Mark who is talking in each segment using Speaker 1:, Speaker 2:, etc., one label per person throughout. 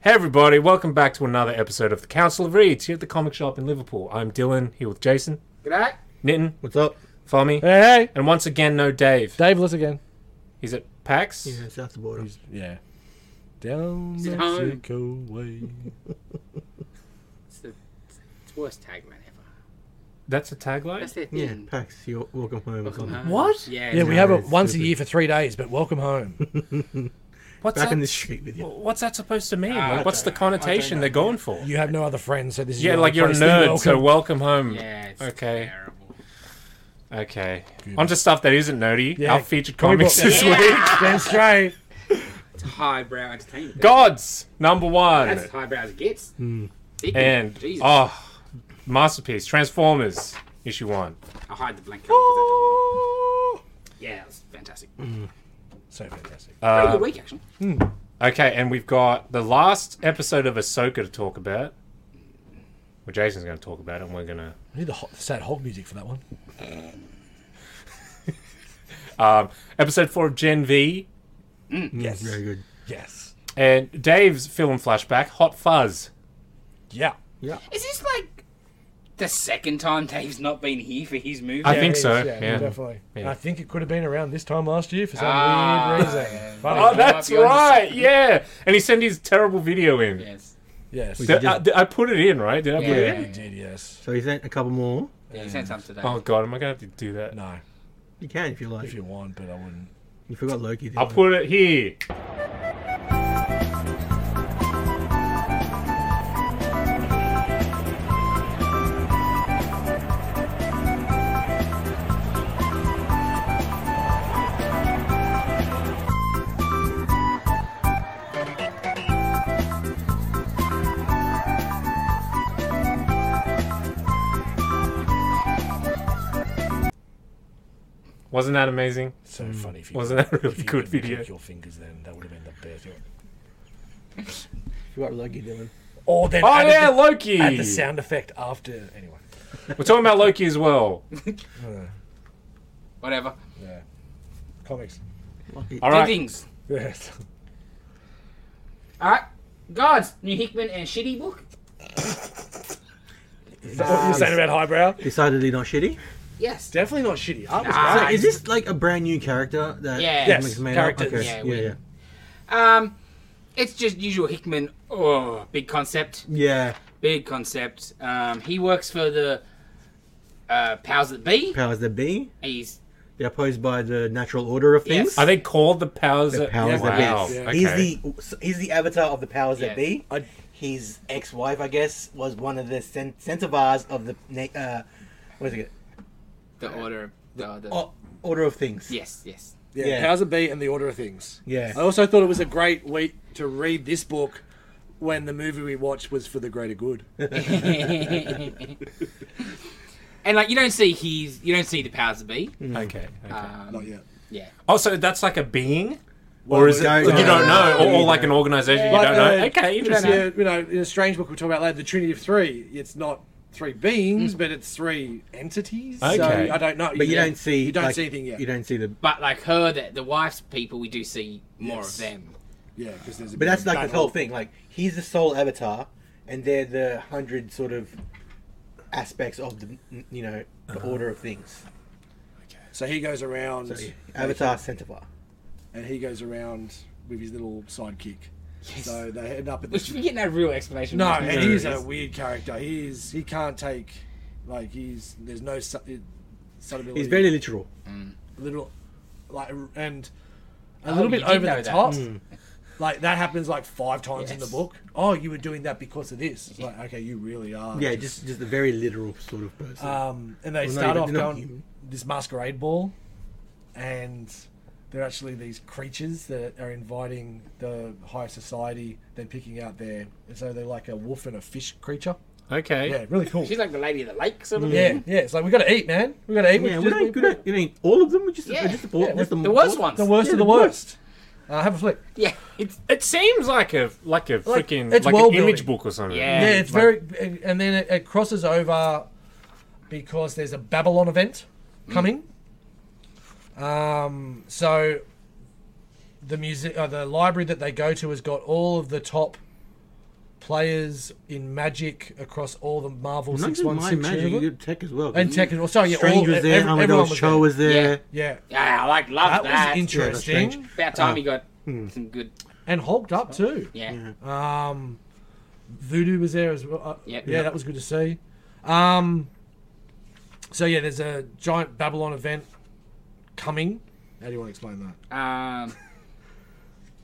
Speaker 1: Hey everybody, welcome back to another episode of the Council of Reeds here at the comic shop in Liverpool. I'm Dylan, here with Jason,
Speaker 2: G'day.
Speaker 1: Nitin,
Speaker 3: What's up?
Speaker 1: Farmy,
Speaker 4: Hey, hey,
Speaker 1: and once again no Dave.
Speaker 4: Dave, let's again.
Speaker 1: He's at PAX.
Speaker 3: Yeah, south the border.
Speaker 4: Yeah. Down
Speaker 2: He's at home.
Speaker 4: Mexico way.
Speaker 2: It's the it's the worst tagline ever.
Speaker 1: That's a tagline?
Speaker 2: That's their
Speaker 3: Yeah,
Speaker 2: thing.
Speaker 3: Pax, you're welcome home.
Speaker 2: Welcome
Speaker 3: Connor.
Speaker 2: home.
Speaker 1: What?
Speaker 2: Yeah.
Speaker 4: Yeah, we have it
Speaker 3: it's
Speaker 4: once a
Speaker 3: stupid.
Speaker 4: year for three days, but welcome home.
Speaker 1: What's
Speaker 3: Back
Speaker 1: that,
Speaker 3: in the street with you.
Speaker 1: What's that supposed to mean?
Speaker 2: Ah, I
Speaker 1: like, what's the
Speaker 2: don't know. I don't
Speaker 1: connotation
Speaker 2: know.
Speaker 1: they're going for?
Speaker 4: You have no other friends, so this is
Speaker 1: yeah,
Speaker 4: your
Speaker 1: like
Speaker 4: only
Speaker 1: you're a
Speaker 4: place to be
Speaker 1: nerd, so
Speaker 4: welcome.
Speaker 1: welcome home.
Speaker 2: Yeah, it's
Speaker 1: Okay.
Speaker 2: terrible.
Speaker 1: Okay. On to stuff that isn't nerdy.
Speaker 4: Yeah.
Speaker 1: Our featured
Speaker 4: Can we
Speaker 1: comics
Speaker 4: book-
Speaker 1: this
Speaker 2: Yeah.
Speaker 1: week.
Speaker 4: That's right.
Speaker 2: It's highbrow entertainment.
Speaker 1: Gods, number one.
Speaker 2: That's as highbrow as it gets. Dick,
Speaker 1: and,
Speaker 2: Jesus.
Speaker 1: oh, masterpiece, Transformers, issue one.
Speaker 2: I'll hide the blank cover 'cause I don't know. Yeah, it's fantastic.
Speaker 1: Uh,
Speaker 2: Pretty
Speaker 4: So fantastic.
Speaker 2: good week, actually.
Speaker 1: Okay, and we've got the last episode of Ahsoka to talk about. Well, Jason's going to talk about it, and we're going to.
Speaker 4: We need the ho- sad hog music for that one.
Speaker 1: Um, episode 4 of Gen V,
Speaker 4: Yes.
Speaker 3: Very good.
Speaker 4: Yes.
Speaker 1: and Dave's film flashback, Hot Fuzz.
Speaker 4: Yeah.
Speaker 3: Yeah.
Speaker 2: Is this like the second time Dave's not been here for his movie?
Speaker 1: I
Speaker 4: Yeah,
Speaker 1: think
Speaker 4: it
Speaker 1: so,
Speaker 4: is,
Speaker 1: yeah.
Speaker 4: definitely. And
Speaker 1: Yeah.
Speaker 4: I think it could have been around this time last year for some
Speaker 2: Ah.
Speaker 4: weird reason. Funny.
Speaker 1: Oh,
Speaker 2: might
Speaker 1: that's
Speaker 2: be onto
Speaker 1: right,
Speaker 2: something.
Speaker 1: yeah. And he sent his terrible video in.
Speaker 2: Yes.
Speaker 4: yes.
Speaker 3: We
Speaker 1: Did-
Speaker 3: did.
Speaker 1: I, did I put it in, right? Did I put it
Speaker 2: Yeah.
Speaker 1: in?
Speaker 4: You did, yes.
Speaker 3: So he sent a couple more.
Speaker 2: Yeah, he sent some today.
Speaker 1: Oh, God, am I going to have to do that?
Speaker 4: No,
Speaker 3: You can if you like.
Speaker 4: if you want, but I wouldn't.
Speaker 3: You forgot Loki. didn't
Speaker 1: I'll
Speaker 3: you?
Speaker 1: put it here. Wasn't that amazing?
Speaker 4: So funny. If you
Speaker 1: Wasn't that a
Speaker 4: if
Speaker 1: really
Speaker 4: you
Speaker 1: good
Speaker 4: didn't
Speaker 1: video?
Speaker 4: click Your fingers, then that would have been the best.
Speaker 3: forgot Loki, Dylan.
Speaker 4: Or then.
Speaker 1: Oh
Speaker 4: added
Speaker 1: yeah,
Speaker 4: the-
Speaker 1: Loki.
Speaker 4: Add the sound effect after. Anyway.
Speaker 1: We're talking about Loki as well.
Speaker 4: Uh,
Speaker 2: Whatever.
Speaker 4: yeah. Comics.
Speaker 3: Loki.
Speaker 1: All
Speaker 2: Two
Speaker 1: right.
Speaker 2: things.
Speaker 4: Yes.
Speaker 2: All right. Gods, New Hickman and Shitty book.
Speaker 4: Is that what you're saying about highbrow?
Speaker 3: Decidedly not shitty.
Speaker 2: Yes.
Speaker 4: Definitely not shitty. I was
Speaker 2: Nah.
Speaker 3: So
Speaker 4: right.
Speaker 3: is this like a brand new character that
Speaker 2: Yeah.
Speaker 4: Yes,
Speaker 3: Hickman's made
Speaker 4: characters.
Speaker 3: up? Okay.
Speaker 2: Yeah,
Speaker 3: Yeah, yeah,
Speaker 2: we- Um, it's just usual Hickman. Oh, big concept.
Speaker 3: yeah.
Speaker 2: Big concept. Um, he works for the uh, powers that be.
Speaker 3: Powers that be.
Speaker 2: He's
Speaker 3: They're opposed by the natural order of
Speaker 2: Yes.
Speaker 3: things.
Speaker 1: Are they called the powers?
Speaker 3: The
Speaker 1: that-
Speaker 3: powers
Speaker 4: that
Speaker 1: wow.
Speaker 4: be. Yeah.
Speaker 1: Okay.
Speaker 5: He's the he's the avatar of the powers
Speaker 2: Yes.
Speaker 5: that be.
Speaker 4: I-
Speaker 5: His ex-wife, I guess, was one of the cen- centivars of the na- uh, what is it?
Speaker 2: the order. of- The, the,
Speaker 4: Oh.
Speaker 5: O- order of things.
Speaker 2: Yes, yes.
Speaker 4: Yeah,
Speaker 5: Yeah.
Speaker 4: powers that be and the order of things.
Speaker 5: Yeah.
Speaker 4: I also thought it was a great week to read this book when the movie we watched was for the greater good.
Speaker 2: and like you don't see his, you don't see the powers that be.
Speaker 1: Okay. okay.
Speaker 2: Um,
Speaker 4: Mm. Not yet.
Speaker 2: yeah.
Speaker 1: oh, so that's like a being, or is it?
Speaker 3: no,
Speaker 1: you
Speaker 3: no,
Speaker 1: don't know,
Speaker 3: no,
Speaker 1: or,
Speaker 3: no,
Speaker 1: or
Speaker 3: no.
Speaker 1: like an organization you don't know. okay, interesting.
Speaker 4: Yeah, uh, you know, in a strange book we'll talk about later, the Trinity of Three. It's not three beings, but it's three entities. So
Speaker 1: Okay.
Speaker 4: I don't know.
Speaker 3: but you don't see.
Speaker 4: you don't
Speaker 3: like,
Speaker 4: see anything yet.
Speaker 3: You don't see the.
Speaker 2: But like her, the, the wife's people, we do see more
Speaker 4: Yes.
Speaker 2: of them.
Speaker 4: Yeah, because there's. A
Speaker 5: But
Speaker 4: bit
Speaker 5: that's
Speaker 4: of
Speaker 5: like the
Speaker 4: battle.
Speaker 5: whole thing. Like he's the sole avatar, and they're the hundred sort of aspects of the you know the
Speaker 4: Uh-huh.
Speaker 5: order of things.
Speaker 4: So he goes around,
Speaker 5: So, yeah, avatar centivar.
Speaker 4: and he goes around with his little sidekick.
Speaker 2: Yes.
Speaker 4: So they end up at
Speaker 2: Which
Speaker 4: this.
Speaker 2: we get no real explanation.
Speaker 4: No,
Speaker 2: of this
Speaker 4: and
Speaker 2: movie.
Speaker 4: he's a weird character. He is. He can't take. Like he's. There's no. su- uh, Subtlety.
Speaker 5: He's very literal.
Speaker 4: little, like, and a
Speaker 2: Oh, you
Speaker 4: little bit
Speaker 2: did
Speaker 4: over
Speaker 2: know
Speaker 4: the
Speaker 2: that.
Speaker 4: top. Like that happens like five times in the
Speaker 2: Yes.
Speaker 4: book. Oh, you were doing that because of this. It's like, okay, you really are.
Speaker 3: Yeah,
Speaker 5: Yeah, just just a very literal sort of person.
Speaker 4: Um, and they
Speaker 3: Well, no,
Speaker 4: start
Speaker 3: you're
Speaker 4: off
Speaker 3: not
Speaker 4: going
Speaker 3: human.
Speaker 4: this masquerade ball, and they're actually these creatures that are inviting the higher society. They're picking out their, and so they're like a wolf and a fish creature.
Speaker 1: Okay.
Speaker 4: Yeah, really cool.
Speaker 2: She's like the lady of the lake, sort of.
Speaker 4: yeah, yeah. It's like we got to eat, man. We got to eat.
Speaker 3: Yeah,
Speaker 4: just-
Speaker 3: we don't. We don't. You mean all of them? We just.
Speaker 2: Yeah.
Speaker 3: Just the. Yeah,
Speaker 4: Yeah,
Speaker 3: just the
Speaker 2: The worst
Speaker 3: one.
Speaker 2: ones.
Speaker 4: The worst
Speaker 3: Yeah,
Speaker 4: of the
Speaker 3: the
Speaker 4: worst. Uh, have a flick.
Speaker 2: Yeah, it's
Speaker 1: It seems like a like a
Speaker 4: Like,
Speaker 1: freaking
Speaker 4: it's
Speaker 1: like an
Speaker 4: world
Speaker 1: image
Speaker 4: building.
Speaker 1: book or something.
Speaker 2: Yeah.
Speaker 4: Yeah, it's
Speaker 1: like-
Speaker 4: very, and then it, it crosses over because there's a Babylon event coming. Um, so the music, uh, the library that they go to has got all of the top players in Magic across all the Marvel
Speaker 5: Not
Speaker 4: six
Speaker 5: just
Speaker 4: one
Speaker 5: my
Speaker 4: six
Speaker 5: magic, you did tech as well.
Speaker 4: and
Speaker 5: didn't you?
Speaker 4: Tekken. Oh, sorry, yeah,
Speaker 5: Strange
Speaker 4: all,
Speaker 5: was there.
Speaker 4: ev- everyone
Speaker 5: Armadale's
Speaker 4: was
Speaker 5: show
Speaker 4: there.
Speaker 5: was there.
Speaker 4: Yeah,
Speaker 2: Yeah, I like
Speaker 4: that
Speaker 2: love that.
Speaker 4: was interesting Ah. Hmm.
Speaker 5: strange.
Speaker 2: About time he got some good.
Speaker 4: and hulked up too.
Speaker 2: Yeah.
Speaker 4: Um, Voodoo was there as well. Uh,
Speaker 2: Yep.
Speaker 4: Yeah, that was good to see. Um, so yeah, there's a giant Babylon event coming. How do you want to explain that?
Speaker 2: Um,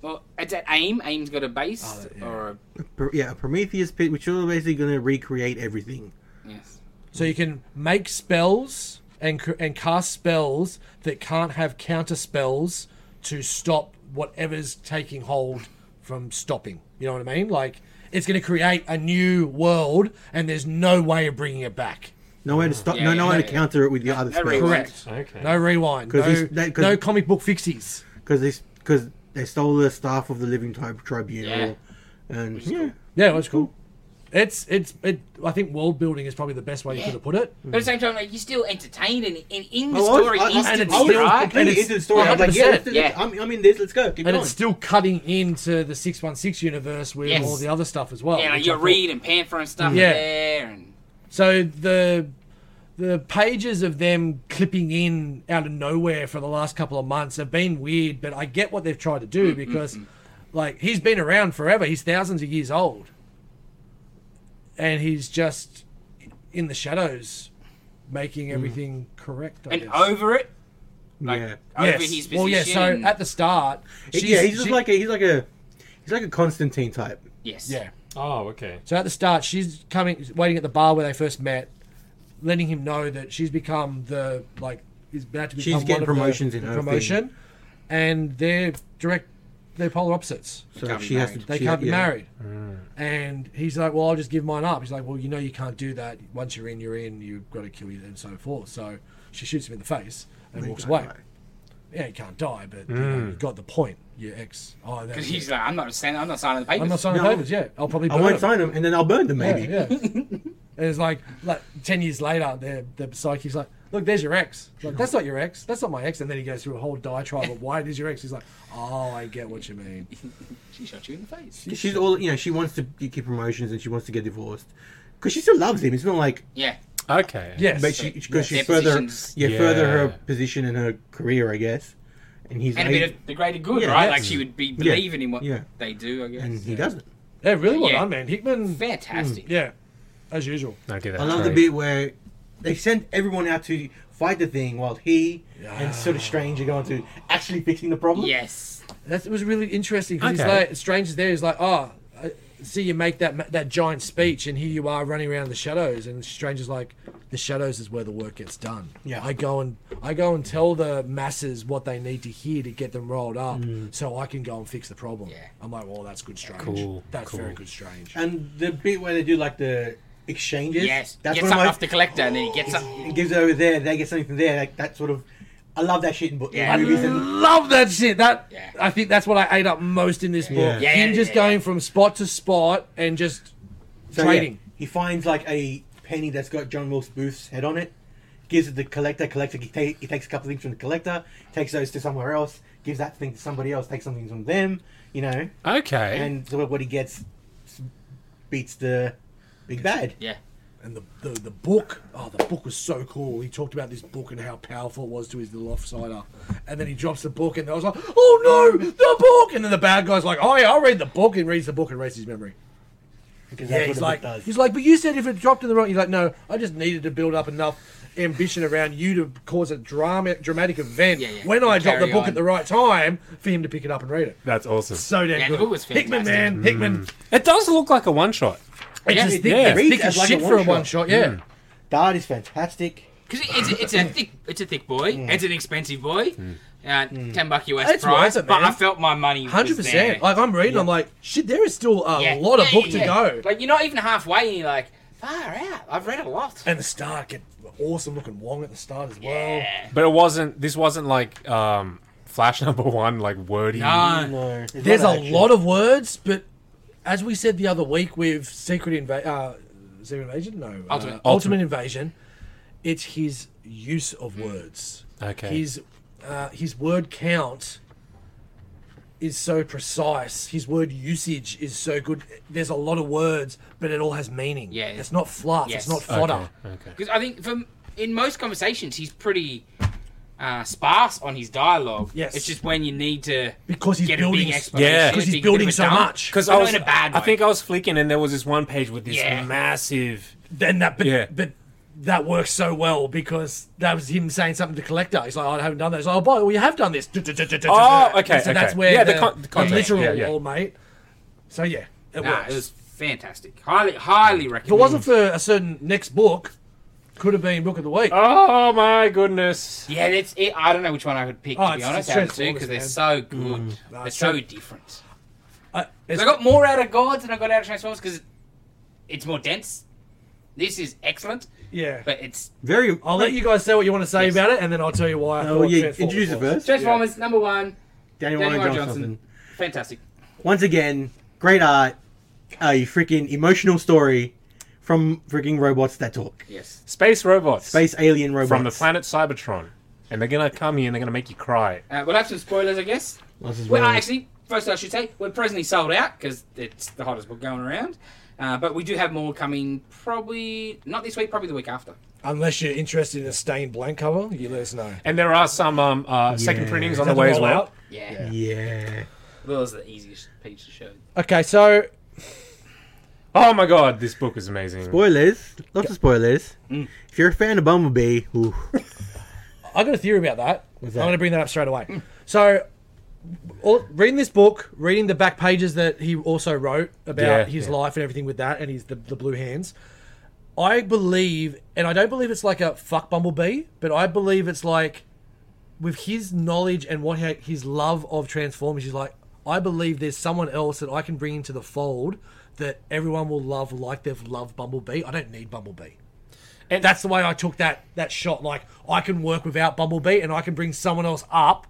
Speaker 2: well, it's at AIM. AIM's got a base
Speaker 4: Oh, that- yeah.
Speaker 2: or a,
Speaker 5: Pr- yeah, Prometheus pit, which are basically going to recreate everything.
Speaker 2: yes.
Speaker 4: So you can make spells and cr- and cast spells that can't have counter spells to stop whatever's taking hold from stopping. You know what I mean? Like it's going to create a new world, and there's no way of bringing it back.
Speaker 5: No way to stop.
Speaker 2: Yeah,
Speaker 5: no, no
Speaker 2: yeah,
Speaker 5: way to
Speaker 2: yeah.
Speaker 5: counter it with the other
Speaker 2: no
Speaker 5: spells
Speaker 2: rewind.
Speaker 4: Correct.
Speaker 1: Okay.
Speaker 4: No rewind.
Speaker 5: 'Cause
Speaker 4: No,
Speaker 5: he's- that- 'cause-
Speaker 4: no comic book fixies.
Speaker 5: because they because they stole the staff of the Living Type Tribunal, and yeah,
Speaker 4: Yeah, that's cool. It's it's it. I think world building is probably the best way you could have put it.
Speaker 2: But at the same time, like, you're still entertained and, and in the
Speaker 5: I was-
Speaker 2: story
Speaker 5: Oh, I- I- and
Speaker 2: instantly,
Speaker 4: it's still-
Speaker 2: right?
Speaker 4: and
Speaker 6: Completely
Speaker 4: it's-
Speaker 6: into the story. I'm like, yeah,
Speaker 4: 100%.
Speaker 6: let's do
Speaker 2: Yeah.
Speaker 6: this. I'm, I'm in this. Let's go. Keep
Speaker 4: And
Speaker 6: going.
Speaker 4: it's still cutting into the six one six universe with
Speaker 2: Yes.
Speaker 4: all the other stuff as well.
Speaker 2: Yeah, like
Speaker 4: which I
Speaker 2: your
Speaker 4: thought-
Speaker 2: Reed and Panther and stuff
Speaker 4: Yeah.
Speaker 2: are there, and
Speaker 4: So the the pages of them clipping in out of nowhere for the last couple of months have been weird, but I get what they've tried to do because like he's been around forever. He's thousands of years old. And he's just in the shadows making everything correct. I
Speaker 2: Mm. and
Speaker 4: guess.
Speaker 2: over it,
Speaker 5: yeah.
Speaker 2: over his position.
Speaker 4: Well, yeah. So
Speaker 2: and-
Speaker 4: at the start, she's,
Speaker 5: yeah, he's just
Speaker 4: she-
Speaker 5: like a he's like a he's like a Constantine type.
Speaker 2: yes,
Speaker 4: yeah.
Speaker 1: Oh, okay.
Speaker 4: So at the start, she's coming, waiting at the bar where they first met, letting him know that she's become the like is about to become
Speaker 5: She's
Speaker 4: one
Speaker 5: getting
Speaker 4: of the-
Speaker 5: promotions in
Speaker 4: the
Speaker 5: her
Speaker 4: promotion, and they're direct, they're polar opposites.
Speaker 5: So
Speaker 2: can't be
Speaker 5: she has to.
Speaker 2: married.
Speaker 4: They
Speaker 5: she-
Speaker 4: can't be
Speaker 5: yeah. Mm.
Speaker 4: married. And he's like, "Well, I'll just give mine up." He's like, "Well, you know, you can't do that. Once you're in, you're in. You've got to kill you, and so forth." So she shoots him in the face and walks away. Yeah, you can't die, but you
Speaker 5: Mm.
Speaker 4: know, you got the point. Your ex. Oh, that-
Speaker 2: because he's like, I'm not signing, I'm not signing the papers.
Speaker 4: I'm not signing
Speaker 5: No.
Speaker 4: papers. Yeah, I'll probably.
Speaker 5: I
Speaker 4: burn
Speaker 5: won't
Speaker 4: him.
Speaker 5: sign them, and then I'll burn them.
Speaker 4: Yeah,
Speaker 5: Maybe.
Speaker 4: yeah. And it's like, like ten years later, the the psyche's like, "Look, there's your ex." It's like, that's not your ex. That's not my ex. And then he goes through a whole diatribe of why it is your ex. He's like, "Oh, I get what you mean."
Speaker 2: She shot you in the face.
Speaker 5: She's all you know. She wants to get promotions, and she wants to get divorced because she still loves him. It's not like
Speaker 2: Yeah,
Speaker 1: Okay.
Speaker 4: Yes,
Speaker 5: But she
Speaker 2: Yeah,
Speaker 5: because she
Speaker 2: their
Speaker 5: further
Speaker 2: positions.
Speaker 5: yeah, further
Speaker 1: Yeah.
Speaker 5: her position in her career, I guess. And he's
Speaker 2: and a
Speaker 5: like-
Speaker 2: bit of the greater good,
Speaker 5: Yeah,
Speaker 2: right?
Speaker 5: yeah.
Speaker 2: Like she would be believing in what
Speaker 5: yeah.
Speaker 2: they do, I guess.
Speaker 5: and he
Speaker 2: Yeah.
Speaker 5: doesn't.
Speaker 4: yeah, really well
Speaker 2: Yeah.
Speaker 4: done, man. Hickman,
Speaker 2: Fantastic.
Speaker 4: yeah, as usual.
Speaker 1: I get that.
Speaker 5: I love the
Speaker 1: trade.
Speaker 5: bit where they send everyone out to fight the thing while he and sort of strange are going to actually fixing the problem.
Speaker 2: Yes.
Speaker 4: That was really interesting. 'cause
Speaker 1: Okay.
Speaker 4: he's like, Strange is there. He's like, "Oh, I see you make that ma- that giant speech, and here you are running around in the shadows." And Strange is like, "The shadows is where the work gets done.
Speaker 5: Yeah.
Speaker 4: I go and I go and tell the masses what they need to hear to get them rolled up,
Speaker 1: Mm.
Speaker 4: so I can go and fix the problem."
Speaker 2: Yeah.
Speaker 4: I'm like, "Well, that's good, Strange.
Speaker 1: Cool,
Speaker 4: That's
Speaker 1: cool.
Speaker 4: very good, Strange."
Speaker 5: And the bit where they do like the exchanges.
Speaker 2: Yes.
Speaker 5: That's
Speaker 2: gets something
Speaker 5: one of my
Speaker 2: off the collector, and then he gets up.
Speaker 5: it gives over there, they get something from there, like that sort of I love that shit in book
Speaker 2: Yeah.
Speaker 5: in movies and
Speaker 4: Love that shit. That
Speaker 2: Yeah.
Speaker 4: I think that's what I ate up most in this book.
Speaker 2: Yeah,
Speaker 4: Him
Speaker 2: yeah,
Speaker 4: just
Speaker 2: yeah.
Speaker 4: going from spot to spot and just
Speaker 5: so, yeah,
Speaker 4: trading.
Speaker 5: he finds like a penny that's got John Wilkes Booth's head on it, gives it the collector, collector he, ta- he takes a couple things from the collector, takes those to somewhere else, gives that thing to somebody else, takes something from them, you know.
Speaker 1: Okay.
Speaker 5: and so what he gets beats the big bad.
Speaker 2: Yeah.
Speaker 4: And the, the, the book, oh, the book was so cool. He talked about this book and how powerful it was to his little offsider. And then he drops the book, and I was like, oh no, the book! And then the bad guy's like, oh yeah, I'll read the book, and reads the book and erases his memory.
Speaker 5: Because
Speaker 4: Yeah,
Speaker 5: that's
Speaker 4: he's
Speaker 5: what
Speaker 4: like,
Speaker 5: it does.
Speaker 4: he's like, but you said if it dropped in the wrong, he's like, no, I just needed to build up enough ambition around you to cause a drama, dramatic event
Speaker 2: Yeah, yeah.
Speaker 4: when I
Speaker 2: To
Speaker 4: dropped the
Speaker 2: carry
Speaker 4: book
Speaker 2: on.
Speaker 4: at the right time for him to pick it up and read it.
Speaker 1: That's awesome.
Speaker 4: So damn
Speaker 2: Yeah, the
Speaker 4: good.
Speaker 2: book was
Speaker 4: Hickman,
Speaker 2: fantastic.
Speaker 4: man, Hickman.
Speaker 5: Mm.
Speaker 1: It does look like a one shot.
Speaker 4: It's
Speaker 2: Yeah,
Speaker 4: as
Speaker 2: it
Speaker 4: thick,
Speaker 1: reads
Speaker 4: it's thick
Speaker 5: as
Speaker 4: as
Speaker 5: like a
Speaker 4: shit for a
Speaker 5: one-shot. Mm.
Speaker 4: one shot. Yeah.
Speaker 5: Dart is fantastic.
Speaker 2: Because it's, it's a thick it's a thick boy. It's an expensive boy. Uh, Ten buck US
Speaker 4: It's
Speaker 2: price,
Speaker 4: Hmm. worth it,
Speaker 2: but
Speaker 4: man.
Speaker 2: I felt my money.
Speaker 4: Hundred
Speaker 2: was
Speaker 4: percent.
Speaker 2: there.
Speaker 4: Like I'm reading, I'm like, shit. There is still a
Speaker 2: Yeah.
Speaker 4: lot of
Speaker 2: Yeah,
Speaker 4: book
Speaker 2: yeah,
Speaker 4: to
Speaker 2: yeah.
Speaker 4: go.
Speaker 2: Like you're not even halfway, and you're like, far out. I've read a lot.
Speaker 4: and the start get awesome looking Wong at the start as well.
Speaker 2: Yeah.
Speaker 1: But it wasn't. This wasn't like um, Flash number one, like wordy.
Speaker 2: No.
Speaker 5: No,
Speaker 4: Uh, There's a lot of words, but as we said the other week with Secret Invasion, uh, Secret Invasion, no, uh,
Speaker 2: Ultimate.
Speaker 1: Ultimate.
Speaker 4: Invasion, it's his Mm. use of words.
Speaker 1: Okay.
Speaker 4: His uh, his word count is so precise. His word usage is so good. There's a lot of words, but it all has meaning.
Speaker 2: Yeah.
Speaker 4: It's not fluff.
Speaker 2: Yes.
Speaker 4: It's not fodder.
Speaker 1: Okay. okay.
Speaker 2: Because I think from in most conversations he's pretty uh, sparse on his dialogue.
Speaker 4: Yes.
Speaker 2: It's just when you need to
Speaker 4: Because he's
Speaker 2: get a
Speaker 4: building-
Speaker 2: big explanation.
Speaker 1: Yeah.
Speaker 2: a
Speaker 1: Because
Speaker 4: he's
Speaker 2: big bit of
Speaker 4: building
Speaker 2: a
Speaker 4: so
Speaker 2: dump.
Speaker 4: much.
Speaker 1: Because
Speaker 2: But
Speaker 1: I
Speaker 2: not
Speaker 1: was,
Speaker 2: in a bad
Speaker 1: I
Speaker 2: way.
Speaker 1: think I was flicking, and there was this one page with this
Speaker 2: Yeah.
Speaker 1: massive.
Speaker 4: Then that, but,
Speaker 1: Yeah.
Speaker 4: but that works so well because that was him saying something to collector. He's like, I haven't done this. Oh, boy, well, you have done this.
Speaker 1: Oh,
Speaker 4: Oh,
Speaker 1: okay,
Speaker 4: So
Speaker 1: okay.
Speaker 4: that's where
Speaker 1: Yeah, the
Speaker 4: the, the,
Speaker 1: con- the context.
Speaker 4: literal
Speaker 1: Yeah, yeah.
Speaker 4: wall, mate. So yeah, it
Speaker 2: Nah,
Speaker 4: works.
Speaker 2: it was fantastic. Highly, highly
Speaker 4: If it
Speaker 2: recommended.
Speaker 4: wasn't for a certain next book, could have been book of the week.
Speaker 1: Oh my goodness!
Speaker 2: Yeah, that's it. I don't know which one I would pick
Speaker 4: Oh,
Speaker 2: to be
Speaker 4: it's-
Speaker 2: honest
Speaker 4: it's
Speaker 2: out of the two because they're so good.
Speaker 4: Mm. Nah,
Speaker 2: they're
Speaker 4: it's
Speaker 2: so
Speaker 4: so-
Speaker 2: different.
Speaker 4: I, Uh, it's-
Speaker 2: I got more out of Gods than I got out of Transformers because it's more dense. This is excellent,
Speaker 4: yeah.
Speaker 2: but it's
Speaker 5: Very.
Speaker 4: I'll let you guys say what you want to say
Speaker 2: Yes.
Speaker 4: about it, and then I'll tell you why. I
Speaker 5: Oh
Speaker 4: thought
Speaker 5: yeah,
Speaker 4: Transformers
Speaker 5: introduce it
Speaker 4: was.
Speaker 5: first.
Speaker 2: Transformers number one.
Speaker 5: Daniel,
Speaker 2: Daniel
Speaker 5: Ryan
Speaker 2: Ryan
Speaker 5: Johnson.
Speaker 2: Johnson. Fantastic.
Speaker 5: Once again, great art. A freaking emotional story from freaking robots that talk.
Speaker 2: Yes.
Speaker 1: Space robots,
Speaker 5: Space alien robots
Speaker 1: from the planet Cybertron, and they're gonna come here and they're gonna make you cry.
Speaker 2: Uh, we'll have some spoilers, I guess.
Speaker 5: Lots of
Speaker 2: Well,
Speaker 5: spoilers.
Speaker 2: actually, first I should say we're presently sold out because it's the hottest book going around. Uh, but we do have more coming, probably not this week, probably the week after.
Speaker 4: Unless you're interested in a stained blank cover, you let us know.
Speaker 1: And there are some um, uh, second
Speaker 5: Yeah.
Speaker 1: printings
Speaker 5: Is
Speaker 1: on the way as well.
Speaker 2: Yeah,
Speaker 5: Yeah.
Speaker 2: that was the easiest page to show.
Speaker 4: Okay, so
Speaker 1: Oh my god, this book is amazing.
Speaker 5: Spoilers. Lots of spoilers.
Speaker 1: Mm.
Speaker 5: If you're a fan of Bumblebee, ooh,
Speaker 4: I got a theory about that.
Speaker 5: that?
Speaker 4: I'm going to bring that up straight away. So, all, reading this book, reading the back pages that he also wrote about
Speaker 1: Yeah,
Speaker 4: his
Speaker 1: yeah.
Speaker 4: life and everything with that, and his the, the blue hands. I believe, and I don't believe it's like a fuck bumblebee, but I believe it's like with his knowledge and what he, his love of Transformers, he's like, I believe there's someone else that I can bring into the fold that everyone will love like they've loved Bumblebee. I don't need Bumblebee. And that's the way I took that that shot. Like I can work without Bumblebee, and I can bring someone else up,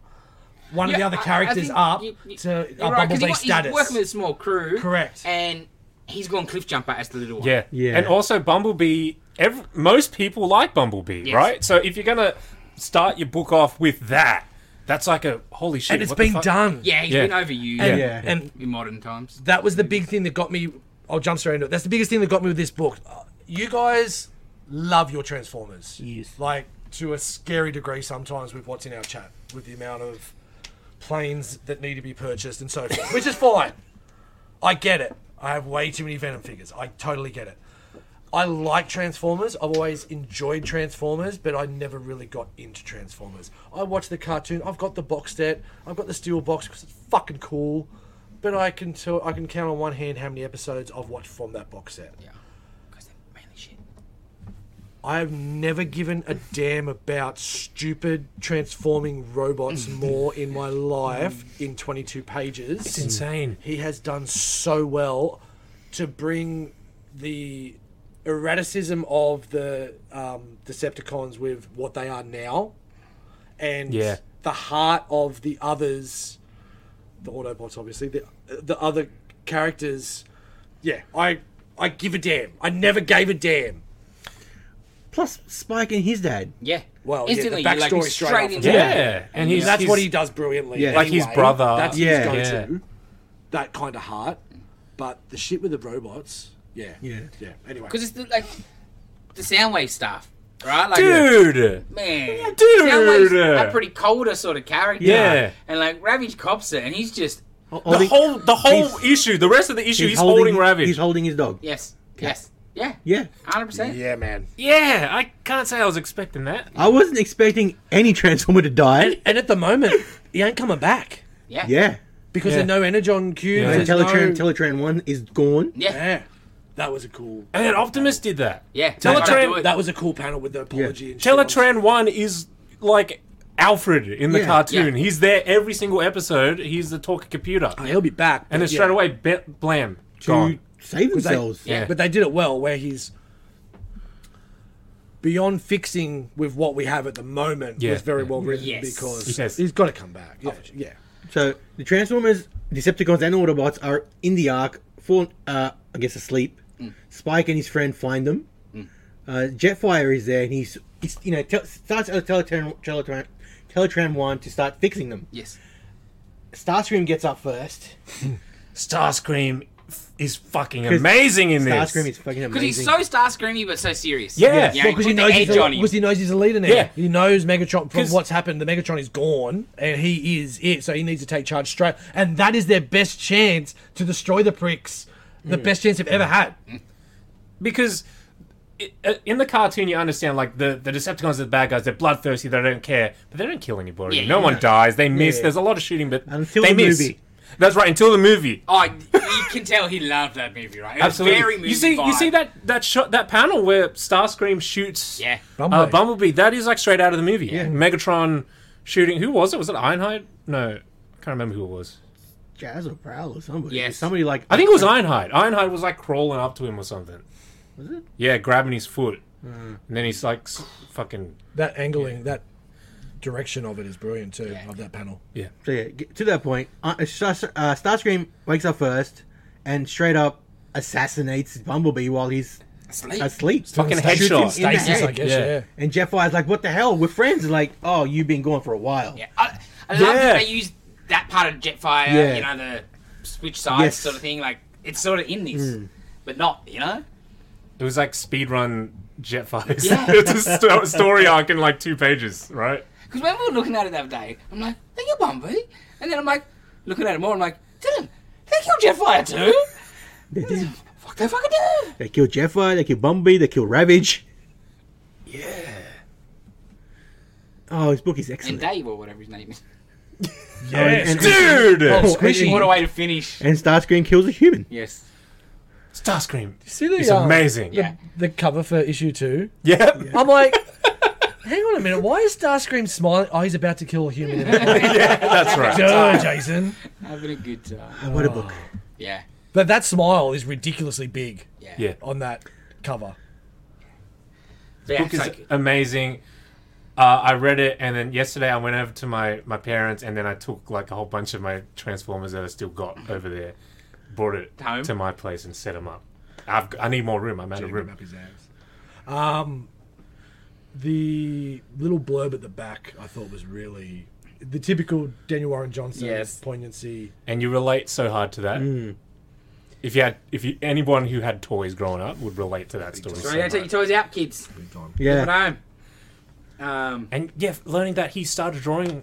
Speaker 4: one of the
Speaker 2: Yeah,
Speaker 4: other
Speaker 2: I- I
Speaker 4: characters
Speaker 2: think
Speaker 4: up
Speaker 2: you- you-
Speaker 4: to
Speaker 2: you're
Speaker 4: a
Speaker 2: right, 'cause
Speaker 4: Bumblebee
Speaker 2: he wa-
Speaker 4: status.
Speaker 2: He's working with a small crew.
Speaker 4: Correct.
Speaker 2: And he's gone cliff jumper as the little one.
Speaker 1: Yeah,
Speaker 5: Yeah.
Speaker 1: And also, Bumblebee. Ev most people like Bumblebee,
Speaker 2: Yes.
Speaker 1: right? So if you're gonna start your book off with that, that's like a holy shit.
Speaker 4: and it's
Speaker 1: what the
Speaker 4: been
Speaker 1: fuck-
Speaker 4: done.
Speaker 2: Yeah, he's
Speaker 1: Yeah.
Speaker 2: been overused
Speaker 4: And,
Speaker 5: Yeah.
Speaker 4: and
Speaker 2: in modern times.
Speaker 4: that was the big thing that got me. I'll jump straight into it. That's the biggest thing that got me with this book. Uh, You guys love your Transformers,
Speaker 5: Yes.
Speaker 4: like to a scary degree sometimes with what's in our chat, with the amount of planes that need to be purchased and so forth, which is fine. I get it. I have way too many Venom figures. I totally get it. I like Transformers. I've always enjoyed Transformers, but I never really got into Transformers. I watch the cartoon. I've got the box set. I've got the steel box because it's fucking cool. But I can tell, I can count on one hand how many episodes I've watched from that box set.
Speaker 2: Yeah. 'Cause they're mainly shit.
Speaker 4: I've never given a damn about stupid transforming robots more in my life in 22 pages.
Speaker 1: It's insane.
Speaker 4: he has done so well to bring the erraticism of the um, Decepticons with what they are now, and
Speaker 1: Yeah.
Speaker 4: the heart of the others, the Autobots, obviously the the other characters. Yeah, I I give a damn. I never gave a damn.
Speaker 5: plus Spike and his dad.
Speaker 2: Yeah.
Speaker 4: Well, yeah, the
Speaker 2: instantly
Speaker 4: backstory
Speaker 2: you're like
Speaker 4: straight
Speaker 2: straight
Speaker 4: off the
Speaker 2: into
Speaker 1: Yeah,
Speaker 4: bat.
Speaker 2: that.
Speaker 1: and
Speaker 2: Yeah.
Speaker 1: he's
Speaker 4: That's what he
Speaker 1: he's-
Speaker 4: does brilliantly.
Speaker 5: Yeah.
Speaker 1: Like his
Speaker 4: anyway.
Speaker 1: brother.
Speaker 4: That's
Speaker 5: Yeah.
Speaker 4: his
Speaker 1: Yeah.
Speaker 4: go-to. That kind of heart. But the shit with the robots. Yeah.
Speaker 5: Yeah.
Speaker 4: Yeah. Anyway.
Speaker 2: Because it's the, like the Soundwave stuff, right? Like,
Speaker 1: dude.
Speaker 2: Man,
Speaker 1: Dude.
Speaker 2: Soundwave's a pretty colder sort of character.
Speaker 1: Yeah.
Speaker 2: and like Ravage cops it, and he's just
Speaker 1: The whole the whole
Speaker 5: he's-
Speaker 1: issue, the rest of the issue, he's, holding, Ravage.
Speaker 5: He's holding his dog.
Speaker 2: yes, yes, yeah,
Speaker 5: Yeah.
Speaker 2: hundred percent.
Speaker 4: Yeah, man.
Speaker 1: yeah, I can't say I was expecting that.
Speaker 5: I wasn't expecting any Transformer to die.
Speaker 4: And at the moment, he ain't coming back
Speaker 2: Yeah,
Speaker 5: Yeah.
Speaker 4: because
Speaker 1: Yeah.
Speaker 4: there's no energon cubes.
Speaker 1: Yeah.
Speaker 5: And
Speaker 4: There's
Speaker 5: Teletran,
Speaker 4: no...
Speaker 5: Teletran 1 is gone.
Speaker 2: yeah,
Speaker 4: yeah. That was a cool.
Speaker 1: And then Optimus did that.
Speaker 2: yeah.
Speaker 1: Teletran-
Speaker 2: Gotta do it.
Speaker 4: That was a cool panel with the apology and shit.
Speaker 1: Teletran One is like Alfred in the
Speaker 5: Yeah.
Speaker 1: cartoon.
Speaker 2: Yeah.
Speaker 1: He's there every single episode. He's the talking computer,
Speaker 4: Oh, he'll be back.
Speaker 1: and
Speaker 4: but
Speaker 1: then
Speaker 4: yeah.
Speaker 1: straight away, be- blam,
Speaker 5: To
Speaker 1: gone.
Speaker 5: save
Speaker 4: they-
Speaker 5: themselves.
Speaker 2: Yeah.
Speaker 4: But they did it well, where he's beyond fixing with what we have at the moment
Speaker 1: Yeah.
Speaker 4: was very well written
Speaker 2: Yes.
Speaker 4: because
Speaker 1: Yes.
Speaker 4: he's got to come back. Yeah. yeah.
Speaker 5: So the Transformers, Decepticons, and Autobots are in the Ark, fall, uh, I guess, asleep.
Speaker 1: Mm.
Speaker 5: Spike and his friend find them. Uh, Jetfire is there, and he's, he's you know, tel- starts out Teletran, Teletran, Teletran 1 to start fixing them.
Speaker 2: yes,
Speaker 5: Starscream gets up first.
Speaker 1: Starscream f- is fucking amazing in this.
Speaker 5: Starscream is fucking
Speaker 2: Because
Speaker 5: amazing.
Speaker 2: he's so starscreamy but so serious.
Speaker 1: Yeah.
Speaker 2: you
Speaker 1: Yeah,
Speaker 2: know,
Speaker 4: because
Speaker 2: he
Speaker 4: he
Speaker 2: put
Speaker 4: knows
Speaker 2: the
Speaker 4: he's
Speaker 2: edge
Speaker 4: a,
Speaker 2: on him.
Speaker 4: 'cause he knows he's a leader now.
Speaker 1: Yeah.
Speaker 4: He knows Megatron from
Speaker 1: 'Cause-
Speaker 4: what's happened. The Megatron is gone, and he is it. So he needs to take charge straight, and that is their best chance to destroy the pricks. The best chance they've ever had.
Speaker 1: because i- uh, in the cartoon you understand like the, the Decepticons are the bad guys. They're bloodthirsty. They don't care, but they don't kill anybody.
Speaker 2: Yeah,
Speaker 1: no one dies. They miss. There's a lot of shooting, but
Speaker 5: Until
Speaker 1: they
Speaker 5: the
Speaker 1: miss.
Speaker 5: movie.
Speaker 1: That's right. Until the movie.
Speaker 2: Oh, you can tell he loved that movie, right? It was
Speaker 1: Absolutely.
Speaker 2: Very movie
Speaker 1: you see, you
Speaker 2: vibe.
Speaker 1: see that that shot, that panel where Starscream shoots
Speaker 2: Yeah.
Speaker 1: Bumblebee. Uh,
Speaker 4: Bumblebee.
Speaker 1: Bumblebee. That is like straight out of the movie. Megatron shooting. Who was it? Was it Ironhide? No, I can't remember who it was.
Speaker 5: Jazz or Prowl or somebody.
Speaker 2: Yes.
Speaker 5: Somebody like
Speaker 1: I think it was Ironhide. Ironhide was like crawling up to him or something.
Speaker 5: Was it? Hmm.
Speaker 1: Yeah, grabbing his foot, and then he's like s- fucking
Speaker 4: That angling, that direction of it is brilliant too.
Speaker 2: Yeah.
Speaker 4: Of that panel.
Speaker 5: So yeah, get to that point, uh, Star- uh, Starscream wakes up first and straight up assassinates Bumblebee while he's
Speaker 2: Sleep.
Speaker 5: asleep.
Speaker 1: fucking
Speaker 4: Shoots him
Speaker 1: headshot.
Speaker 5: in the
Speaker 4: Stasis, I
Speaker 5: head.
Speaker 4: guess.
Speaker 1: Yeah.
Speaker 4: yeah.
Speaker 5: And Jeff Fire's like, "What the hell? We're friends." And like, "Oh, you've been gone for a while."
Speaker 2: Yeah. I, I love
Speaker 1: Yeah.
Speaker 2: that they use that part of Jetfire,
Speaker 5: Yeah.
Speaker 2: you know, the switch sides
Speaker 5: Yes. Mm.
Speaker 2: sort of thing. Like, it's sort of in this, but not, you know?
Speaker 1: It was like speedrun Jetfires.
Speaker 2: Yeah.
Speaker 1: it's a sto- story arc in like two pages, right?
Speaker 2: Because when we were looking at it the other day, I'm like, they killed Bumblebee. And then I'm like, looking at it more, I'm like, Dylan, they killed Jetfire too.
Speaker 5: They, did.
Speaker 2: Fuck, they fucking do.
Speaker 5: They kill Jeff Fire. They kill Bumblebee. They kill Ravage. Yeah. Oh, his book is
Speaker 2: And
Speaker 5: excellent.
Speaker 2: Dave, or whatever his name is.
Speaker 5: Yes. And-
Speaker 1: Dude!
Speaker 5: Oh,
Speaker 4: Squishy.
Speaker 2: What
Speaker 5: and-
Speaker 2: a way to finish.
Speaker 5: and Starscream kills a human.
Speaker 2: Yes.
Speaker 1: Starscream.
Speaker 4: See the,
Speaker 1: It's
Speaker 4: uh,
Speaker 1: amazing.
Speaker 4: The, the cover for issue two.
Speaker 1: Yeah.
Speaker 4: I'm like, hang on a minute. Why is Starscream smiling? Oh, he's about to kill a human.
Speaker 1: That's right.
Speaker 4: Duh, Jason.
Speaker 2: Having a good time.
Speaker 5: Oh, what a book!
Speaker 2: Yeah.
Speaker 4: But that smile is ridiculously big
Speaker 2: Yeah.
Speaker 1: Yeah.
Speaker 4: on that cover.
Speaker 2: Yeah,
Speaker 1: book
Speaker 2: it's
Speaker 1: is
Speaker 2: like-
Speaker 1: amazing. Uh, I read it, and then yesterday I went over to my, my parents, and then I took like a whole bunch of my Transformers that I still got over there, brought it
Speaker 2: Home?
Speaker 1: to my place, and set them up. I've, g- I need more room. I'm out of room.
Speaker 4: Um, The little blurb at the back I thought was really the typical Daniel Warren Johnson
Speaker 2: Yes.
Speaker 4: poignancy.
Speaker 1: and you relate so hard to that. If you had, if you anyone who had toys growing up would relate to that story.
Speaker 2: So
Speaker 1: so
Speaker 2: you don't take
Speaker 1: much.
Speaker 2: your toys out, kids.
Speaker 5: Yeah,
Speaker 2: But home. Um,
Speaker 1: And yeah, learning that he started drawing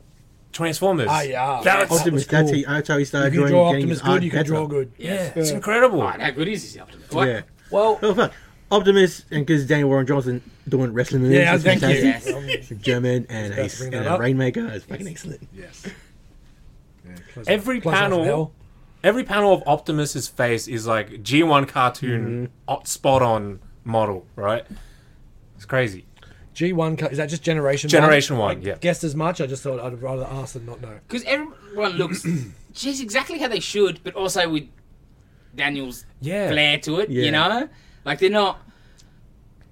Speaker 1: Transformers.
Speaker 4: Ah, yeah.
Speaker 1: that's
Speaker 4: Optimus-
Speaker 5: Optimus.
Speaker 4: That was
Speaker 5: That's,
Speaker 4: cool.
Speaker 5: he, that's how he
Speaker 4: You
Speaker 5: started
Speaker 4: can
Speaker 5: drawing.
Speaker 4: draw
Speaker 5: getting
Speaker 4: Optimus
Speaker 5: his art
Speaker 4: good, you can
Speaker 5: better.
Speaker 4: draw good.
Speaker 1: yeah, it's incredible.
Speaker 2: right, how good is this Optimus? What?
Speaker 5: Yeah.
Speaker 4: Well,
Speaker 5: Oh fuck. Optimus and because Daniel Warren Johnson doing wrestling movies.
Speaker 4: Yeah,
Speaker 5: is
Speaker 4: thank you.
Speaker 5: fantastic.
Speaker 4: Yes.
Speaker 5: The German and
Speaker 4: about to
Speaker 5: a,
Speaker 4: bring
Speaker 5: and
Speaker 4: that
Speaker 5: a
Speaker 4: up.
Speaker 5: Rainmaker is fucking excellent.
Speaker 4: yes.
Speaker 1: Every panel, every panel of Optimus's face is like G1 cartoon op- spot on model, right? It's crazy.
Speaker 4: G one is that just generation
Speaker 1: Generation
Speaker 4: one?
Speaker 1: one,
Speaker 4: I
Speaker 1: yeah.
Speaker 4: Guessed as much. I just thought I'd rather ask than not know.
Speaker 2: Because everyone looks just exactly how they should, but also with Daniel's
Speaker 1: Yeah.
Speaker 2: flair to it, you
Speaker 5: Yeah.
Speaker 2: know? Like they're not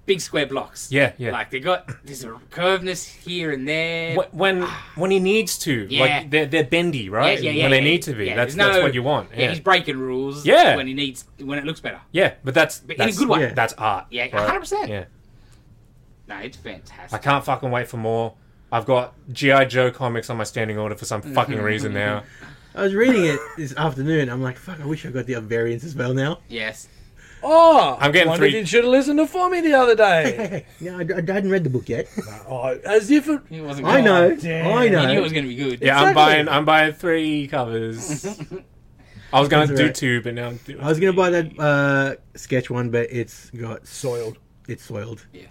Speaker 2: big square blocks.
Speaker 1: Yeah, yeah.
Speaker 2: Like they got there's a curveness here and there.
Speaker 1: Wh- When when he needs to,
Speaker 2: Yeah.
Speaker 1: like they're, they're bendy, right?
Speaker 2: Yeah, yeah, yeah,
Speaker 1: when they
Speaker 2: yeah,
Speaker 1: need to be,
Speaker 2: yeah.
Speaker 1: that's,
Speaker 2: There's
Speaker 1: that's
Speaker 2: no-
Speaker 1: what you want.
Speaker 2: Yeah, he's breaking rules.
Speaker 1: Yeah.
Speaker 2: when he needs when it looks better.
Speaker 1: Yeah, but that's
Speaker 2: in a
Speaker 1: that's-
Speaker 2: good way.
Speaker 5: Yeah.
Speaker 1: That's art.
Speaker 2: Yeah,
Speaker 1: right?
Speaker 2: 100%.
Speaker 1: Yeah,
Speaker 2: No, it's
Speaker 1: I
Speaker 2: fantastic.
Speaker 1: can't fucking wait for more. I've got GI Joe comics on my standing order for some fucking
Speaker 2: Mm-hmm.
Speaker 1: reason now.
Speaker 5: I was reading it this afternoon. I'm like, fuck, I wish I got the other variants as well now.
Speaker 2: Yes,
Speaker 4: Oh,
Speaker 1: I'm getting
Speaker 4: wondered
Speaker 1: three-
Speaker 4: You should have listened to for me the other
Speaker 5: Hey,
Speaker 4: day.
Speaker 5: hey, no, I, I hadn't read the book yet.
Speaker 4: oh, as if it.
Speaker 2: it wasn't.
Speaker 5: I
Speaker 2: good.
Speaker 5: know.
Speaker 4: damn.
Speaker 5: I
Speaker 2: Oh, I knew it
Speaker 5: know.
Speaker 2: was going to be good.
Speaker 1: Yeah, I'm
Speaker 4: Exactly.
Speaker 1: buying. I'm buying three covers. I was gonna
Speaker 5: That's
Speaker 1: do
Speaker 5: right.
Speaker 1: two, but now I'm doing
Speaker 5: I was going to buy that uh, sketch one, but it's got
Speaker 4: Soiled.
Speaker 5: It's soiled.
Speaker 4: Yeah.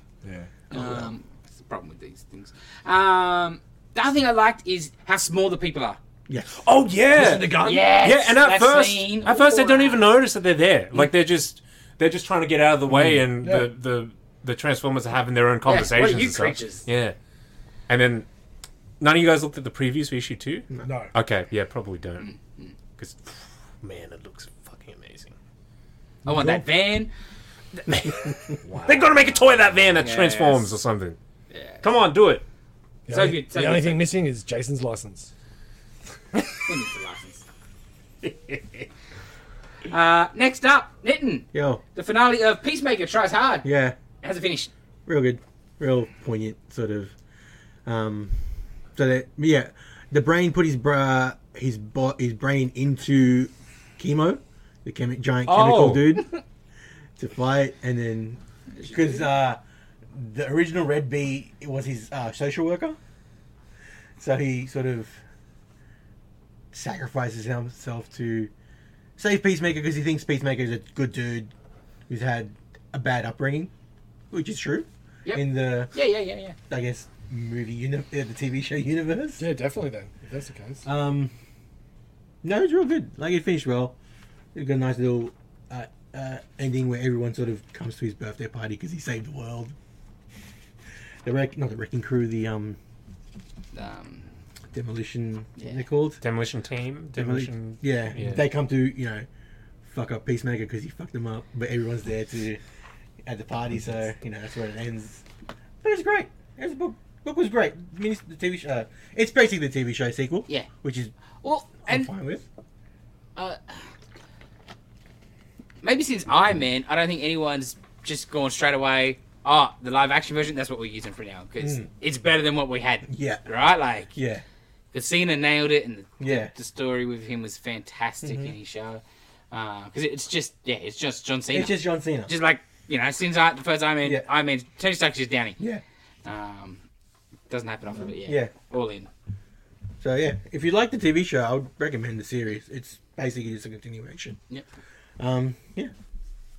Speaker 2: Um, that's the problem with these things. Um, the other thing I liked is how small the people are.
Speaker 5: Yes.
Speaker 1: Oh yeah,
Speaker 4: The gun.
Speaker 2: Yes,
Speaker 1: yeah. And at
Speaker 2: that
Speaker 1: first,
Speaker 2: scene. Mm.
Speaker 1: at first they don't
Speaker 2: Wow.
Speaker 1: even notice that they're there. Like they're just they're just trying to get out of the way,
Speaker 5: Mm.
Speaker 1: and
Speaker 4: Yeah.
Speaker 1: the, the the Transformers are having their own
Speaker 2: what are
Speaker 1: conversations.
Speaker 2: you
Speaker 1: and stuff.
Speaker 2: creatures?
Speaker 1: Yeah, and then none of you guys looked at the previews for issue two.
Speaker 4: No.
Speaker 1: Okay, yeah, probably don't. Because, man, it looks fucking amazing.
Speaker 2: I want that van.
Speaker 1: They've got to make a toy of that van that
Speaker 2: Yes.
Speaker 1: transforms or something. Come on, do it.
Speaker 4: The
Speaker 2: So
Speaker 4: only,
Speaker 2: good, so
Speaker 4: the only
Speaker 2: good, so
Speaker 4: thing missing is Jason's license.
Speaker 2: Who needs a license? uh, next up, Nitten.
Speaker 5: Yo.
Speaker 2: The finale of Peacemaker tries hard.
Speaker 5: Yeah.
Speaker 2: How's it finished?
Speaker 5: real good, real poignant sort of. Um, so that yeah, the brain put his bra his bo- his brain into chemo, the chemi- giant chemical
Speaker 1: Oh.
Speaker 5: dude, to fight, and then
Speaker 7: because uh, the original Red B was his uh, social worker, so he sort of sacrifices himself to save Peacemaker because he thinks Peacemaker is a good dude who's had a bad upbringing, which is true
Speaker 2: Yep.
Speaker 7: in the
Speaker 2: Yeah, yeah, yeah, yeah.
Speaker 7: I guess movie uni- uh, the TV show universe.
Speaker 4: Yeah, definitely then. If that's the case.
Speaker 7: Um,
Speaker 5: no, it's real good. Like it finished well. It got a nice little uh, uh, ending where everyone sort of comes to his birthday party because he saved the world. The wreck, not the wrecking crew, the um
Speaker 2: Um,
Speaker 5: demolition. what
Speaker 2: Yeah.
Speaker 5: They're called
Speaker 1: Demolition Team. Demolition.
Speaker 5: Yeah,
Speaker 1: Yeah.
Speaker 5: they come to you know fuck up Peacemaker because he fucked them up, but everyone's there to at the party, so you know that's where it ends. But it's great. It's a book. Book was great. I mean, it's the TV show. Uh, it's basically the TV show sequel.
Speaker 2: Yeah.
Speaker 5: which is
Speaker 2: well,
Speaker 5: I'm
Speaker 2: and
Speaker 5: fine with.
Speaker 2: uh, maybe since Iron Man, I don't think anyone's just gone straight away. Oh, the live action version. That's what we're using for now because
Speaker 1: Hmm.
Speaker 2: it's better than what we had.
Speaker 5: Yeah.
Speaker 2: Right. Like
Speaker 5: Yeah,
Speaker 2: Casino nailed it, and the,
Speaker 5: Yeah.
Speaker 2: the, story with him was fantastic
Speaker 5: Mm-hmm.
Speaker 2: in his show. Because it's just yeah, it's just John Cena.
Speaker 5: it's just John Cena.
Speaker 2: Just like you know, since I, the first Iron Man,
Speaker 5: Yeah.
Speaker 2: Iron Man, Tony Stark's just Downey.
Speaker 5: yeah,
Speaker 2: Um, doesn't happen often, but yeah,
Speaker 5: Yeah.
Speaker 2: all in.
Speaker 5: so yeah, if you like the TV show, I would recommend the series. It's basically just a continuation.
Speaker 2: Yep.
Speaker 5: Um, yeah,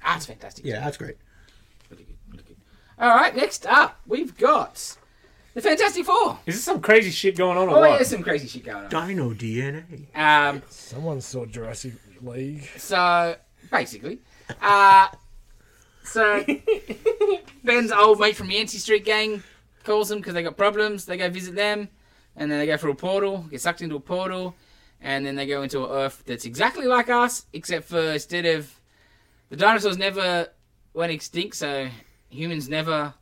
Speaker 2: Ah, it's fantastic.
Speaker 5: yeah, that's great.
Speaker 2: Really good, really good. All right, next up, we've got the Fantastic Four.
Speaker 1: Is this some crazy shit going on or
Speaker 2: Oh, yeah,
Speaker 1: what?
Speaker 2: there's some crazy shit going on.
Speaker 5: Dino DNA.
Speaker 2: Um,
Speaker 4: Someone saw Jurassic League.
Speaker 2: so basically, uh, so Ben's old mate from the Yancey Street gang calls them because they got problems. They go visit them, and then they go through a portal, get sucked into a portal, and then they go into an Earth that's exactly like us, except for instead of the dinosaurs never went extinct, so humans never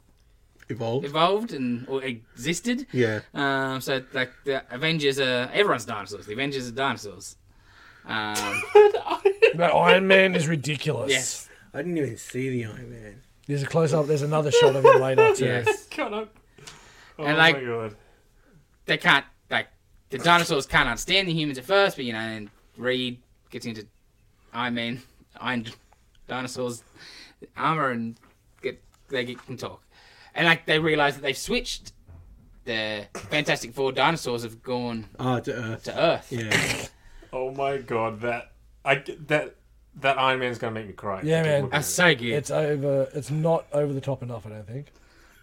Speaker 5: Evolved.
Speaker 2: evolved and or existed.
Speaker 5: Yeah.
Speaker 2: Um, so like the Avengers are everyone's dinosaurs. The Avengers are dinosaurs. Um,
Speaker 4: That Iron Man is ridiculous.
Speaker 2: yes,
Speaker 5: I didn't even see the Iron Man.
Speaker 4: There's a close up. There's another shot of him later too.
Speaker 2: yes.
Speaker 1: God, I'm- oh
Speaker 2: And,
Speaker 1: my
Speaker 2: like-
Speaker 1: god.
Speaker 2: They can't like the dinosaurs can't understand the humans at first, but you know, and Reed gets into Iron Man, Iron Dinosaur's armor, and get they get, can talk, and like they realize that they've switched. The Fantastic Four dinosaurs have gone
Speaker 5: Ah, to Earth.
Speaker 2: to Earth.
Speaker 5: Yeah.
Speaker 1: Oh my god. That I that that Iron Man's gonna make me cry.
Speaker 4: Yeah,
Speaker 1: Just
Speaker 4: man.
Speaker 1: looking at
Speaker 2: That's
Speaker 1: it.
Speaker 2: so good.
Speaker 4: It's over. It's not over the top enough. I don't think.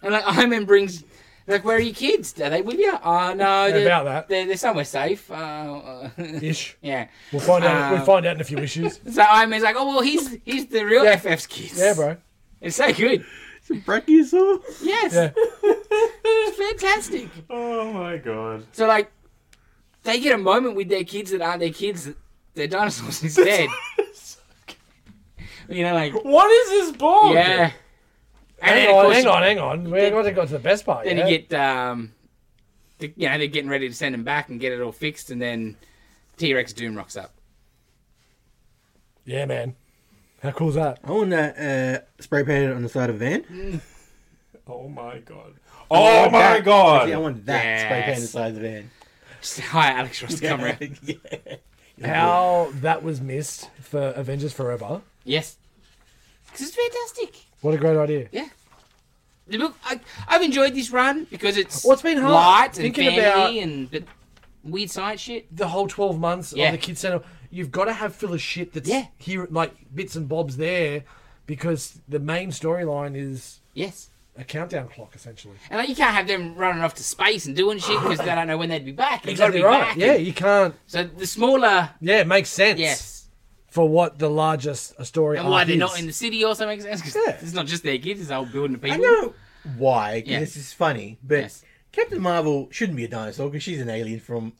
Speaker 2: And like Iron Man brings, like, where are your kids? Are they with you? Oh no, they're,
Speaker 4: about that.
Speaker 2: They're, they're somewhere safe. Uh, Uh,
Speaker 4: Ish.
Speaker 2: yeah.
Speaker 4: We'll find out.
Speaker 2: Uh,
Speaker 4: We'll find out in a few issues.
Speaker 2: So Iron Man's like, oh well, he's he's the real FF's kids.
Speaker 4: Yeah, bro.
Speaker 2: It's so good.
Speaker 5: Brachiosaur.
Speaker 2: Yes,
Speaker 4: Yeah.
Speaker 2: it's fantastic.
Speaker 1: Oh my god.
Speaker 2: So like, they get a moment with their kids that aren't their kids. They're dinosaurs instead. you know, like
Speaker 1: What is this ball?
Speaker 2: yeah. And then,
Speaker 4: Oh, Hang
Speaker 2: of
Speaker 4: on,
Speaker 2: course,
Speaker 4: hang
Speaker 2: you-
Speaker 4: on, hang on. We haven't got to the best part.
Speaker 2: Then
Speaker 4: yet.
Speaker 2: you get, um, the, you know, they're getting ready to send him back and get it all fixed, and then T Rex Doom rocks up.
Speaker 4: Yeah, man. How cool is that?
Speaker 5: I want that uh, spray painted on the side of a van.
Speaker 1: Oh my god. Oh, my
Speaker 5: that.
Speaker 1: god.
Speaker 5: See, I want that spray painted on the
Speaker 2: Yes.
Speaker 5: side of the van.
Speaker 2: Just hire Alex Ross to come around.
Speaker 5: yeah.
Speaker 4: How that was missed for Avengers Forever.
Speaker 2: Yes. Because it's fantastic.
Speaker 4: What a great idea.
Speaker 2: The book, I, I've enjoyed this run because it's
Speaker 4: Well, it's been hard
Speaker 2: light and
Speaker 4: thinking
Speaker 2: family
Speaker 4: about-
Speaker 2: and but weird science shit.
Speaker 4: the whole 12 months
Speaker 2: Yeah.
Speaker 4: of the kids center you've got to have filler shit that's
Speaker 2: Yeah.
Speaker 4: here like bits and bobs there because the main storyline is
Speaker 2: Yes.
Speaker 4: a countdown clock essentially
Speaker 2: And like, you can't have them running off to space and doing shit because they don't know when they'd be back. They've gotta be back.
Speaker 4: yeah you can't
Speaker 2: So the smaller,
Speaker 4: yeah it makes sense
Speaker 2: yes.
Speaker 4: for what the largest story
Speaker 2: And why
Speaker 4: arc
Speaker 2: they're
Speaker 4: is.
Speaker 2: not in the city also makes sense because
Speaker 5: Yeah.
Speaker 2: it's not just their kids, it's the whole building of people.
Speaker 5: I know why. 'cause
Speaker 2: Yeah.
Speaker 5: This is funny, but
Speaker 2: Yes.
Speaker 5: Captain Marvel shouldn't be a dinosaur because she's an alien from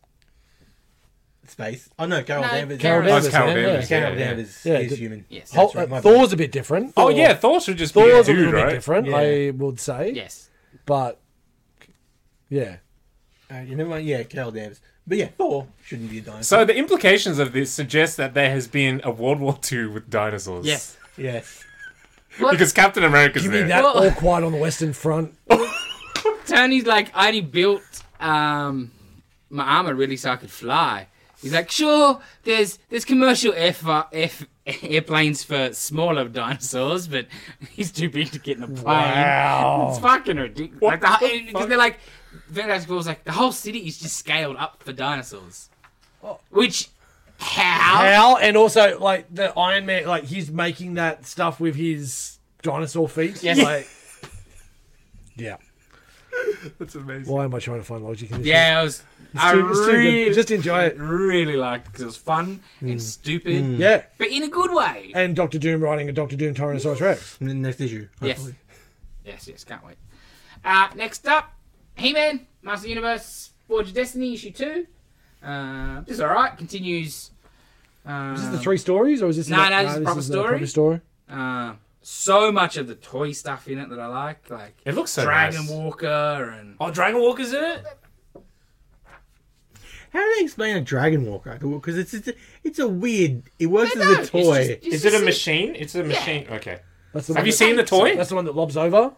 Speaker 5: space. Oh no, Carol
Speaker 2: No,
Speaker 5: Danvers.
Speaker 2: Carol
Speaker 1: Oh, it's
Speaker 4: Danvers,
Speaker 1: Carol
Speaker 4: man,
Speaker 1: Danvers.
Speaker 4: yeah.
Speaker 5: Carol
Speaker 1: yeah, yeah.
Speaker 5: Danvers
Speaker 4: Yeah,
Speaker 5: is
Speaker 4: the-
Speaker 5: human.
Speaker 2: Yes.
Speaker 4: Whole-
Speaker 5: That's right, my
Speaker 4: uh, thor's a bit different
Speaker 1: Oh
Speaker 4: Thor-
Speaker 1: yeah, Thor should just
Speaker 4: thor's
Speaker 1: be
Speaker 4: a
Speaker 1: a dude,
Speaker 4: little
Speaker 1: right?
Speaker 4: bit different
Speaker 5: Yeah.
Speaker 4: i would say
Speaker 2: Yes.
Speaker 4: but yeah
Speaker 5: bad. Uh, you never mind. Yeah, Carol Danvers. But yeah, Thor shouldn't be a dinosaur.
Speaker 1: So the implications of this suggest that there has been a World War II with dinosaurs.
Speaker 2: Yes.
Speaker 5: yes.
Speaker 2: Well,
Speaker 1: Because Captain America's
Speaker 4: give me
Speaker 1: there.
Speaker 4: that
Speaker 2: Well-
Speaker 4: all quiet on the western front
Speaker 2: Tony's like, I already built um, my armor really so I could fly. He's like, sure, there's there's commercial air fi- airf- airplanes for smaller dinosaurs, but he's too big to get in a plane. It's fucking ridiculous.
Speaker 1: What
Speaker 2: Like the,
Speaker 1: the
Speaker 2: whole- because they're like, Fantastic Four's like the whole city is just scaled up for dinosaurs,
Speaker 4: Oh.
Speaker 2: which how?
Speaker 4: Al, and also like the Iron Man, like he's making that stuff with his dinosaur feet.
Speaker 2: Yes.
Speaker 4: Like, yeah.
Speaker 1: That's amazing.
Speaker 4: Why am I trying to find logic in this? shit?
Speaker 2: Yeah, it was. I
Speaker 4: It's too- it's too Mm. good.
Speaker 2: really,
Speaker 4: Just enjoy it.
Speaker 2: really liked it because it was fun and stupid,
Speaker 4: Yeah.
Speaker 2: but in a good way.
Speaker 4: And Doctor Doom riding a Doctor Doom Tyrannosaurus Rex.
Speaker 5: And then Next issue.
Speaker 2: Yes.
Speaker 5: hopefully.
Speaker 2: Yes, yes, can't wait. Uh, next up, He Man, Master of the Universe, Forge of Destiny, issue two. Uh, this is alright, continues. Uh,
Speaker 4: Is this the three stories, or is this
Speaker 2: No,
Speaker 4: not-
Speaker 2: no, this is a proper
Speaker 4: the
Speaker 2: story.
Speaker 4: proper story?
Speaker 2: Uh, so much of the toy stuff in it that I like, like
Speaker 1: It looks so
Speaker 2: Dragon
Speaker 1: nice.
Speaker 2: Walker and.
Speaker 1: Oh, Dragon Walker's in it?
Speaker 5: How do they explain a Dragon Walker? Because it's, it's a- it's a weird. It works
Speaker 2: No,
Speaker 5: as
Speaker 2: no,
Speaker 5: a
Speaker 2: it's
Speaker 5: toy.
Speaker 2: just- it's
Speaker 1: Is
Speaker 2: just
Speaker 1: it a
Speaker 2: sick.
Speaker 1: machine? It's a machine. Okay.
Speaker 4: That's the
Speaker 1: Have
Speaker 4: one
Speaker 1: you
Speaker 4: that-
Speaker 1: seen the toy?
Speaker 4: That's the one that lobs over.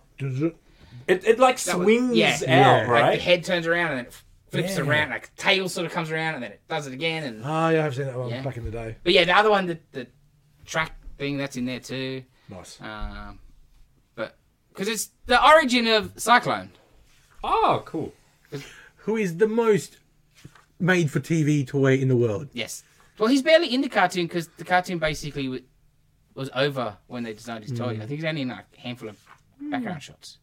Speaker 1: It, it like
Speaker 2: one.
Speaker 1: swings
Speaker 2: Yeah.
Speaker 1: out,
Speaker 5: Yeah.
Speaker 2: Like
Speaker 1: right?
Speaker 2: the head turns around and then it flips
Speaker 4: Yeah.
Speaker 2: around, like tail sort of comes around and then it does it again. And
Speaker 4: Ah, yeah, I've seen that one
Speaker 2: Yeah.
Speaker 4: back in the day.
Speaker 2: but yeah, the other one, the, the track thing that's in there too.
Speaker 4: Nice.
Speaker 2: Um, but because it's the origin of Cyclone.
Speaker 1: Oh, cool.
Speaker 5: Who is the most made for TV toy in the world?
Speaker 2: Yes. Well, he's barely into cartoon because the cartoon basically w- was over when they designed his
Speaker 5: Mm.
Speaker 2: toy. I think he's only in like a handful of background shots.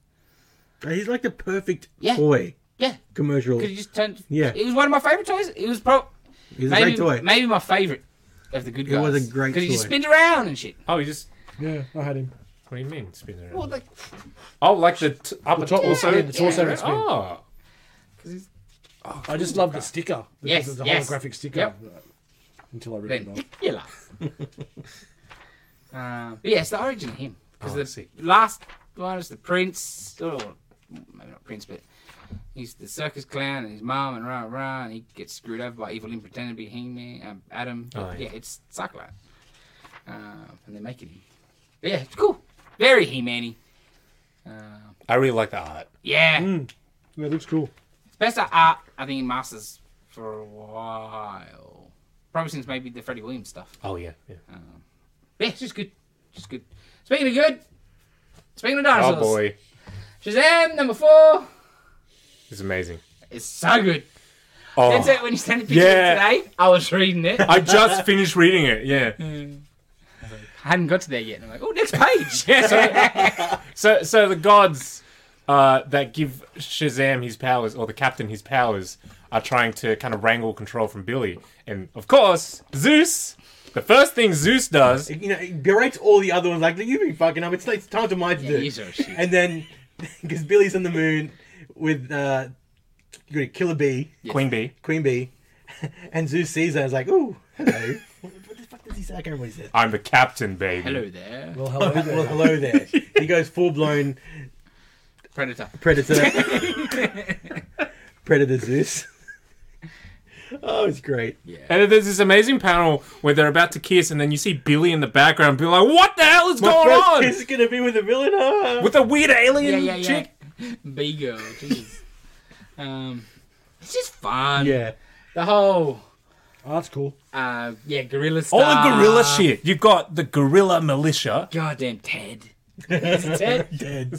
Speaker 5: He's like the perfect
Speaker 2: Yeah.
Speaker 5: toy
Speaker 2: Yeah,
Speaker 5: commercial.
Speaker 2: because he just turned.
Speaker 5: Yeah.
Speaker 2: it was one of my favorite toys. It was probably
Speaker 5: He's a
Speaker 2: maybe
Speaker 5: great toy.
Speaker 2: maybe my favorite of the good guys.
Speaker 5: It was a great
Speaker 2: because he just
Speaker 5: toy.
Speaker 2: spins around and shit.
Speaker 1: Oh, you just.
Speaker 4: Yeah, I had him.
Speaker 1: What do you mean, spin around?
Speaker 2: Well, like
Speaker 1: oh, like the t- upper
Speaker 4: top will
Speaker 1: torso.
Speaker 4: spin, the torso
Speaker 1: Yeah.
Speaker 4: will spin.
Speaker 1: Oh.
Speaker 4: I just loved the sticker. The,
Speaker 2: Yes,
Speaker 4: the, the
Speaker 2: yes.
Speaker 4: holographic sticker.
Speaker 2: Yep.
Speaker 4: Until I read it. off.
Speaker 2: ridiculous. uh, but yeah, it's the origin of him. Because
Speaker 1: Ah, Oh, I
Speaker 2: the
Speaker 1: see.
Speaker 2: last one is the prince, or maybe not prince, but he's the circus clown and his mom and rah rah, and he gets screwed over by evil and pretending to be Hangman, um, Adam. But
Speaker 1: Oh, yeah.
Speaker 2: yeah. it's Cyclone. Uh, and they're making him. But yeah, it's cool. Very He Man y. Uh,
Speaker 1: I really like the art.
Speaker 2: yeah.
Speaker 1: Mm.
Speaker 4: Yeah, it looks cool.
Speaker 2: It's best at art, I think, in Masters for a while. Probably since maybe the Freddie Williams stuff.
Speaker 1: Oh, yeah. yeah.
Speaker 2: Yeah, it's just good. Just good. Speaking of good, speaking of dinosaurs.
Speaker 1: Oh, boy.
Speaker 2: Shazam number four
Speaker 1: It's amazing.
Speaker 2: is so good.
Speaker 1: Oh.
Speaker 2: That's it. When you sent the picture
Speaker 1: Yeah.
Speaker 2: today, I was reading it. I
Speaker 1: I just finished reading it, yeah.
Speaker 2: hadn't got to there yet. And I'm like, oh, next page. yes.
Speaker 1: So, so the gods uh, that give Shazam his powers, or the captain his powers, are trying to kind of wrangle control from Billy. And of course, Zeus. The first thing Zeus does,
Speaker 5: you know, it berates all the other ones. Like, you've been fucking up. It's, it's time to mind
Speaker 2: Yeah,
Speaker 5: yeah,
Speaker 2: he's a oh, shit.
Speaker 5: And then, because Billy's on the moon with uh, you got a killer bee,
Speaker 1: Queen Bee.
Speaker 5: queen bee, and Zeus sees her. and is like, ooh, hello. what the fuck does he say? I can't remember what he said.
Speaker 1: I'm the captain, baby.
Speaker 2: Hello there,
Speaker 4: Well, hello there.
Speaker 5: Well, hello there. He goes full blown
Speaker 2: Predator.
Speaker 5: predator. predator Zeus. oh, it's great.
Speaker 1: And then there's this amazing panel where they're about to kiss, and then you see Billy in the background being like, "What the hell is
Speaker 5: My
Speaker 1: going
Speaker 5: first
Speaker 1: on?"
Speaker 5: kiss is gonna be with a villain. Ah. huh?
Speaker 1: With a weird alien
Speaker 2: Yeah, yeah, yeah.
Speaker 1: chick.
Speaker 2: B girl. Jesus. Um, it's just fun.
Speaker 5: yeah.
Speaker 2: The whole,
Speaker 4: Oh, that's cool.
Speaker 2: uh, yeah, gorilla stuff.
Speaker 1: All the gorilla shit. You've got the gorilla militia.
Speaker 2: Goddamn Ted. Is it Ted?
Speaker 5: Dead.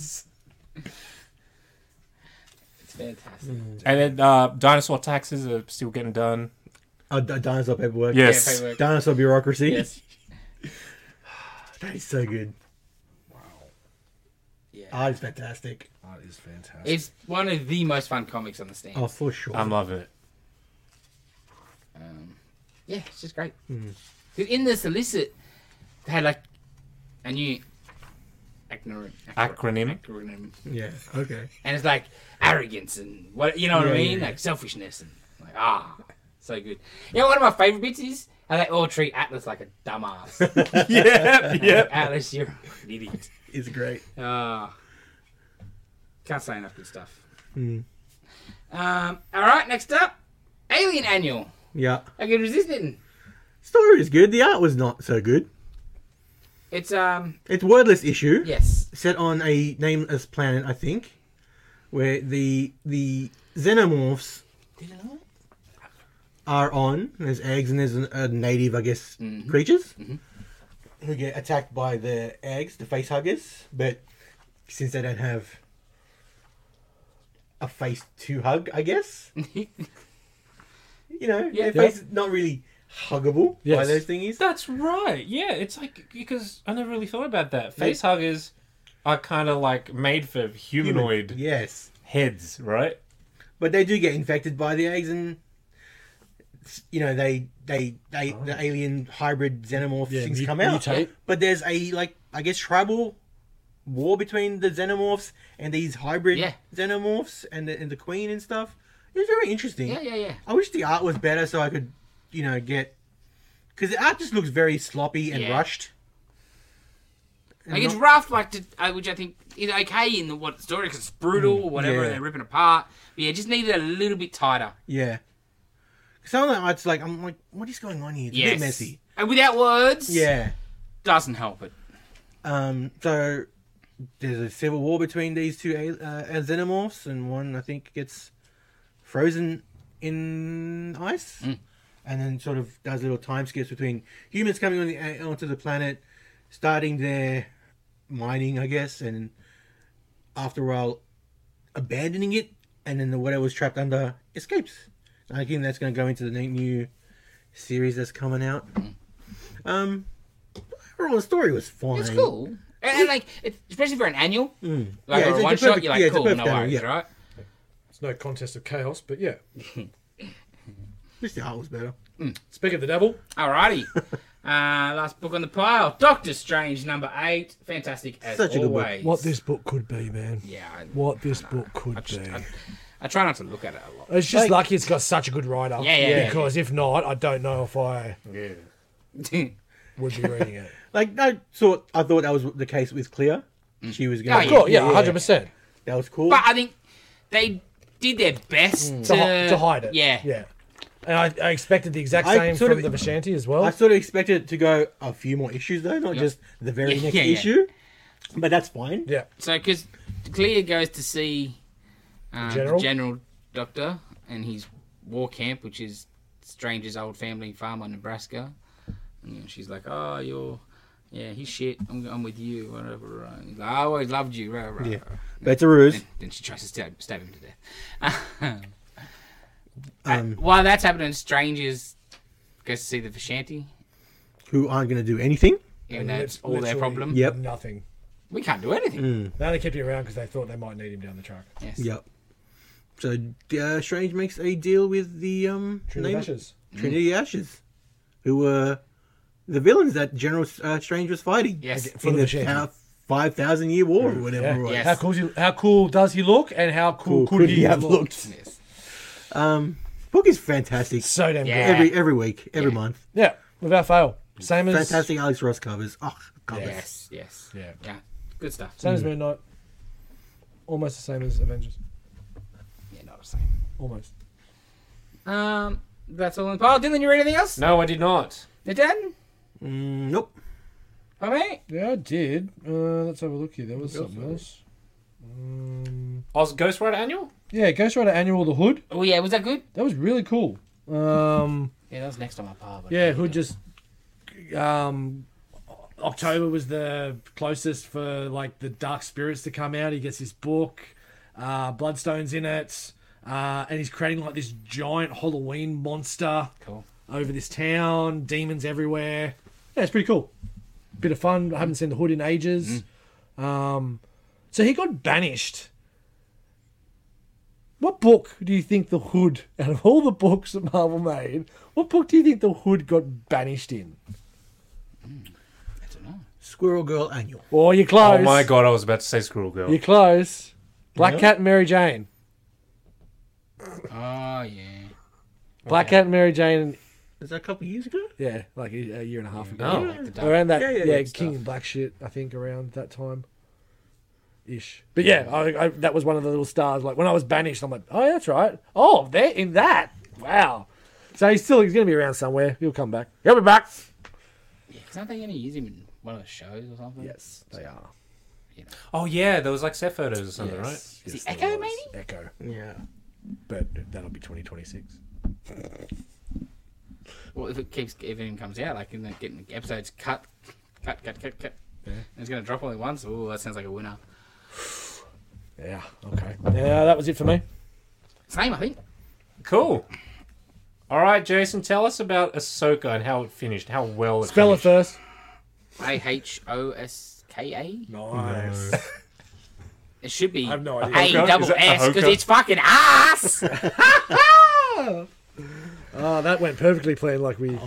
Speaker 2: It's fantastic.
Speaker 1: And then uh, dinosaur taxes are still getting done.
Speaker 5: Oh, d- dinosaur paperwork.
Speaker 2: Yeah,
Speaker 1: Yes.
Speaker 2: paperwork.
Speaker 5: Dinosaur bureaucracy.
Speaker 2: Yes.
Speaker 5: That is so good.
Speaker 2: Yeah.
Speaker 5: Art is fantastic.
Speaker 4: That is fantastic.
Speaker 2: It's one of the most fun comics on the stand.
Speaker 5: Oh, for sure.
Speaker 1: I'm loving it.
Speaker 2: Um, yeah, it's just great.
Speaker 5: Hmm.
Speaker 2: 'Cause In the solicit, they had like a new acronym,
Speaker 1: Acronym.
Speaker 2: acronym,
Speaker 5: yeah. Okay.
Speaker 2: and it's like arrogance and what you know what I
Speaker 5: Yeah, yeah,
Speaker 2: mean,
Speaker 5: yeah.
Speaker 2: like selfishness and like ah, so good. You know, one of my favorite bits is how they all treat Atlas like a dumbass.
Speaker 1: yeah, yeah.
Speaker 2: Atlas, you're an idiot.
Speaker 5: It's great.
Speaker 2: Ah, can't say enough good stuff.
Speaker 5: Hmm.
Speaker 2: Um, all right, next up, Alien Annual.
Speaker 5: Yeah.
Speaker 2: I can resist it.
Speaker 5: Story is good. The art was not so good.
Speaker 2: It's um
Speaker 5: It's wordless issue.
Speaker 2: yes.
Speaker 5: Set on a nameless planet, I think, where the the xenomorphs. are on. There's eggs and there's uh, native, I guess, creatures who get attacked by the eggs, the face huggers. But since they don't have a face to hug, I guess you know
Speaker 8: Yeah.
Speaker 5: their face is not really huggable by
Speaker 4: Yes.
Speaker 5: those thingies.
Speaker 8: That's right. Yeah, it's like because I never really thought about that. Face huggers
Speaker 1: Are kind of like made for humanoid
Speaker 5: Yes,
Speaker 1: heads, right?
Speaker 5: but they do get infected by the eggs, and you know they they they the alien hybrid xenomorph
Speaker 4: Oh. Yeah,
Speaker 5: things
Speaker 4: mu-
Speaker 5: come out.
Speaker 4: mutate.
Speaker 5: But there's a like I guess tribal war between the xenomorphs and these hybrid
Speaker 2: Yeah.
Speaker 5: xenomorphs and the, and the queen and stuff. It's very interesting.
Speaker 2: Yeah, yeah, yeah.
Speaker 5: I wish the art was better so I could you know get because the art just looks very sloppy and
Speaker 2: Yeah.
Speaker 5: rushed. And
Speaker 2: Like it's
Speaker 5: not-
Speaker 2: rough, like to, uh, which I think is okay in the what story because it's brutal or whatever.
Speaker 5: Mm, yeah.
Speaker 2: They're ripping apart. But yeah, just needed a little bit tighter.
Speaker 5: Yeah. Some of the art's like, I'm like, what is going on here? It's a
Speaker 2: Yes,
Speaker 5: bit messy.
Speaker 2: And without words,
Speaker 5: Yeah.
Speaker 2: doesn't help it.
Speaker 5: Um, so there's a civil war between these two al- uh, uh, xenomorphs, and one, I think, gets frozen in ice.
Speaker 2: Mm.
Speaker 5: And then sort of does little time skips between humans coming on the, uh, onto the planet, starting their mining, I guess, and after a while abandoning it, and then the whatever was trapped under escapes. And I think that's going to go into the ne- new series that's coming out.
Speaker 2: Mm.
Speaker 5: Um, overall, the story was fine.
Speaker 2: It's cool, and, and, like it, especially for an annual, like
Speaker 5: Mm. Yeah,
Speaker 2: or
Speaker 5: it's-
Speaker 2: a
Speaker 5: it's
Speaker 2: one
Speaker 5: a
Speaker 2: shot.
Speaker 5: perfect-
Speaker 2: You're like,
Speaker 5: yeah, it's a
Speaker 2: cool, no
Speaker 5: perfect annual,
Speaker 2: worries,
Speaker 5: yeah.
Speaker 2: right?
Speaker 9: It's no contest of chaos, but yeah.
Speaker 5: Just the art was better.
Speaker 9: Speak of the devil.
Speaker 2: Alrighty. Uh, last book on the pile, Doctor Strange number eight. Fantastic as
Speaker 5: Such a good book.
Speaker 2: always.
Speaker 4: What this book could be, man.
Speaker 2: Yeah, I,
Speaker 4: What this book could
Speaker 2: I just,
Speaker 4: be.
Speaker 2: I, I try not to look at it a lot.
Speaker 4: it's just lucky it's got such a good writer.
Speaker 2: Yeah, yeah, yeah.
Speaker 4: Because if not, I don't know if I
Speaker 1: Yeah.
Speaker 4: would be reading it.
Speaker 5: Like I thought, I thought that was the case with Clear. She was going.
Speaker 2: Oh,
Speaker 4: Oh, yeah, 100%.
Speaker 5: That was cool.
Speaker 2: but I think they did their best to,
Speaker 4: Mm. To, hi- to hide it.
Speaker 2: Yeah,
Speaker 4: Yeah. And I, I expected the exact
Speaker 5: I
Speaker 4: same
Speaker 5: sort
Speaker 4: from
Speaker 5: of-
Speaker 4: the Vishanti as well.
Speaker 5: I sort of expected it to go a few more issues though, not just the very
Speaker 2: Yeah,
Speaker 5: next
Speaker 2: yeah, yeah.
Speaker 5: issue. But that's fine.
Speaker 4: yeah.
Speaker 2: So because Clea goes to see uh,
Speaker 4: General?
Speaker 2: the general doctor and his war camp, which is Strange's old family farm on Nebraska. And you know, she's like, "Oh, you're." Yeah, he's shit. I'm, I'm with you, whatever. Right? He's like, I always loved you. Right, right, right.
Speaker 5: But it's a ruse.
Speaker 2: Then, then she tries to stab, stab him to death. um, while that's happening, Strangers goes to see the Vishanti,
Speaker 5: Who aren't going to do anything?
Speaker 2: even though it's
Speaker 4: Lit-
Speaker 2: all their
Speaker 4: literally
Speaker 2: problem.
Speaker 5: Yep.
Speaker 4: Nothing.
Speaker 2: We can't do anything.
Speaker 4: They only kept him around because they thought they might need him down the track.
Speaker 2: Yes.
Speaker 5: Yep. So uh, Strange makes a deal with the um
Speaker 4: Trinity
Speaker 5: name-
Speaker 4: of Ashes.
Speaker 2: Mm.
Speaker 5: Trinity Ashes, who were the villains that General uh, Strange was fighting.
Speaker 2: Yes. Mm.
Speaker 5: In
Speaker 4: For the
Speaker 5: the
Speaker 4: Vishanti.
Speaker 5: uh, five thousand year war or whatever.
Speaker 4: Yeah.
Speaker 5: it was.
Speaker 2: Yes.
Speaker 4: How cool, is he, how cool does he look, and how cool,
Speaker 5: Cool.
Speaker 4: could, he, have looked?
Speaker 2: Yes.
Speaker 5: Um, book is fantastic.
Speaker 4: So damn
Speaker 2: Yeah.
Speaker 4: good.
Speaker 5: Every every week, every
Speaker 2: Yeah.
Speaker 5: month.
Speaker 4: Yeah, without fail. Same as
Speaker 5: Fantastic Alex Ross covers. Oh, covers.
Speaker 2: Yes. Yes.
Speaker 4: Yeah.
Speaker 2: Yeah. Good stuff.
Speaker 4: Same as Moon Knight. Almost the same as Avengers.
Speaker 2: Yeah, not the same.
Speaker 4: Almost.
Speaker 2: Um, that's all in the pile. Dylan, you read anything else?
Speaker 1: No, I did not.
Speaker 2: Nathan?
Speaker 5: Mm, nope.
Speaker 2: Oh, mate?
Speaker 4: Yeah, I did. Uh, let's have a look here. There was something else. Um,
Speaker 1: Oz Ghost Rider Annual?
Speaker 4: yeah, Ghost Rider Annual The Hood.
Speaker 2: Oh, yeah. Was that good?
Speaker 4: That was really cool. Um,
Speaker 2: Yeah, that was next on my pile. but-
Speaker 9: Yeah, who just um October was the closest for like the dark spirits to come out. He gets this book, uh, Bloodstone's in it, uh, and he's creating like this giant Halloween monster
Speaker 2: Cool.
Speaker 9: over this town, demons everywhere. Yeah, it's pretty cool. Bit of fun. I haven't seen the hood in ages.
Speaker 1: Mm.
Speaker 9: Um, so he got banished.
Speaker 4: what book do you think The Hood, out of all the books that Marvel made, what book do you think The Hood got banished in?
Speaker 2: I don't know.
Speaker 5: Squirrel Girl Annual.
Speaker 4: Oh, you're close.
Speaker 1: Oh my god, I was about to say Squirrel Girl.
Speaker 4: You're close. Black Cat and Mary Jane.
Speaker 2: Oh, yeah.
Speaker 4: Black Cat and Mary Jane, and,
Speaker 5: Was that a couple years ago?
Speaker 4: yeah, like a, a year and a half ago.
Speaker 1: Oh.
Speaker 2: Like the dark.
Speaker 4: around that
Speaker 5: Yeah,
Speaker 4: yeah,
Speaker 5: yeah, yeah,
Speaker 4: King
Speaker 5: stuff.
Speaker 4: and Black shit I think around that time ish but yeah I, I, that was one of the little stars like when I was banished I'm like oh yeah, that's right oh there in that wow so he's still he's gonna be around somewhere he'll come back he'll be back
Speaker 2: Yeah, 'cause aren't they going to use him in one of the shows or something?
Speaker 4: yes they are
Speaker 1: Oh yeah, there was like set photos or something, right?
Speaker 2: Is
Speaker 4: Yes,
Speaker 2: he
Speaker 4: there
Speaker 2: Echo,
Speaker 4: was
Speaker 2: maybe?
Speaker 4: Echo
Speaker 5: Yeah.
Speaker 4: but that'll be 2026
Speaker 2: well, if it keeps if it even comes out, like in the, getting the episodes cut, cut, cut, cut, cut. And it's gonna drop only once. Ooh, that sounds like a winner.
Speaker 4: Yeah. Okay. Yeah, that was it for me.
Speaker 2: Same, I think.
Speaker 1: Cool. All right, Jason, tell us about Ahsoka and how it finished, how well it
Speaker 4: Spell it
Speaker 1: finished.
Speaker 4: first.
Speaker 2: A H O S K A.
Speaker 4: Nice.
Speaker 5: Uh,
Speaker 2: It should be
Speaker 4: have no idea.
Speaker 1: Ahoka?
Speaker 2: A
Speaker 1: Is
Speaker 2: double
Speaker 1: that
Speaker 2: S because
Speaker 1: Ahoka?
Speaker 2: it's fucking ass.
Speaker 4: Oh, that went perfectly planned, like we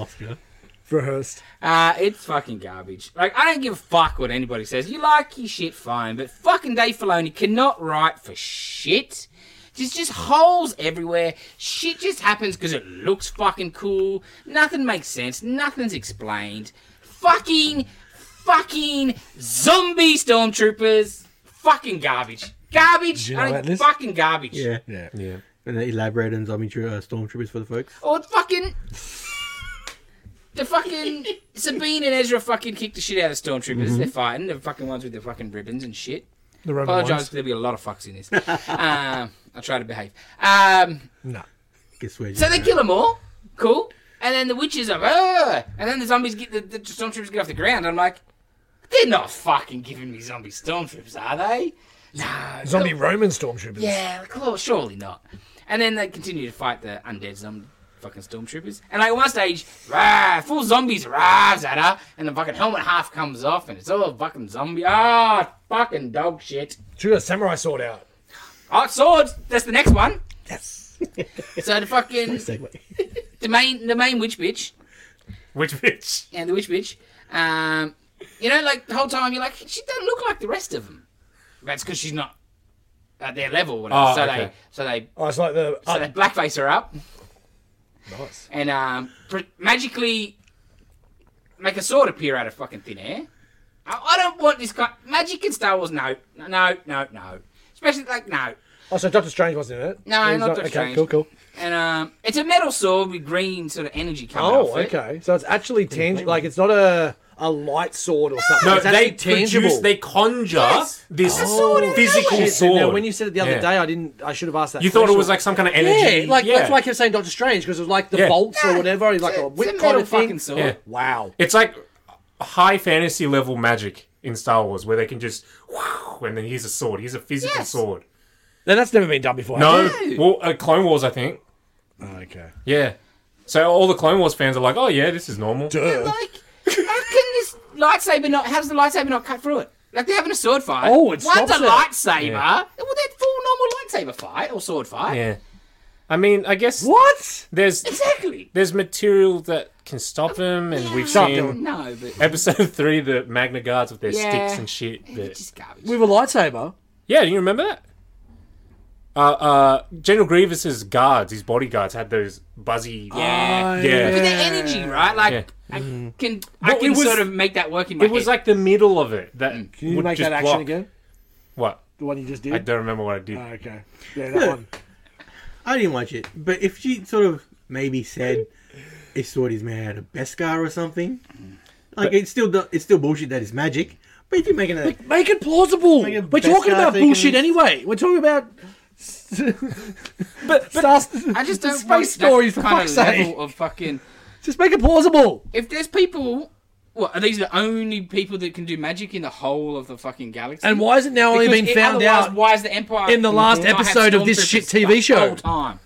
Speaker 4: rehearsed.
Speaker 2: Uh, it's fucking garbage. Like, I don't give a fuck what anybody says. You like your shit, fine, but fucking Dave Filoni cannot write for shit. There's just holes everywhere. Shit just happens because it looks fucking cool. Nothing makes sense. Nothing's explained. Fucking, fucking zombie stormtroopers. Fucking garbage. Garbage.
Speaker 5: you know
Speaker 2: I
Speaker 5: that
Speaker 2: mean,
Speaker 5: list?
Speaker 2: fucking garbage.
Speaker 5: Yeah.
Speaker 4: Yeah.
Speaker 1: Yeah.
Speaker 5: And they elaborate on zombie tro- uh, stormtroopers for the folks.
Speaker 2: Or Oh, fucking. The fucking Sabine and Ezra fucking kick the shit out of stormtroopers. They're fighting. The fucking ones with the fucking ribbons and shit.
Speaker 4: The Roman
Speaker 2: Apologise,
Speaker 4: ones.
Speaker 2: because there'll be a lot of fucks in this. um, I try to behave. Um,
Speaker 4: No.
Speaker 5: Guess where?
Speaker 2: so they kill them all. Cool. And then the witches are, "Ugh!" and then the zombies get the, the stormtroopers get off the ground. I'm like, they're not fucking giving me zombie stormtroopers, are they? No.
Speaker 4: Zombie Roman stormtroopers.
Speaker 2: Yeah, like, well, surely not. And then they continue to fight the undead zombie fucking stormtroopers. And like one stage, rah, full zombies arrives at her, and the fucking helmet half comes off, and it's all fucking zombie. Ah, fucking dog shit.
Speaker 4: Should have samurai sword out.
Speaker 2: Oh, swords. That's the next one. Yes. so the fucking
Speaker 5: Segue.
Speaker 2: the main the main witch bitch
Speaker 1: Which bitch?
Speaker 2: and the witch bitch. Um, you know, like the whole time you're like, she doesn't look like the rest of them. That's because she's not at their level. or Whatever.
Speaker 1: Oh,
Speaker 2: so they
Speaker 1: okay.
Speaker 2: so they
Speaker 4: Oh, it's like the.
Speaker 2: so
Speaker 4: Oh,
Speaker 2: they blackface her up.
Speaker 4: nice.
Speaker 2: and um, pr- magically make a sword appear out of fucking thin air. I, I don't want this kind magic in Star Wars. No, no, no, no. Especially like no.
Speaker 4: Oh, so Doctor Strange wasn't in it?
Speaker 2: No,
Speaker 4: He's
Speaker 2: not Doctor Strange.
Speaker 4: Okay, cool, cool.
Speaker 2: And um, it's a metal sword with green sort of energy coming
Speaker 4: Oh,
Speaker 2: off it.
Speaker 4: okay. So it's actually tangible. Like, it's not a, a light sword or something.
Speaker 1: No,
Speaker 4: it's
Speaker 1: they
Speaker 4: actually
Speaker 1: produce, they conjure this physical
Speaker 4: Shit,
Speaker 1: sword.
Speaker 4: Oh, Now, when you said it the other
Speaker 1: Yeah.
Speaker 4: day, I didn't. I should have asked that.
Speaker 1: you thought it
Speaker 4: question.
Speaker 1: was like some kind of energy.
Speaker 4: Yeah, like
Speaker 1: yeah.
Speaker 4: that's why I kept saying Doctor Strange because it was like the
Speaker 1: Yeah.
Speaker 4: bolts or
Speaker 2: Yeah,
Speaker 4: whatever, like
Speaker 2: it's
Speaker 4: a
Speaker 2: a-
Speaker 4: whip
Speaker 2: it's a
Speaker 4: kind
Speaker 2: metal
Speaker 4: of thing.
Speaker 2: fucking sword.
Speaker 1: Yeah.
Speaker 4: Wow.
Speaker 1: It's like high fantasy level magic in Star Wars, where they can just wow, and then here's a sword. Here's a physical
Speaker 2: Yes.
Speaker 1: sword.
Speaker 4: Then that's never been done before.
Speaker 1: No,
Speaker 4: has
Speaker 1: well, uh, Clone Wars, I think.
Speaker 4: it? Okay.
Speaker 1: Yeah. So all the Clone Wars fans are like, "Oh yeah, this is normal."
Speaker 2: Like, how can this lightsaber not? How's the lightsaber not cut through it? Like they're having a sword fight.
Speaker 4: Oh,
Speaker 2: one's
Speaker 4: it stops
Speaker 2: a
Speaker 4: it.
Speaker 2: lightsaber.
Speaker 1: Yeah.
Speaker 2: Well, they're full normal lightsaber fight or sword fight.
Speaker 1: Yeah. I mean, I guess
Speaker 4: What?
Speaker 1: there's
Speaker 2: Exactly.
Speaker 1: there's material that can stop him, and we've
Speaker 4: Stop
Speaker 1: seen
Speaker 4: him.
Speaker 2: No, but
Speaker 1: episode three, the Magna Guards with their
Speaker 2: Yeah.
Speaker 1: sticks and shit. that-
Speaker 2: it's just garbage.
Speaker 4: With a lightsaber?
Speaker 1: Yeah, do you remember that? Uh, uh, General Grievous's guards, his bodyguards, had those buzzy.
Speaker 2: Yeah.
Speaker 1: Yeah.
Speaker 2: But the energy, right? Like,
Speaker 1: Yeah.
Speaker 2: I
Speaker 4: Mm-hmm.
Speaker 2: can, I
Speaker 1: Well,
Speaker 2: can
Speaker 1: it was-
Speaker 2: sort of make that work in my
Speaker 1: It was
Speaker 2: head.
Speaker 1: like the middle of it that
Speaker 2: Mm.
Speaker 4: Can you
Speaker 1: would
Speaker 4: make
Speaker 1: just
Speaker 4: that action
Speaker 1: block.
Speaker 4: again?
Speaker 1: What?
Speaker 4: The one you just
Speaker 1: I
Speaker 4: did?
Speaker 1: don't remember what I did.
Speaker 4: Oh, okay. Yeah, that one.
Speaker 5: I didn't watch it, but if she sort of maybe said his sword is made out of Beskar or something,
Speaker 2: Mm.
Speaker 5: like it's still do- it's still bullshit that it's magic. But if you're making a
Speaker 4: Make it plausible.
Speaker 5: Make it
Speaker 4: We're
Speaker 5: best
Speaker 4: talking
Speaker 5: guy
Speaker 4: about
Speaker 5: thinking-
Speaker 4: bullshit anyway. We're talking about. but,
Speaker 2: I just don't want
Speaker 4: space
Speaker 2: that
Speaker 4: stories for
Speaker 2: kind
Speaker 4: fuck's
Speaker 2: of
Speaker 4: sake.
Speaker 2: level of fucking.
Speaker 4: Just make it plausible.
Speaker 2: If there's people, what are these the only people that can do magic in the whole of the fucking galaxy?
Speaker 4: And why is it now only
Speaker 2: Because
Speaker 4: been
Speaker 2: it-
Speaker 4: found
Speaker 2: otherwise,
Speaker 4: out?
Speaker 2: Why is the Empire
Speaker 4: in the last
Speaker 2: not have
Speaker 4: episode of this
Speaker 2: stormtroopers
Speaker 4: shit TV
Speaker 2: the whole
Speaker 4: show?
Speaker 2: time?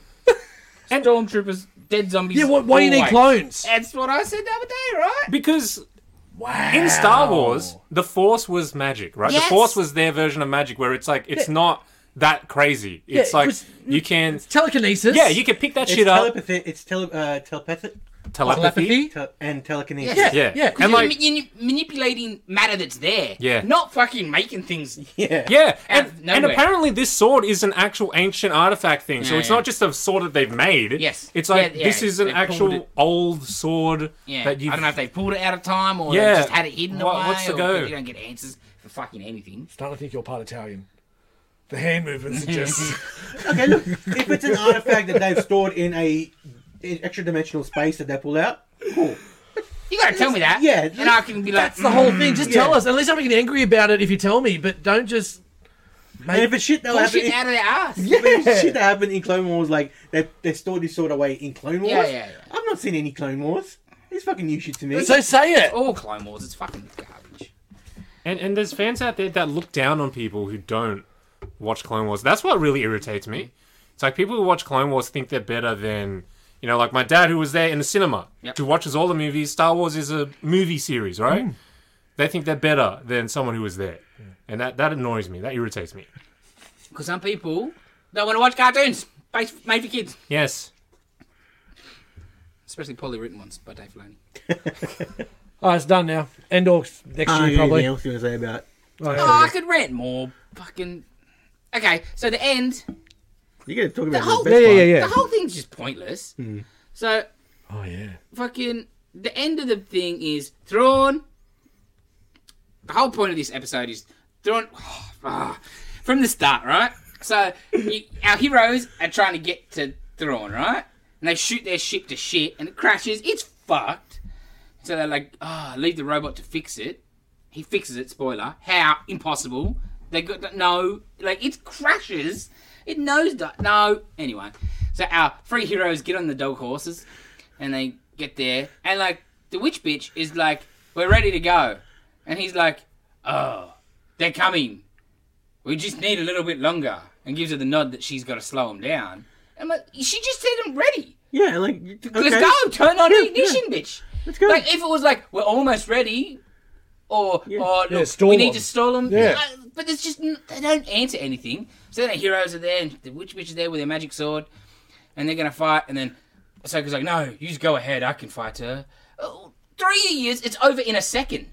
Speaker 2: stormtroopers, dead zombies.
Speaker 4: Yeah, why, why you need
Speaker 2: always.
Speaker 4: clones?
Speaker 2: That's what I said the other day, right?
Speaker 1: Because
Speaker 4: Wow.
Speaker 1: in Star Wars, the Force was magic, right?
Speaker 2: Yes.
Speaker 1: The Force was their version of magic, where it's like it's not that crazy. It's
Speaker 4: it
Speaker 1: like
Speaker 4: was-
Speaker 1: you can,
Speaker 4: Telekinesis.
Speaker 1: yeah, you can pick that
Speaker 5: it's
Speaker 1: shit up.
Speaker 5: telepathy, it's tele, uh, telepathic
Speaker 1: Telepathy.
Speaker 5: te- and telekinesis.
Speaker 2: Yes.
Speaker 1: Yeah.
Speaker 4: Yeah.
Speaker 1: And
Speaker 2: you're,
Speaker 1: like,
Speaker 2: ma- you're manipulating matter that's there.
Speaker 1: Yeah.
Speaker 2: Not fucking making things.
Speaker 5: yeah.
Speaker 1: yeah.
Speaker 2: Out of
Speaker 1: And, and
Speaker 2: nowhere.
Speaker 1: apparently, this sword is an actual ancient artifact thing. So
Speaker 2: Yeah,
Speaker 1: it's
Speaker 2: yeah.
Speaker 1: not just a sword that they've made.
Speaker 2: Yes.
Speaker 1: It's like
Speaker 2: Yeah, yeah,
Speaker 1: this is an
Speaker 2: they pulled
Speaker 1: actual
Speaker 2: it.
Speaker 1: old sword
Speaker 2: Yeah.
Speaker 1: that you.
Speaker 2: I don't know if they pulled it out of time or
Speaker 1: Yeah.
Speaker 2: they just had it hidden
Speaker 1: What-
Speaker 2: away.
Speaker 1: what's the
Speaker 2: or
Speaker 1: go?
Speaker 2: You don't get answers for fucking anything.
Speaker 4: Starting to think you're part Italian. The hand movements are just.
Speaker 5: Okay, look, if it's an artifact that they've stored in a in extra dimensional space that they pull out, cool.
Speaker 2: You gotta tell me that.
Speaker 5: yeah,
Speaker 2: And I can be like, "Mm,
Speaker 4: That's the whole thing. Just tell
Speaker 5: Yeah.
Speaker 4: us. At least I'm not getting angry about it if you tell me, but don't just.
Speaker 5: And if it's shit that
Speaker 2: Pull
Speaker 5: happened,
Speaker 2: shit
Speaker 5: if,
Speaker 2: out of their ass.
Speaker 5: if it's shit that happened in Clone Wars, like they they stored this sort of way in Clone Wars.
Speaker 2: Yeah, yeah, yeah.
Speaker 5: I've not seen any Clone Wars. It's fucking new shit to me.
Speaker 4: So say it.
Speaker 2: All Clone Wars, it's fucking garbage.
Speaker 1: And and there's fans out there that look down on people who don't watch Clone Wars. That's what really irritates me. It's like people who watch Clone Wars think they're better than you know, like my dad who was there in the cinema
Speaker 2: Yep.
Speaker 1: who watches all the movies. Star Wars is a movie series, right? They think they're better than someone who was there. And that, that annoys me. That irritates me.
Speaker 2: Because some people don't want to watch cartoons based- made for kids,
Speaker 1: Yes.
Speaker 2: especially poorly written ones by Dave Filoni.
Speaker 4: Oh, it's done now. End or next
Speaker 5: Uh,
Speaker 4: year
Speaker 5: anything
Speaker 4: probably.
Speaker 5: else you want to say about?
Speaker 2: Oh, I could rant more. Fucking. Okay, so the end,
Speaker 5: You gotta talk
Speaker 2: the
Speaker 5: about
Speaker 2: whole
Speaker 5: the best
Speaker 4: Yeah, yeah, yeah.
Speaker 2: the whole thing's just pointless.
Speaker 1: Hmm.
Speaker 2: So
Speaker 4: Oh yeah.
Speaker 2: fucking the end of the thing is Thrawn. The whole point of this episode is Thrawn ah, from the start, right? So you, our heroes are trying to get to Thrawn, right? And they shoot their ship to shit, and it crashes. It's fucked. So they're like, ah, leave the robot to fix it. He fixes it. Spoiler: How impossible? They got no. Like it crashes. It knows that no. Anyway, so our three heroes get on the dog horses, and they get there, and like the witch bitch is like, "We're ready to go," and he's like, "Oh, they're coming. We just need a little bit longer," and gives her the nod that she's got to slow them down. I'm like, she just said I'm ready.
Speaker 5: Yeah, like okay.
Speaker 2: Let's go. Turn on
Speaker 5: Yeah,
Speaker 2: the ignition, bitch.
Speaker 5: Let's go.
Speaker 2: Like if it was like we're almost ready, or or look,
Speaker 4: Yeah, stall
Speaker 2: we need to
Speaker 4: them.
Speaker 2: stall them.
Speaker 4: Yeah.
Speaker 2: Uh, but it's just n- they don't answer anything. So then the heroes are there, and the witch bitch is there with their magic sword, and they're gonna fight. And then Ahsoka's like, "No, you just go ahead. I can fight her." Oh, three years, it's over in a second.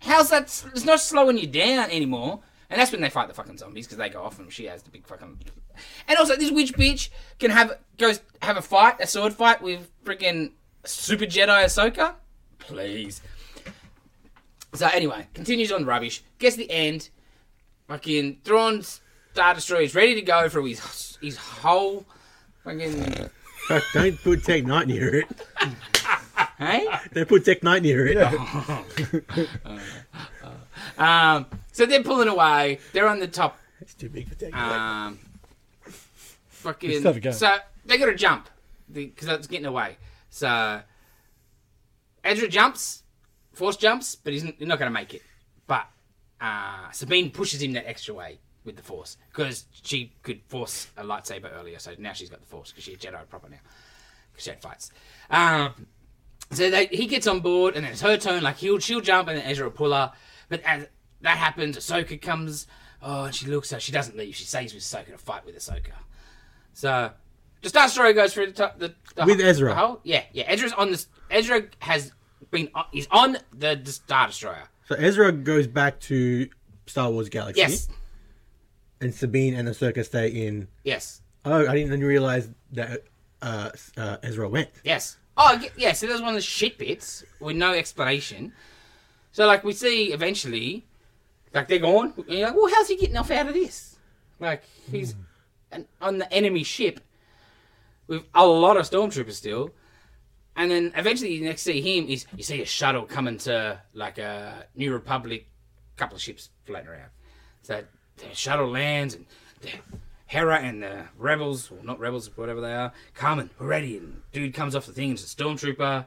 Speaker 2: How's that? s- It's not slowing you down anymore. And that's when they fight the fucking zombies because they go off and she has the big fucking. And also, this witch bitch can have goes have a fight, a sword fight with freaking Super Jedi Ahsoka. Please. So anyway, continues on rubbish. Gets the end. Fucking Thrawn's Star Destroyer is ready to go for his his whole fucking
Speaker 5: Fuck, don't put Tech Knight near it.
Speaker 2: hey.
Speaker 5: Don't put Tech Knight near it.
Speaker 2: Um, so they're pulling away. They're on the top
Speaker 5: It's too big for Tech Knight.
Speaker 2: Um, fucking.
Speaker 4: still have a go.
Speaker 2: So they got to jump because that's getting away. So Ezra jumps, force jumps, but he's n- he's not going to make it. But uh, Sabine pushes him that extra way with the force because she could force a lightsaber earlier. So now she's got the force because she's a Jedi proper now. 'Cause she had fights. Um, so they, he gets on board, and then it's her turn. Like he'll she'll jump, and then Ezra will pull her. But as that happens, Ahsoka comes. Oh, and she looks at. She doesn't leave. She stays with Ahsoka to fight with Ahsoka. So the Star Destroyer goes through the top. The, the
Speaker 5: With Ezra.
Speaker 2: the whole- yeah, yeah. Ezra's on this. Ezra has been. on- He's on the, the Star Destroyer.
Speaker 5: So Ezra goes back to Star Wars Galaxy.
Speaker 2: Yes,
Speaker 5: And Sabine and Ahsoka stay in.
Speaker 2: yes,
Speaker 5: Oh, I didn't realize that uh, uh, Ezra went.
Speaker 2: yes. Oh, y- yeah. So there's one of the shit bits with no explanation. So like we see eventually, like they're gone. And you're like, well, how's he getting off out of this? Like he's an, on the enemy ship with a lot of stormtroopers still. And then eventually you next see him is you see a shuttle coming to like a New Republic, couple of ships floating around. So the shuttle lands and the Hera and the rebels, or not rebels, whatever they are, come and we're ready. And dude comes off the thing and it's a stormtrooper, and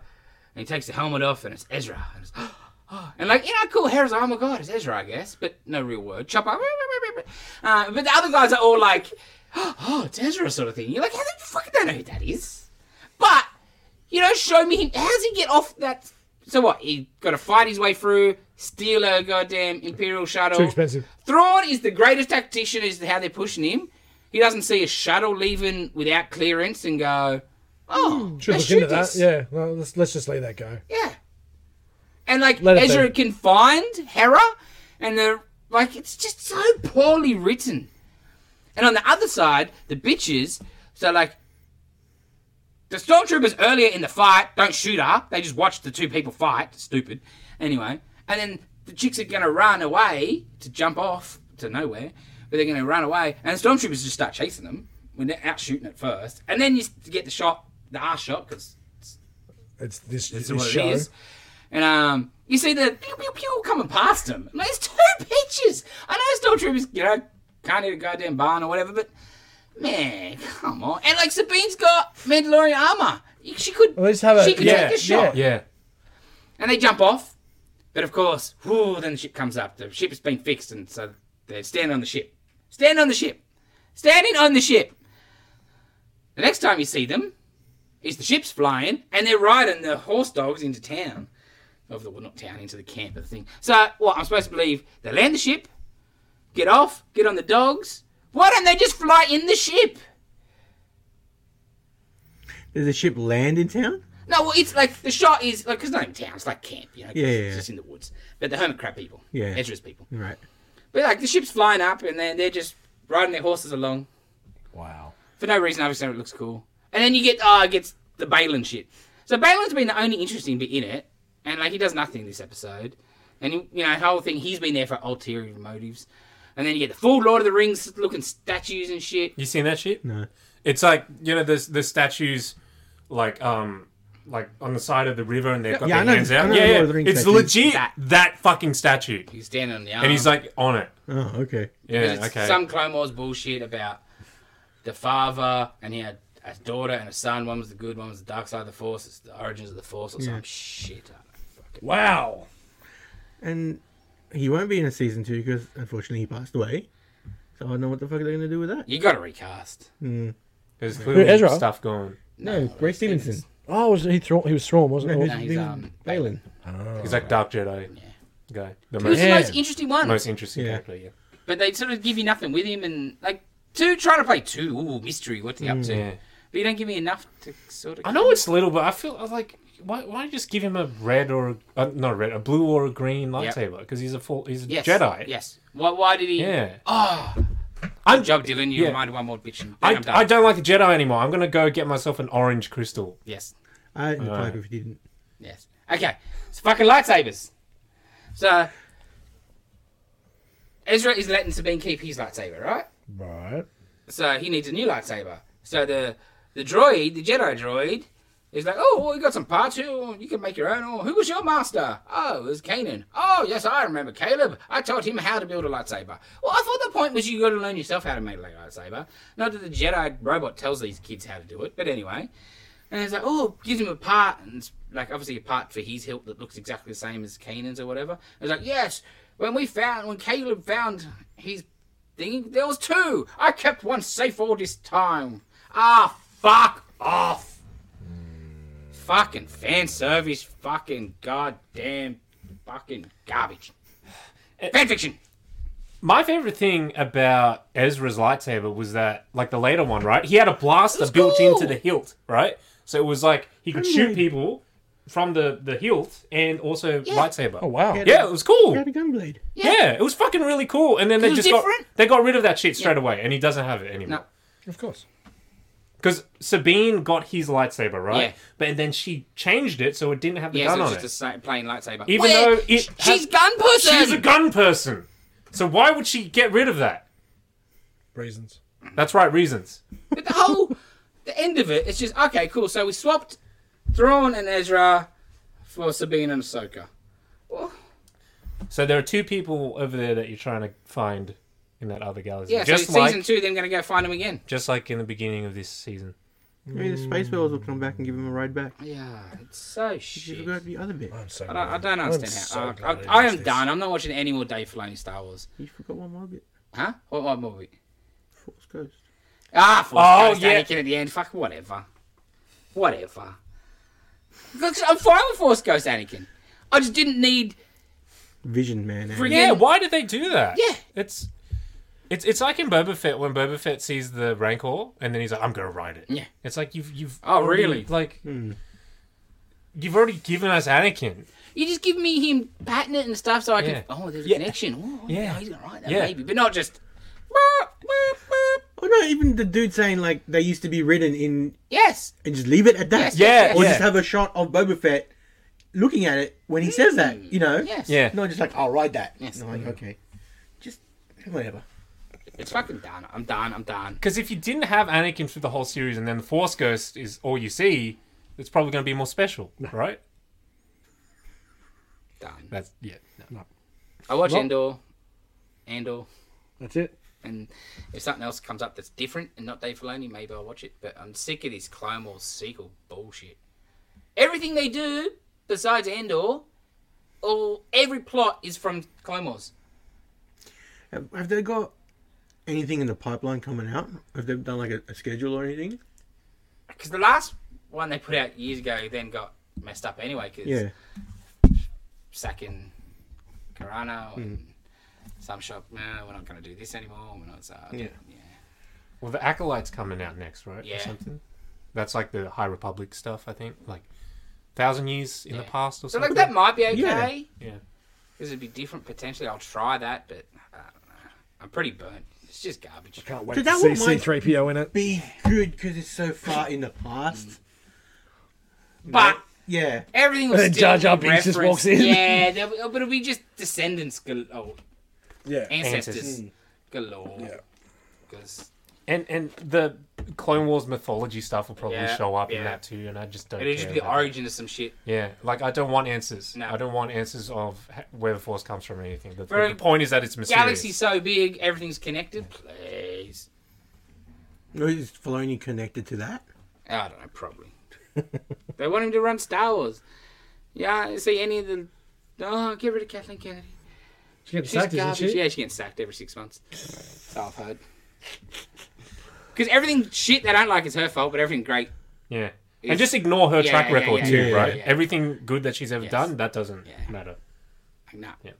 Speaker 2: he takes the helmet off and it's Ezra. And, it's, and like you know, cool. Hera's like, oh my god, it's Ezra, I guess, but no real word. Chopper. Uh, but the other guys are all like, oh, it's Ezra, sort of thing. You're like, how the fuck do I know who that is? But you know, show me him. How does he get off that? So what? He got to fight his way through, steal a goddamn imperial shuttle.
Speaker 4: Too expensive.
Speaker 2: Thrawn is the greatest tactician as to how they're pushing him. He doesn't see a shuttle leaving without clearance and go, oh,
Speaker 4: Should
Speaker 2: let's
Speaker 4: look
Speaker 2: shoot
Speaker 4: into that.
Speaker 2: this.
Speaker 4: Yeah. No, let's let's just leave that go.
Speaker 2: Yeah. And like
Speaker 4: Let it
Speaker 2: Ezra
Speaker 4: be.
Speaker 2: can find Hera, and they're like, it's just so poorly written. And on the other side, the bitches, so like, the stormtroopers earlier in the fight don't shoot her. They just watch the two people fight. Stupid. Anyway, and then the chicks are gonna run away to jump off to nowhere, but they're gonna run away, and the stormtroopers just start chasing them when they're out shooting at first, and then you s- get the shot, the ass shot, because
Speaker 4: It's
Speaker 2: this
Speaker 4: this, this,
Speaker 2: is what
Speaker 4: show.
Speaker 2: it is. And um, you see the pew pew pew coming past him. Like, it's two pictures. I know stormtroopers, you know, can't hit a goddamn barn or whatever. But man, come on! And like Sabine's got Mandalorian armor. She could.
Speaker 4: At least have a-
Speaker 2: she could
Speaker 1: yeah,
Speaker 2: take a shot.
Speaker 1: yeah.
Speaker 2: And they jump off. But of course, whoo, then the ship comes up. The ship has been fixed, and so they stand on the ship. Stand on the ship. Standing on the ship. The next time you see them is the ship's flying, and they're riding the horse dogs into town. Over the, well, not town, into the camp of the thing. So, what I'm supposed to believe, they land the ship, get off, get on the dogs. Why don't they just fly in the ship?
Speaker 5: Does the ship land in town?
Speaker 2: No, well, it's like the shot is like 'cause it's not even town; it's like camp, you know. 'cause
Speaker 5: Yeah, yeah,
Speaker 2: It's
Speaker 5: yeah.
Speaker 2: just in the woods. But the hermit crab people,
Speaker 5: Yeah.
Speaker 2: Ezra's people.
Speaker 5: Right.
Speaker 2: But like the ship's flying up, and then they're just riding their horses along
Speaker 1: Wow.
Speaker 2: for no reason. Obviously, it looks cool. And then you get ah, it gets the Balin shit. So Balin's been the only interesting bit in it, and like he does nothing this episode. And he, you know, the whole thing he's been there for ulterior motives. And then you get the full Lord of the Rings looking statues and shit.
Speaker 1: You seen that shit?
Speaker 5: No.
Speaker 1: It's like you know there's the statues, like um, like on the side of the river, and they've got
Speaker 5: yeah, I
Speaker 1: their
Speaker 5: know-
Speaker 1: hands
Speaker 5: I
Speaker 1: out.
Speaker 5: know
Speaker 1: Yeah,
Speaker 5: Lord
Speaker 1: yeah.
Speaker 5: of the Rings
Speaker 1: it's
Speaker 5: statues.
Speaker 1: legit
Speaker 2: That.
Speaker 1: that. fucking statue,
Speaker 2: He's standing on the arm.
Speaker 1: and he's like on it.
Speaker 5: Oh, okay.
Speaker 1: Yeah,
Speaker 2: Because it's
Speaker 1: okay.
Speaker 2: Some Clone Wars bullshit about the father and he had a daughter and a son. One was the good, one was the dark side of the Force. It's the origins of the Force or some shit. I don't fucking.
Speaker 4: Wow.
Speaker 5: And he won't be in a season two because unfortunately he passed away. So I don't know what the fuck they're gonna do with that.
Speaker 2: You got to recast.
Speaker 1: There's clearly
Speaker 4: Ezra?
Speaker 1: stuff going.
Speaker 5: No, Ray Stevenson.
Speaker 4: Oh, was he thrown? He was thrown, wasn't
Speaker 5: No,
Speaker 4: he?
Speaker 5: he's-
Speaker 2: No, he's
Speaker 5: he's
Speaker 2: um.
Speaker 5: Balin.
Speaker 1: He's like Dark Jedi guy. The
Speaker 2: Who's
Speaker 1: most,
Speaker 2: the
Speaker 4: Yeah.
Speaker 2: most interesting one?
Speaker 1: most interesting
Speaker 5: Yeah.
Speaker 1: character. Yeah.
Speaker 2: But they sort of give you nothing with him and like two trying to play two. Ooh, mystery. What's he up to?
Speaker 1: yeah.
Speaker 2: But you don't give me enough to sort of.
Speaker 1: Mm. I know it's little, but I feel I was like why why just give him a red or a, uh, not a red, a blue or a green lightsaber because he's a full he's a
Speaker 2: Yes. Oh,
Speaker 1: Jedi.
Speaker 2: Yes. Why? Why did he? Ah!
Speaker 1: Yeah.
Speaker 2: Good job, Dylan. You
Speaker 1: yeah.
Speaker 2: reminded one more bitch. And
Speaker 1: I,
Speaker 2: I'm done.
Speaker 1: I don't like a Jedi anymore. I'm gonna go get myself an orange crystal.
Speaker 2: Yes.
Speaker 5: I didn't pipe if he didn't.
Speaker 2: Yes. Okay. It's fucking lightsabers. So Ezra is letting Sabine keep his lightsaber, right?
Speaker 4: Right.
Speaker 2: So he needs a new lightsaber. So the the droid, the Jedi droid, is like, oh, well, you got some parts here. Oh, You can make your own. Oh, who was your master? Oh, it was Kanan. Oh, yes, I remember Caleb. I taught him how to build a lightsaber. Well, I thought the point was you got to learn yourself how to make a lightsaber. Not that the Jedi robot tells these kids how to do it, but anyway. And it's like, oh, gives him a part, and it's like obviously a part for his hilt that looks exactly the same as Kanan's or whatever. It's like, yes, when we found, when Caleb found his thing, there was two. I kept one safe all this time. Ah, fuck off. Fucking fan service, fucking goddamn, fucking garbage.
Speaker 1: Eh,
Speaker 2: Fan fiction.
Speaker 1: My favorite thing about Ezra's lightsaber was that like the later one, right? He had a blaster built
Speaker 2: cool.
Speaker 1: into the hilt, right? So it was like he could shoot people from the the hilt and also lightsaber.
Speaker 4: Oh wow.
Speaker 1: Yeah, it was cool.
Speaker 5: He had a gunblade.
Speaker 1: Yeah. it was fucking really cool. And then they
Speaker 2: It was
Speaker 1: just got
Speaker 2: different.
Speaker 1: they got rid of that shit straight away, and he doesn't have it
Speaker 2: No.
Speaker 1: anymore.
Speaker 4: Of course.
Speaker 1: Because Sabine got his lightsaber, right?
Speaker 2: Yeah.
Speaker 1: But then she changed it so it didn't have the
Speaker 2: Yeah,
Speaker 1: gun
Speaker 2: so
Speaker 1: on
Speaker 2: it's
Speaker 1: it.
Speaker 2: just a sa- plain lightsaber.
Speaker 1: Even
Speaker 2: Where-
Speaker 1: though it
Speaker 2: Sh-
Speaker 1: has-
Speaker 2: she's gun person.
Speaker 1: She's a gun person, so why would she get rid of that?
Speaker 4: Reasons.
Speaker 1: That's right, reasons.
Speaker 2: But the whole the end of it, it's just okay, cool. So we swapped Thrawn and Ezra for Sabine and Ahsoka.
Speaker 1: So there are two people over there that you're trying to find in that other galaxy.
Speaker 2: Yeah,
Speaker 1: just
Speaker 2: so
Speaker 1: like
Speaker 2: season two, they're gonna go find them again.
Speaker 1: just like in the beginning of this season.
Speaker 5: Maybe the space whales will come back and give him a ride back.
Speaker 2: Yeah, it's so
Speaker 5: You
Speaker 2: shit.
Speaker 5: forgot the other bit.
Speaker 4: I'm so.
Speaker 2: I don't, I don't understand how.
Speaker 4: so
Speaker 2: I,
Speaker 4: glad
Speaker 2: I, I am
Speaker 4: watched this.
Speaker 2: done. I'm not watching any more Dave Filoni Star Wars.
Speaker 5: You forgot one more bit.
Speaker 2: Huh? What, what movie?
Speaker 5: Force Ghost.
Speaker 2: Ah, Force
Speaker 1: Oh,
Speaker 2: Ghost
Speaker 1: yeah.
Speaker 2: Anakin at the end. Fuck, whatever. Whatever. Look, I'm fine with Force Ghost Anakin. I just didn't need.
Speaker 5: Vision man. eh?
Speaker 2: Friggin-
Speaker 1: Yeah, why did they do that?
Speaker 2: Yeah.
Speaker 1: it's it's it's like in Boba Fett when Boba Fett sees the Rancor and then he's like, "I'm gonna ride it."
Speaker 2: Yeah.
Speaker 1: it's like you've you've
Speaker 2: Oh,
Speaker 1: already,
Speaker 2: really?
Speaker 1: like you've already given us Anakin.
Speaker 2: You just give me him patting it and stuff so I
Speaker 1: Yeah.
Speaker 2: can. Oh, there's a connection. Oh, yeah.
Speaker 1: Yeah.
Speaker 2: he's going to write that,
Speaker 1: Yeah.
Speaker 2: maybe. But not just.
Speaker 5: Oh no, even the dude saying like they used to be written in
Speaker 2: Yes.
Speaker 5: and just leave it at that.
Speaker 1: Yeah,
Speaker 5: Or
Speaker 1: yeah.
Speaker 5: just have a shot of Boba Fett looking at it when he says that, you know?
Speaker 2: Mm. Yes.
Speaker 1: Yeah.
Speaker 5: Not just like, I'll ride that.
Speaker 2: Yes.
Speaker 5: And I'm like, okay. Just whatever.
Speaker 2: It's fucking done. I'm done. I'm done.
Speaker 1: Because if you didn't have Anakin through the whole series and then the Force Ghost is all you see, it's probably gonna be more special, right?
Speaker 2: Done.
Speaker 1: That's yeah.
Speaker 2: I watch Endor. Andor.
Speaker 4: That's it.
Speaker 2: And if something else comes up that's different and not Dave Filoni, maybe I'll watch it. But I'm sick of this Clone Wars sequel bullshit. Everything they do besides Andor, all every plot is from Clone Wars.
Speaker 5: Have, have they got anything in the pipeline coming out? Have they done like a, a schedule or anything?
Speaker 2: Because the last one they put out years ago then got messed up anyway. Cause
Speaker 5: Yeah.
Speaker 2: sacking Carano and some shop. No, we're not going to do this anymore. We're not. So, yeah.
Speaker 1: Well, the acolyte's coming out next, right?
Speaker 2: Yeah.
Speaker 1: Or something. That's like the High Republic stuff, I think. Like thousand years in the
Speaker 2: Yeah.
Speaker 1: past or
Speaker 2: So
Speaker 1: something.
Speaker 2: like that might be okay.
Speaker 1: Yeah.
Speaker 2: This would be different potentially. I'll try that, but I don't know. I'm pretty burnt. It's just garbage.
Speaker 4: Can't wait
Speaker 5: Dude,
Speaker 4: to
Speaker 5: that
Speaker 4: see
Speaker 5: one might
Speaker 4: C3PO in it.
Speaker 5: be good because it's so far in the past.
Speaker 2: But
Speaker 5: Yeah.
Speaker 2: everything was
Speaker 4: And
Speaker 2: still
Speaker 4: Jar Jar Binks just
Speaker 2: referenced-
Speaker 4: walks in.
Speaker 2: Yeah, there- but it'll be just descendants gal- oh,
Speaker 4: Yeah.
Speaker 2: ancestors
Speaker 1: Ancestors.
Speaker 2: galore.
Speaker 4: Yeah.
Speaker 2: Because
Speaker 1: And and the Clone Wars mythology stuff will probably
Speaker 2: Yeah,
Speaker 1: show up
Speaker 2: yeah.
Speaker 1: in that too, and I just don't.
Speaker 2: it'll
Speaker 1: care
Speaker 2: just be the
Speaker 1: about that.
Speaker 2: origin of some shit.
Speaker 1: Yeah, like I don't want answers.
Speaker 2: No.
Speaker 1: I don't want answers of h- where the force comes from or anything. The,
Speaker 2: Very-
Speaker 1: the point is that it's mysterious.
Speaker 2: Galaxy's so big, everything's connected. Please.
Speaker 5: Is Filoni connected to that?
Speaker 2: I don't know, probably. they want him to run Star Wars. Yeah, I didn't see any of the. Oh, get rid of Kathleen Kennedy.
Speaker 4: She gets
Speaker 2: She's
Speaker 4: sacked, isn't
Speaker 2: garbage.
Speaker 4: she?
Speaker 2: Yeah, she gets sacked every six months. So I've heard. Because everything shit they don't like is her fault, but everything great.
Speaker 1: Yeah.
Speaker 2: It's-
Speaker 1: And just ignore her
Speaker 2: Yeah,
Speaker 1: track
Speaker 2: yeah,
Speaker 1: record
Speaker 2: yeah,
Speaker 1: too,
Speaker 2: yeah, yeah,
Speaker 1: right?
Speaker 2: yeah.
Speaker 1: Everything good that she's ever
Speaker 2: Yes.
Speaker 1: done, that doesn't
Speaker 2: Yeah.
Speaker 1: matter.
Speaker 2: Like, nah.
Speaker 1: Yeah.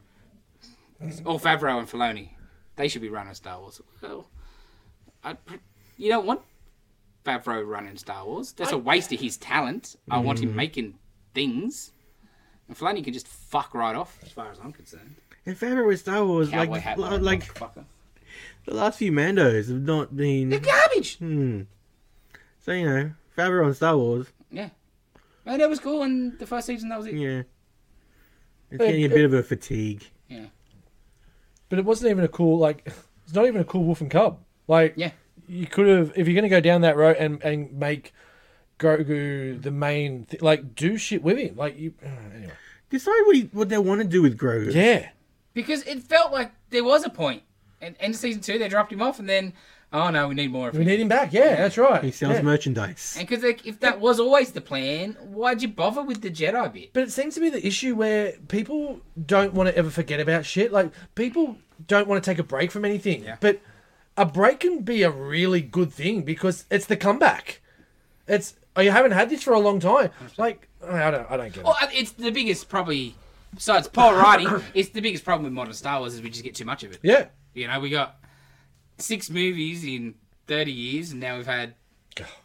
Speaker 2: It's all Favreau and Filoni. They should be running Star Wars. Well, I, you don't want Favreau running Star Wars. That's a waste of his talent. I want him making things. And Filoni can just fuck right off, as far as I'm concerned.
Speaker 5: In February with Star Wars,
Speaker 2: Cowboy
Speaker 5: like
Speaker 2: hat
Speaker 5: li-
Speaker 2: wearing
Speaker 5: like
Speaker 2: motherfucker.
Speaker 5: the last few Mandos have not
Speaker 2: They're
Speaker 5: been. hmm.
Speaker 2: garbage.
Speaker 5: So you know, Favreau on Star Wars,
Speaker 2: Yeah. Man, that was cool in the first season. That was it.
Speaker 5: yeah, it's getting a bit of a fatigue.
Speaker 2: Yeah.
Speaker 4: But it wasn't even a cool like. It's not even a cool wolf and cub. Like
Speaker 2: Yeah.
Speaker 4: you could have if you're going to go down that road and and make Grogu the main th- like do shit with him like you uh, anyway.
Speaker 5: Decide what he, what they want to do with Grogu.
Speaker 4: Yeah.
Speaker 2: Because it felt like there was a point. And end of season two, they dropped him off, and then, oh no, we need more of
Speaker 4: We
Speaker 2: him.
Speaker 4: need him back. Yeah, that's right.
Speaker 5: He sells
Speaker 4: Yeah.
Speaker 5: merchandise.
Speaker 2: And because like, if that was always the plan, why'd you bother with the Jedi bit?
Speaker 4: But it seems to be the issue where people don't want to ever forget about shit. Like people don't want to take a break from anything. But a break can be a really good thing because it's the comeback. It's oh, you haven't had this for a long time. Like I don't, I don't get it.
Speaker 2: Well, I- it's the biggest probably. Besides poor writing, it's the biggest problem with modern Star Wars is we just get too much of it.
Speaker 4: Yeah,
Speaker 2: You know, we got six movies in thirty years, and now we've had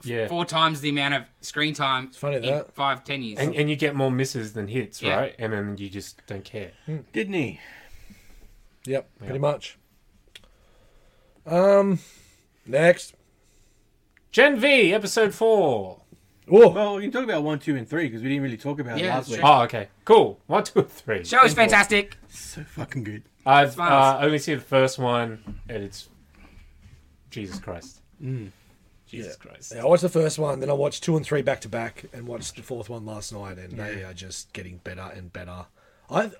Speaker 1: Yeah.
Speaker 2: four times the amount of screen time
Speaker 4: funny
Speaker 2: in
Speaker 4: that.
Speaker 2: five, ten years.
Speaker 1: And, and you get more misses than hits,
Speaker 2: Yeah.
Speaker 1: right? And then you just don't care.
Speaker 5: Didn't he?
Speaker 4: yep, pretty much. Um, next.
Speaker 1: Gen V, episode four.
Speaker 4: Oh,
Speaker 5: Well, we can talk about one, two, and three because we didn't really talk about it
Speaker 2: Yeah,
Speaker 5: last
Speaker 2: that's
Speaker 5: week.
Speaker 2: true.
Speaker 1: Oh, okay. Cool. One, two, and three.
Speaker 2: Show is fantastic.
Speaker 5: So fucking good.
Speaker 1: I've uh,
Speaker 2: fast.
Speaker 1: only seen the first one, and it's Jesus Christ.
Speaker 5: Mm.
Speaker 1: Jesus Christ.
Speaker 4: I watched the first one, then I watched two and three back to back, and watched the fourth one last night, and they are just getting better and better. I,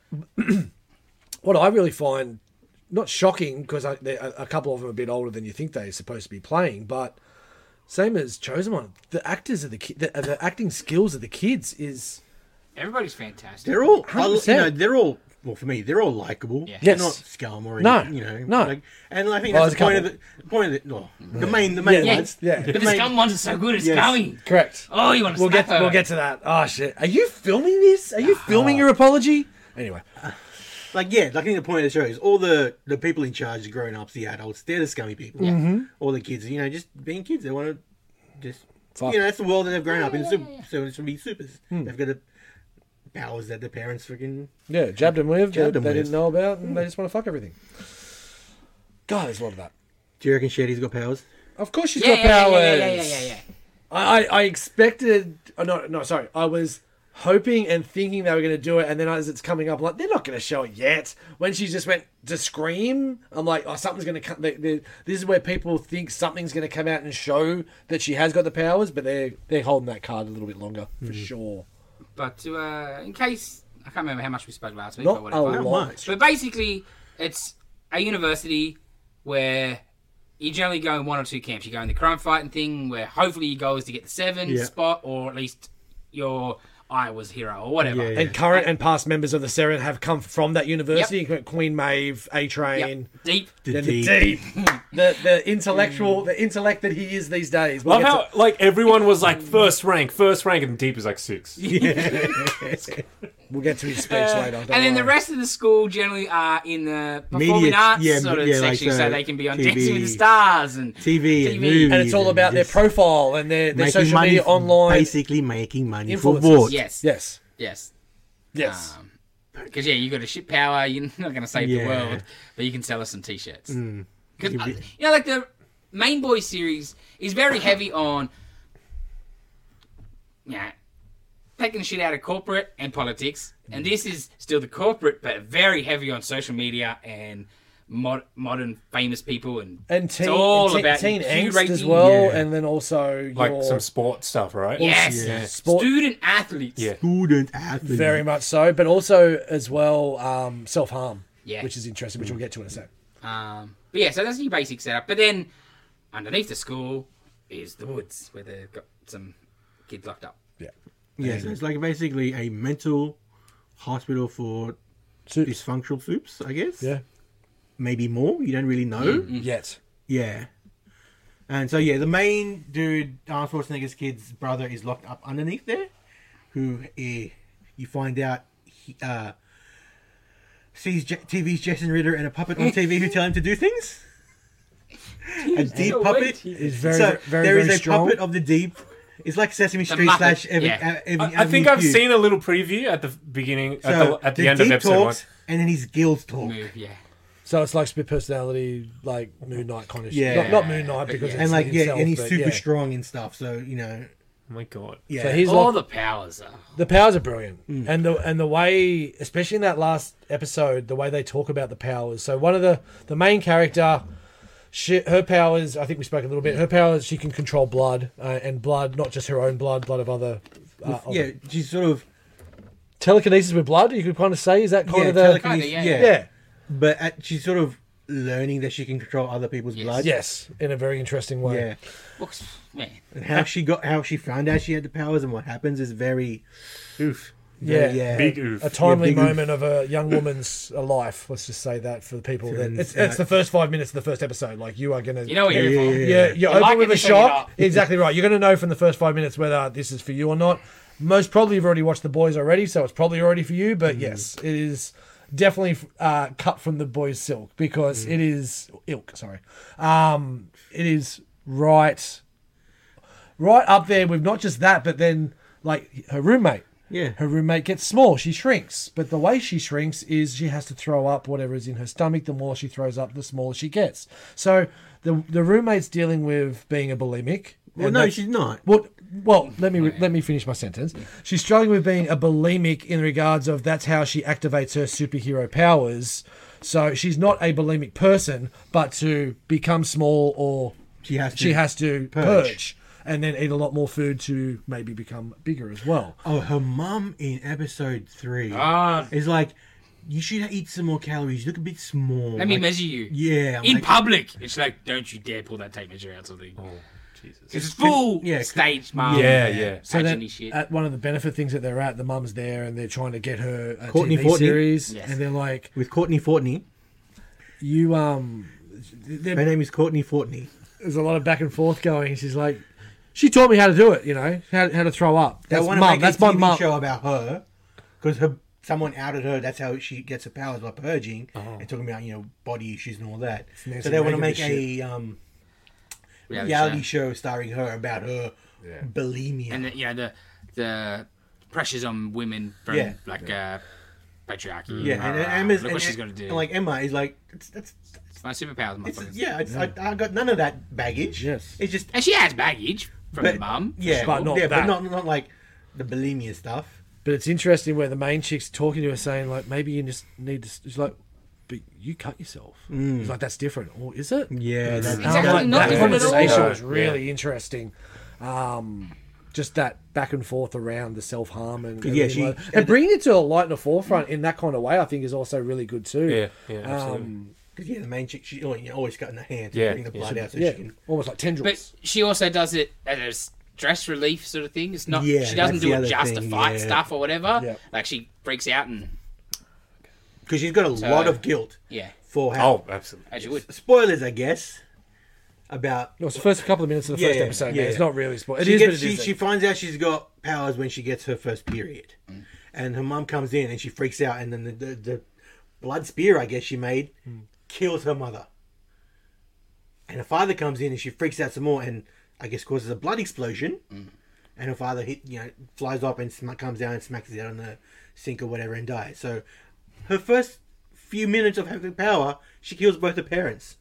Speaker 4: what I really find not shocking because a a couple of them are a bit older than you think they're supposed to be playing, but same as chosen one, the actors of the ki- the, uh, the acting skills of the kids is
Speaker 2: Everybody's fantastic.
Speaker 5: They're all, I, you
Speaker 4: 100%.
Speaker 5: know, they're all. Well, for me, they're all likable.
Speaker 2: Yeah.
Speaker 5: They're
Speaker 4: Yes.
Speaker 5: not scum or
Speaker 4: No,
Speaker 5: anything. You know,
Speaker 4: no.
Speaker 5: Like, and I think
Speaker 4: Well,
Speaker 5: that's the
Speaker 4: there's
Speaker 5: point
Speaker 4: a
Speaker 5: of the point of the, no, the main the main
Speaker 4: Yeah.
Speaker 5: ones.
Speaker 4: Yeah.
Speaker 5: The
Speaker 4: But
Speaker 2: But the
Speaker 5: main-
Speaker 2: scum ones are so good, it's
Speaker 5: Yes.
Speaker 2: going.
Speaker 4: correct.
Speaker 2: Oh, you want to
Speaker 4: We'll get
Speaker 2: her.
Speaker 4: we'll get to that. Oh shit, are you filming this? Are you filming your apology? Anyway,
Speaker 5: like yeah, like I think the point of the show is all the the people in charge, the grown ups, the adults, they're the scummy people. Yeah.
Speaker 4: Mm-hmm.
Speaker 5: All the kids, you know, just being kids, they want to just
Speaker 4: Fuck. Hmm.
Speaker 5: you know that's the world that they've grown up in. so, so it's gonna be supers. They've got the powers that their parents freaking.
Speaker 4: yeah, jabbed them with
Speaker 5: Jabbed
Speaker 4: that
Speaker 5: them
Speaker 4: they
Speaker 5: with.
Speaker 4: didn't know about, and they just want to fuck everything. God, there's a lot of that.
Speaker 5: Do you reckon Shady's got powers?
Speaker 4: Of course she's
Speaker 2: yeah,
Speaker 4: got
Speaker 2: yeah,
Speaker 4: powers.
Speaker 2: yeah, yeah, yeah, yeah, yeah, yeah.
Speaker 4: I, I, I expected. Oh, no, no, sorry. I was hoping and thinking they were going to do it, and then as it's coming up, I'm like they're not going to show it yet. When she just went to scream, I'm like, oh, something's going to come. They, they, this is where people think something's going to come out and show that she has got the powers, but they're they're holding that card a little bit longer for
Speaker 5: Mm-hmm.
Speaker 4: sure.
Speaker 2: But to, uh, in case I can't remember how much we spoke last week or
Speaker 4: Not a
Speaker 2: whatever.
Speaker 4: lot.
Speaker 5: much.
Speaker 2: But basically, it's a university where you generally go in one or two camps. You go in the crime fighting thing, where hopefully your goal is to get the seven
Speaker 5: Yeah.
Speaker 2: spot, or at least your Iowa's hero or whatever.
Speaker 5: Yeah, yeah.
Speaker 4: And current and past members of the Seren have come from that university, including Queen Maeve, A
Speaker 2: Yep. Hmm.
Speaker 4: Train,
Speaker 2: Deep.
Speaker 4: then the Deep, the the intellectual, the intellect that he is these days. We'll
Speaker 1: Love
Speaker 4: get to-
Speaker 1: how like everyone was like
Speaker 5: Mm.
Speaker 1: first rank, first rank, and deep is like six.
Speaker 4: We'll get to his speech later.
Speaker 2: Uh, and
Speaker 4: don't
Speaker 2: then the
Speaker 4: worry.
Speaker 2: rest of the school generally are in the performing
Speaker 5: Media-
Speaker 2: arts
Speaker 5: yeah,
Speaker 2: sort of
Speaker 5: yeah, like,
Speaker 2: section,
Speaker 5: uh,
Speaker 2: so they can be on
Speaker 5: TV.
Speaker 2: Dancing with the Stars and
Speaker 5: TV,
Speaker 2: TV.
Speaker 5: and movies.
Speaker 4: And it's all about their
Speaker 5: just
Speaker 4: profile and their, their
Speaker 5: making
Speaker 4: social
Speaker 5: money
Speaker 4: media
Speaker 5: f-
Speaker 4: online.
Speaker 5: Basically making money for
Speaker 4: influencers.
Speaker 5: votes.
Speaker 2: yes,
Speaker 4: Yes.
Speaker 2: yes,
Speaker 4: Yes.
Speaker 2: Um, Because yeah, you got a ship power. You're not going to save the
Speaker 5: Yeah.
Speaker 2: world, but you can sell us some t-shirts. Because you know, like the main boy series is very heavy on, yeah, taking shit out of corporate and politics, and this is still the corporate, but very heavy on social media and mod- modern famous people and
Speaker 4: and teen,
Speaker 2: it's all
Speaker 4: and teen,
Speaker 2: about
Speaker 4: teen angst
Speaker 2: curating-
Speaker 4: as well,
Speaker 5: Yeah.
Speaker 4: and then also
Speaker 1: Like
Speaker 4: your
Speaker 1: some sport stuff, right?
Speaker 2: Yes,
Speaker 5: Yeah.
Speaker 4: Sport-
Speaker 2: student athletes.
Speaker 1: Yeah.
Speaker 5: Student athlete.
Speaker 4: very much so, but also as well um, self harm,
Speaker 2: Yeah.
Speaker 4: which is interesting, which we'll get to in a sec.
Speaker 2: Um, but yeah, so that's your basic setup. But then underneath the school is the woods where they've got some kids locked up.
Speaker 5: Yeah, so it's like basically a mental hospital for
Speaker 4: Suits.
Speaker 5: dysfunctional soups, I guess.
Speaker 4: Yeah.
Speaker 5: Maybe more. You don't really know.
Speaker 4: Yet,
Speaker 5: Yeah. And so yeah, the main dude, Arnold Schwarzenegger's kid's brother, is locked up underneath there. Who eh, you find out he, uh, sees J- TV's Jason Ritter and a puppet on TV who tell him to do things. A deep
Speaker 2: no way,
Speaker 5: puppet.
Speaker 4: it's very,
Speaker 5: so
Speaker 4: very,
Speaker 5: there is
Speaker 4: very
Speaker 5: a
Speaker 4: strong.
Speaker 5: puppet of the deep. It's like Sesame
Speaker 2: The
Speaker 5: Street
Speaker 2: Muppet,
Speaker 5: slash Evan,
Speaker 2: yeah.
Speaker 5: A- Evan,
Speaker 1: I, I think
Speaker 5: Avenue
Speaker 1: I've
Speaker 5: Q.
Speaker 1: seen a little preview at the beginning, at the, at the, end of
Speaker 5: Deep
Speaker 1: episode
Speaker 5: talks,
Speaker 1: one.
Speaker 5: and then his gills talk.
Speaker 2: Move, yeah.
Speaker 4: so it's like split personality, like Moon Knight kind of
Speaker 5: Yeah.
Speaker 4: shit. Not, not Moon Knight
Speaker 2: But
Speaker 4: because
Speaker 2: yeah.
Speaker 4: it's
Speaker 5: And like yeah,
Speaker 4: himself,
Speaker 5: and he's
Speaker 4: but
Speaker 5: super
Speaker 4: yeah.
Speaker 5: strong and stuff. So you know,
Speaker 1: Oh my god.
Speaker 5: yeah.
Speaker 4: So he's
Speaker 2: All
Speaker 4: locked,
Speaker 2: the powers are.
Speaker 4: the powers are brilliant,
Speaker 5: Mm.
Speaker 4: and the and the way, especially in that last episode, the way they talk about the powers. So one of the the main character, she, her powers. I think we spoke a little bit. Her powers, she can control blood uh, and blood, not just her own blood, blood of other. Uh, of-
Speaker 5: yeah, she's sort of
Speaker 4: telekinesis with blood. You could kind of say is that kind
Speaker 5: yeah,
Speaker 4: of the
Speaker 5: telekinesis,
Speaker 2: Kinda, yeah.
Speaker 5: yeah.
Speaker 4: yeah.
Speaker 5: But at, she's sort of learning that she can control other people's blood.
Speaker 4: Yes, in a very interesting way.
Speaker 5: Yeah.
Speaker 2: Well, 'cause, man,
Speaker 5: And how she got, how she found out she had the powers and what happens is very,
Speaker 1: Oof.
Speaker 4: yeah,
Speaker 5: yeah.
Speaker 1: Big oof.
Speaker 4: A timely
Speaker 5: big-
Speaker 4: moment of a young woman's uh, life. Let's just say that for the people that
Speaker 5: Friends,
Speaker 4: it's, it's the first five minutes of the first episode. Like you are gonna,
Speaker 2: you know what
Speaker 5: Yeah,
Speaker 2: you're in
Speaker 5: yeah,
Speaker 2: for.
Speaker 5: yeah,
Speaker 4: yeah, you're
Speaker 2: like
Speaker 4: open
Speaker 2: it,
Speaker 4: with a
Speaker 2: just hang it
Speaker 4: shock.
Speaker 2: up.
Speaker 4: exactly right. You're gonna know from the first five minutes whether this is for you or not. Most probably you've already watched the boys already, so it's probably already for you.
Speaker 5: Mm.
Speaker 4: But yes, it is definitely uh, cut from the boys' silk because
Speaker 5: Mm.
Speaker 4: it is ilk. Sorry, um, it is right, right up there with not just that, but then like her roommate.
Speaker 5: Yeah.
Speaker 4: Her roommate gets small, she shrinks. But the way she shrinks is she has to throw up whatever is in her stomach. The more she throws up, the smaller she gets. So the the roommate's dealing with being a bulimic.
Speaker 5: Well,
Speaker 4: and
Speaker 5: no,
Speaker 4: that's-
Speaker 5: she's not.
Speaker 4: What, well, let me let me finish my sentence. She's struggling with being a bulimic in regards of that's how she activates her superhero powers. So she's not a bulimic person, but to become small or
Speaker 5: She has to.
Speaker 4: she has to purge.
Speaker 5: purge.
Speaker 4: and then eat a lot more food to maybe become bigger as well.
Speaker 5: Oh, her mum in episode three
Speaker 2: Ah,
Speaker 5: is like, you should eat some more calories. You look a bit small.
Speaker 2: let me
Speaker 5: Like,
Speaker 2: measure you.
Speaker 5: Yeah. I'm
Speaker 2: In
Speaker 5: like,
Speaker 2: public, it's like, don't you dare pull that tape measure out something.
Speaker 1: Oh, Jesus.
Speaker 2: It's full
Speaker 5: yeah,
Speaker 2: stage mom.
Speaker 1: Yeah, yeah.
Speaker 4: Um, So
Speaker 2: Patching
Speaker 4: then,
Speaker 2: his
Speaker 5: uh,
Speaker 2: shit.
Speaker 4: at one of the benefit things that they're at, the mum's there and they're trying to get her a
Speaker 5: Courtney
Speaker 4: TV
Speaker 5: Fortney.
Speaker 4: series,
Speaker 2: Yes.
Speaker 4: and they're like,
Speaker 5: with Courtney Fortney.
Speaker 4: "You um."
Speaker 5: Her
Speaker 4: they're-
Speaker 5: name is Courtney Fortney.
Speaker 4: There's a lot of back and forth going. She's like, "She taught me how to do it, you know, how, how to throw up."
Speaker 5: They
Speaker 4: That's
Speaker 5: want to
Speaker 4: mum.
Speaker 5: make
Speaker 4: That's
Speaker 5: a
Speaker 4: my
Speaker 5: TV
Speaker 4: mum.
Speaker 5: show about her because her someone outed her. That's how she gets her powers by purging
Speaker 4: Oh.
Speaker 5: and talking about you know body issues and all that.
Speaker 4: Nancy
Speaker 5: So they want to
Speaker 4: Reagan
Speaker 5: make
Speaker 4: and
Speaker 5: a um,
Speaker 2: Reality
Speaker 5: reality
Speaker 2: show.
Speaker 5: show starring her about her bulimia.
Speaker 2: and the, you know the the pressures on women from
Speaker 5: Yeah.
Speaker 2: like uh, patriarchy.
Speaker 5: yeah,
Speaker 2: Rah,
Speaker 5: and,
Speaker 2: rah,
Speaker 5: and Emma's
Speaker 2: look
Speaker 5: and,
Speaker 2: what she's gonna do.
Speaker 5: and, like Emma is like that's, that's,
Speaker 2: it's my superpowers,
Speaker 5: it's,
Speaker 2: motherfuckers.
Speaker 5: yeah, it's, I, I got none of that baggage.
Speaker 4: Yes.
Speaker 5: it's just
Speaker 2: And she has baggage from
Speaker 5: but,
Speaker 2: her mum. for
Speaker 5: yeah,
Speaker 2: sure.
Speaker 4: But not
Speaker 5: yeah, but
Speaker 4: that.
Speaker 5: not not like the bulimia stuff.
Speaker 4: But it's interesting where the main chick's talking to her, saying like, "Maybe you just need to." She's like, "But you cut yourself." He's like, "That's different." Or is it?
Speaker 5: Mm. Yeah, that's,
Speaker 4: Um,
Speaker 2: Exactly,
Speaker 4: like,
Speaker 2: not
Speaker 4: that
Speaker 2: different at all.
Speaker 4: conversation
Speaker 1: Yeah.
Speaker 4: was really interesting. Um, just that back and forth around the self harm and
Speaker 5: Yeah,
Speaker 4: everything
Speaker 5: she-
Speaker 4: like- and bringing it to a light in the forefront in that kind of way, I think, is also really good too.
Speaker 1: Yeah, yeah, absolutely.
Speaker 4: Um,
Speaker 5: Because yeah, the main chick, she oh, you know, always got in the hand to
Speaker 1: Yeah.
Speaker 5: bring the blood out so
Speaker 4: yeah,
Speaker 5: she can.
Speaker 4: almost like
Speaker 2: But
Speaker 4: tendrils.
Speaker 2: she also does it as a stress relief sort of thing. It's not
Speaker 5: Yeah,
Speaker 2: she
Speaker 5: that's
Speaker 2: doesn't do
Speaker 5: the
Speaker 2: it
Speaker 5: other
Speaker 2: just to
Speaker 5: thing,
Speaker 2: fight
Speaker 5: yeah.
Speaker 2: stuff or whatever.
Speaker 5: Yeah.
Speaker 2: Like she freaks out and
Speaker 5: Because she's got a
Speaker 2: So-
Speaker 5: lot of guilt
Speaker 2: yeah,
Speaker 5: for how.
Speaker 1: Oh, absolutely.
Speaker 2: as you would.
Speaker 5: Spoilers, I guess. About
Speaker 4: No, it's the first couple of minutes of the
Speaker 5: Yeah,
Speaker 4: first
Speaker 5: yeah,
Speaker 4: episode.
Speaker 5: yeah,
Speaker 4: man. It's
Speaker 5: yeah.
Speaker 4: not really spoiled. It
Speaker 5: she
Speaker 4: is,
Speaker 5: gets,
Speaker 4: but it
Speaker 5: she,
Speaker 4: is.
Speaker 5: she finds out she's got powers when she gets her first period,
Speaker 2: Mm.
Speaker 5: and her mum comes in and she freaks out, and then the the, the blood spear I guess she made
Speaker 2: Hmm.
Speaker 5: kills her mother, and her father comes in and she freaks out some more, and I guess causes a blood explosion,
Speaker 2: Mm.
Speaker 5: and her father hit you know flies up and sma comes down and smacks it on the sink or whatever and dies. So her first few minutes of having power, she kills both her parents,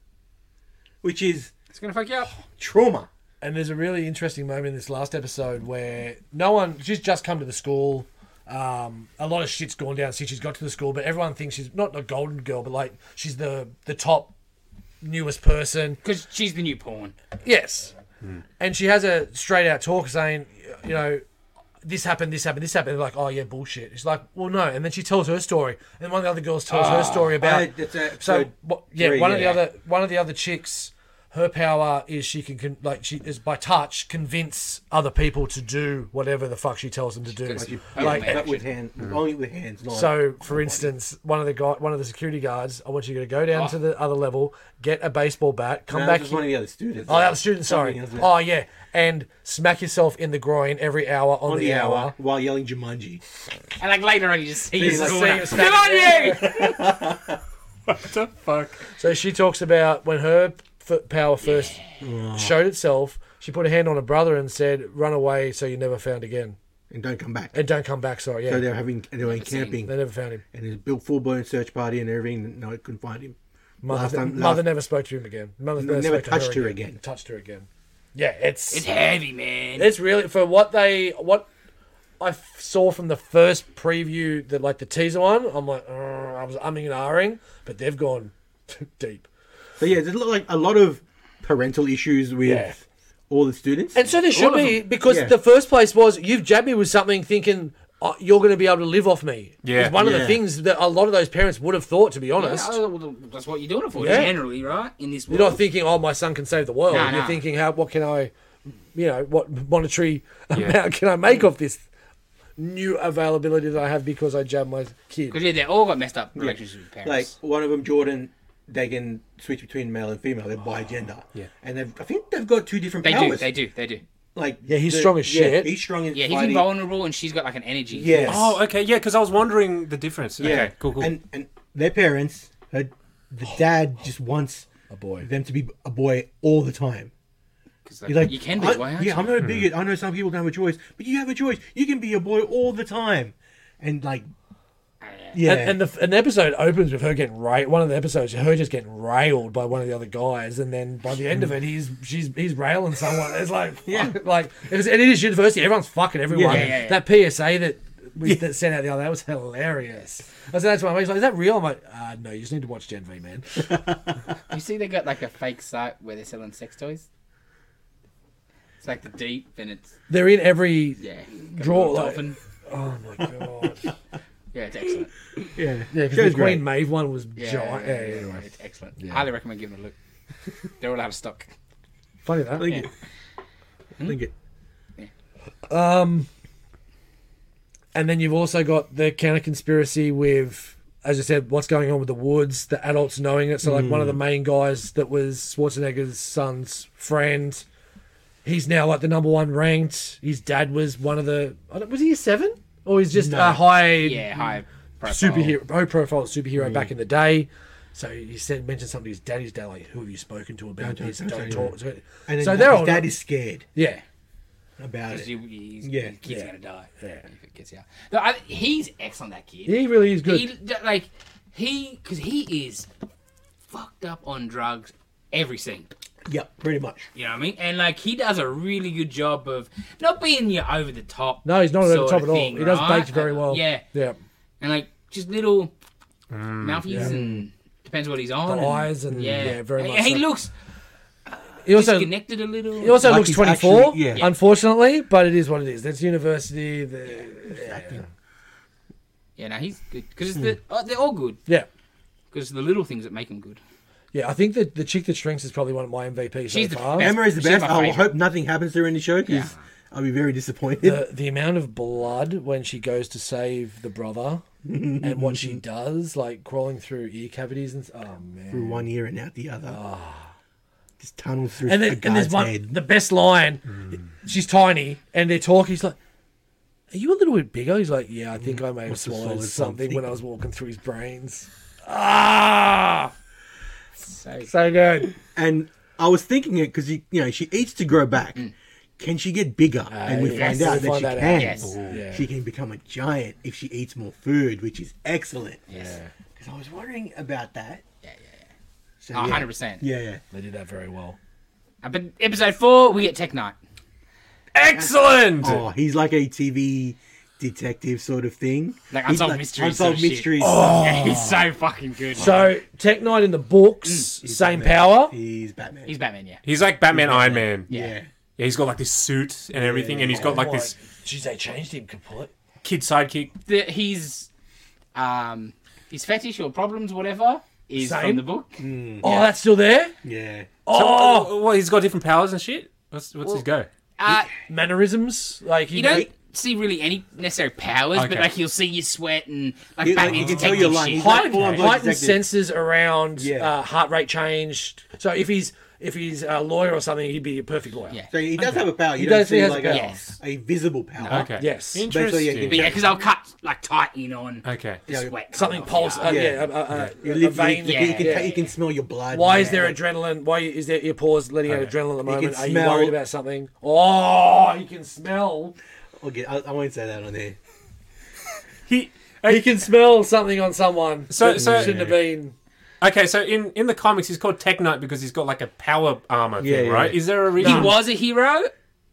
Speaker 5: which is
Speaker 2: It's gonna fuck you up.
Speaker 5: trauma.
Speaker 4: And there's a really interesting moment in this last episode where no one, she's just come to the school. Um, a lot of shit's gone down since she's got to the school, but everyone thinks she's not a golden girl, but like she's the the top newest person.
Speaker 2: Because she's the new pawn.
Speaker 4: Yes. And she has a straight out talk saying, you know, this happened, this happened, this happened. They're like, oh yeah, bullshit. She's like, well, no. And then she tells her story, and one of the other girls tells her story about.
Speaker 5: Uh, that's, uh,
Speaker 4: so
Speaker 5: so-
Speaker 4: what, yeah,
Speaker 5: three,
Speaker 4: one of the
Speaker 5: yeah.
Speaker 4: other one of the other chicks, her power is she can con- like she is by touch convince other people to do whatever the fuck she tells them to do.
Speaker 2: She-
Speaker 4: Like,
Speaker 5: but with hand, only with hands. Not
Speaker 4: so, for instance, one of the guy, one of the security guards, I want you to go down to the other level, get a baseball bat, come
Speaker 5: No,
Speaker 4: back.
Speaker 5: this was Ah. one of the other students.
Speaker 4: Oh, that was student. Sorry.
Speaker 5: Something, isn't it?
Speaker 4: Oh, yeah. And smack yourself in the groin every hour on,
Speaker 5: on
Speaker 4: the,
Speaker 5: the
Speaker 4: hour.
Speaker 5: hour while yelling Jumanji.
Speaker 2: And like later on, you just see
Speaker 4: He's
Speaker 2: her
Speaker 4: the
Speaker 2: corner.
Speaker 4: same as that-
Speaker 2: Jumanji!
Speaker 1: The fuck.
Speaker 4: So she talks about when her f- power first showed itself. She put a hand on her brother and said, "Run away, so you never found again,
Speaker 5: And don't come back.
Speaker 4: and don't come back." Sorry, yeah,
Speaker 5: so
Speaker 4: they
Speaker 5: they're having they were in
Speaker 2: seen.
Speaker 5: camping
Speaker 4: never found him.
Speaker 5: and there's a big full blown search party and everything. No, I couldn't find him.
Speaker 4: Mother,
Speaker 5: Last time-
Speaker 4: mother
Speaker 5: last-
Speaker 4: never spoke to him again. Mother
Speaker 5: Never
Speaker 4: spoke to
Speaker 5: touched her again.
Speaker 4: Touched her again. Yeah, it's
Speaker 2: It's
Speaker 4: it's,
Speaker 2: heavy, man.
Speaker 4: really for what they what I f- saw from the first preview that like the teaser one. I'm like, "Ugh," I was umming and ahhing, but they've gone deep.
Speaker 5: So yeah, there's a lot- like a lot of parental issues with
Speaker 4: Yeah.
Speaker 5: all the students.
Speaker 4: And so there should be because
Speaker 5: Yeah.
Speaker 4: the first place was you've jabbed me with something thinking oh, you're going to be able to live off me.
Speaker 1: Yeah.
Speaker 4: It's one of the
Speaker 5: Yeah.
Speaker 4: things that a lot of those parents would have thought, to be honest.
Speaker 2: Yeah, oh, well, that's what you're doing it for,
Speaker 4: Yeah.
Speaker 2: generally, right? In this world.
Speaker 4: You're not thinking, oh, my son can save the world.
Speaker 2: No,
Speaker 4: You're
Speaker 2: no.
Speaker 4: thinking, how what can I, you know, what monetary amount can I make of this new availability that I have because I jabbed my
Speaker 2: Because
Speaker 4: kid?
Speaker 2: yeah, they all got messed up relationships with
Speaker 5: like
Speaker 2: parents.
Speaker 5: one of them, Jordan. They can switch between male and female. They're bi gender. Yeah. And they've, I think they've got two different
Speaker 2: they
Speaker 5: powers.
Speaker 2: do, they do, they do.
Speaker 5: Like
Speaker 4: Yeah, he's strong as shit.
Speaker 5: He's strong as
Speaker 2: Yeah, he's
Speaker 5: fighting.
Speaker 2: invulnerable, and she's got like an energy.
Speaker 5: Yes.
Speaker 1: Oh, okay, yeah, because I was wondering the difference. Yeah, okay, cool, cool.
Speaker 5: And and their parents, her,
Speaker 2: Oh.
Speaker 5: the dad just wants a
Speaker 4: Oh, boy.
Speaker 5: them to be a boy all the time.
Speaker 2: 'Cause,
Speaker 5: He's
Speaker 2: Like,
Speaker 5: like,
Speaker 2: you can be,
Speaker 5: I,
Speaker 2: why aren't
Speaker 5: yeah,
Speaker 2: you? Hmm.
Speaker 5: I'm not a bigot. I know some people don't have a choice, but you have a choice. You can be a boy all the time, and like,
Speaker 2: Ah,
Speaker 5: yeah,
Speaker 4: And, and the an episode opens with her getting ra- one of the episodes, her just getting railed by one of the other guys, and then by the end of it, he's she's he's railing someone. It's like yeah, like it is, and it is university. Everyone's fucking everyone.
Speaker 5: Yeah,
Speaker 2: yeah, yeah.
Speaker 4: That PSA that we that sent out the other day was hilarious. I said that's my mate's like, is that real? I'm like, uh, no, you just need to watch Gen V, man.
Speaker 2: You see, they got like a fake site where they're selling sex toys. It's like the deep, and it's
Speaker 4: They're in every.
Speaker 2: yeah, a
Speaker 4: Draw, like-
Speaker 2: dolphin.
Speaker 4: Oh my god. yeah,
Speaker 2: Yeah, it's excellent.
Speaker 5: yeah,
Speaker 4: because the
Speaker 5: great.
Speaker 4: Queen Maeve one was
Speaker 2: Yeah,
Speaker 4: giant. Yeah, yeah, yeah.
Speaker 2: it's excellent. Highly recommend giving it a look. They're all out of stock.
Speaker 4: Funny that.
Speaker 5: Link it.
Speaker 2: Hmm?
Speaker 5: Link it.
Speaker 4: And then you've also got the counter conspiracy with, as I said, what's going on with the woods, the adults knowing it. So, like, one of the main guys that was Schwarzenegger's son's friend, he's now like the number one ranked. His dad was one of the, I don't, was he a seven? Or he's just a high
Speaker 2: Yeah, high profile.
Speaker 4: superhero, low profile superhero back in the day. So he said, mentioned something to his daddy's dad, like, who have you spoken to about
Speaker 5: don't-
Speaker 4: this?
Speaker 5: don't
Speaker 4: Don't
Speaker 5: say
Speaker 4: talk. to it."
Speaker 5: And then
Speaker 4: So they're all,
Speaker 5: dad is scared
Speaker 4: yeah.
Speaker 5: about
Speaker 2: Because
Speaker 5: it.
Speaker 2: you, he's,
Speaker 5: Yeah,
Speaker 2: yeah, kid's
Speaker 4: yeah.
Speaker 2: gonna die.
Speaker 4: Yeah.
Speaker 2: if it gets out. No, I, he's excellent. That kid.
Speaker 4: He really is good.
Speaker 2: He, d- like he, because he is fucked up on drugs. Every scene.
Speaker 5: Yeah, pretty much.
Speaker 2: You know what I mean? And like he does a really good job of not being your over the top.
Speaker 4: No, he's not over
Speaker 2: sort
Speaker 4: the
Speaker 2: of
Speaker 4: top at all.
Speaker 2: thing,
Speaker 4: he does
Speaker 2: right?
Speaker 4: bait you very well.
Speaker 2: Yeah,
Speaker 4: Yeah.
Speaker 2: and like just little mouthies and depends what he's on.
Speaker 4: The
Speaker 2: and-
Speaker 4: eyes and- yeah, very
Speaker 2: And
Speaker 4: much
Speaker 2: He
Speaker 4: so.
Speaker 2: looks
Speaker 4: He also
Speaker 2: disconnected a little.
Speaker 4: He also
Speaker 5: Like
Speaker 4: looks
Speaker 5: he's
Speaker 4: 24,
Speaker 5: actually- yeah.
Speaker 4: unfortunately, but it is what it is. That's university. The,
Speaker 2: yeah, no, he's good because the, uh, they're all good
Speaker 4: yeah.
Speaker 2: because the little things that make him good.
Speaker 4: Yeah, I think that the chick that shrinks is probably one of my MVPs
Speaker 2: She's the
Speaker 4: so far.
Speaker 5: Emma is the
Speaker 2: She's
Speaker 5: best.
Speaker 2: my
Speaker 5: I
Speaker 2: favourite.
Speaker 5: hope nothing happens to her in the show because I'll be very disappointed.
Speaker 4: the, the amount of blood when she goes to save the brother and what she does, like crawling through ear cavities and s- oh man.
Speaker 5: through one ear and out the other.
Speaker 2: Ah.
Speaker 5: Just tunnels through
Speaker 4: And,
Speaker 5: a
Speaker 4: then, and
Speaker 5: guard's
Speaker 4: there's one
Speaker 5: head. Mm.
Speaker 4: the best line. She's tiny and they're talking. She's like, "Are you a little bit bigger?" He's like, "Yeah, I think
Speaker 5: Mm.
Speaker 4: I may have
Speaker 5: have
Speaker 4: swallowed
Speaker 5: swallowed
Speaker 4: something
Speaker 5: something."
Speaker 4: when I was walking through his brains." Ah,
Speaker 2: So,
Speaker 4: so good.
Speaker 5: And I was thinking it because you know she eats to grow back.
Speaker 2: Mm.
Speaker 5: Can she get bigger?
Speaker 2: Uh,
Speaker 5: and we
Speaker 4: yes,
Speaker 5: find out that
Speaker 4: we find
Speaker 5: she
Speaker 4: that out.
Speaker 5: can.
Speaker 2: Yes. Ooh.
Speaker 4: Yeah.
Speaker 5: She can become a giant if she eats more food, which is excellent.
Speaker 2: yes.
Speaker 5: Because I was wondering about that.
Speaker 2: Yeah, yeah,
Speaker 5: So,
Speaker 2: Oh,
Speaker 5: yeah.
Speaker 2: 100%.
Speaker 5: Yeah, yeah.
Speaker 4: They did that very well.
Speaker 2: Uh, But episode four, we get Tech Knight.
Speaker 1: Excellent.
Speaker 5: Oh, he's like a TV detective sort of thing.
Speaker 2: Like,
Speaker 5: He's
Speaker 2: unsolved mysteries sort
Speaker 5: Unsolved
Speaker 2: of shit.
Speaker 5: mysteries.
Speaker 4: Oh,
Speaker 2: Yeah, he's so fucking good.
Speaker 4: So Tech Knight in the books,
Speaker 5: Mm.
Speaker 4: same power.
Speaker 5: He's Batman.
Speaker 2: he's Batman, yeah.
Speaker 1: He's like Batman, Iron Man.
Speaker 2: Yeah.
Speaker 5: yeah.
Speaker 1: Yeah, he's got like this suit and everything, and he's got like this
Speaker 4: Jeez, they changed him complete.
Speaker 1: kid sidekick.
Speaker 2: The, his, um, his fetish or problems, whatever, is
Speaker 4: Same.
Speaker 2: from the book.
Speaker 4: Oh, that's still there.
Speaker 5: Yeah.
Speaker 1: Oh,
Speaker 5: uh,
Speaker 1: well, he's got different powers and shit. What's, what's his go?
Speaker 2: Uh,
Speaker 4: Mannerisms, like he
Speaker 2: you don't see really any necessary powers, but
Speaker 1: Okay.
Speaker 2: like he'll see you sweat and like
Speaker 5: He- like,
Speaker 2: Batman
Speaker 5: he can
Speaker 2: detective
Speaker 5: tell you're lying.
Speaker 2: shit.
Speaker 5: He's
Speaker 4: heightened,
Speaker 5: full-on blood
Speaker 4: heightened
Speaker 5: detective.
Speaker 4: senses around
Speaker 5: Yeah.
Speaker 4: uh, heart rate changed. So if he's if he's a lawyer or something, he'd be a perfect lawyer.
Speaker 2: Yeah.
Speaker 5: So he does have a power. You
Speaker 4: He
Speaker 5: don't
Speaker 4: does- he
Speaker 5: see
Speaker 4: has a
Speaker 5: like
Speaker 4: power.
Speaker 5: a,
Speaker 2: Yes.
Speaker 5: a visible power.
Speaker 1: Okay.
Speaker 4: Yes.
Speaker 5: Basically, yeah,
Speaker 1: Interesting.
Speaker 2: But yeah, because they'll cut like tight in on
Speaker 1: Okay.
Speaker 5: Yeah,
Speaker 2: sweat.
Speaker 4: Something
Speaker 2: coming
Speaker 4: pulse.
Speaker 2: off
Speaker 4: Uh,
Speaker 2: the-
Speaker 4: yeah. uh, uh,
Speaker 5: You,
Speaker 4: a
Speaker 5: live,
Speaker 4: vein.
Speaker 5: you,
Speaker 2: yeah,
Speaker 5: you, can,
Speaker 2: yeah.
Speaker 5: ta- you can smell your blood.
Speaker 4: Why is
Speaker 5: Yeah.
Speaker 4: there adrenaline? Why is there your pores letting out
Speaker 1: Okay.
Speaker 4: adrenaline at the
Speaker 5: can
Speaker 4: moment? Are you
Speaker 5: smell-
Speaker 4: worried about something? Oh, you can smell.
Speaker 5: Okay, I, I won't say that on there.
Speaker 1: He.
Speaker 4: You can smell something on someone.
Speaker 1: So-
Speaker 4: that
Speaker 1: so-
Speaker 4: shouldn't have been.
Speaker 1: Okay, so in, in the comics, he's called Tech Knight because he's got like a power armor
Speaker 5: Yeah,
Speaker 1: thing,
Speaker 5: yeah,
Speaker 1: right?
Speaker 5: yeah.
Speaker 1: Is there a reason?
Speaker 2: He was a hero,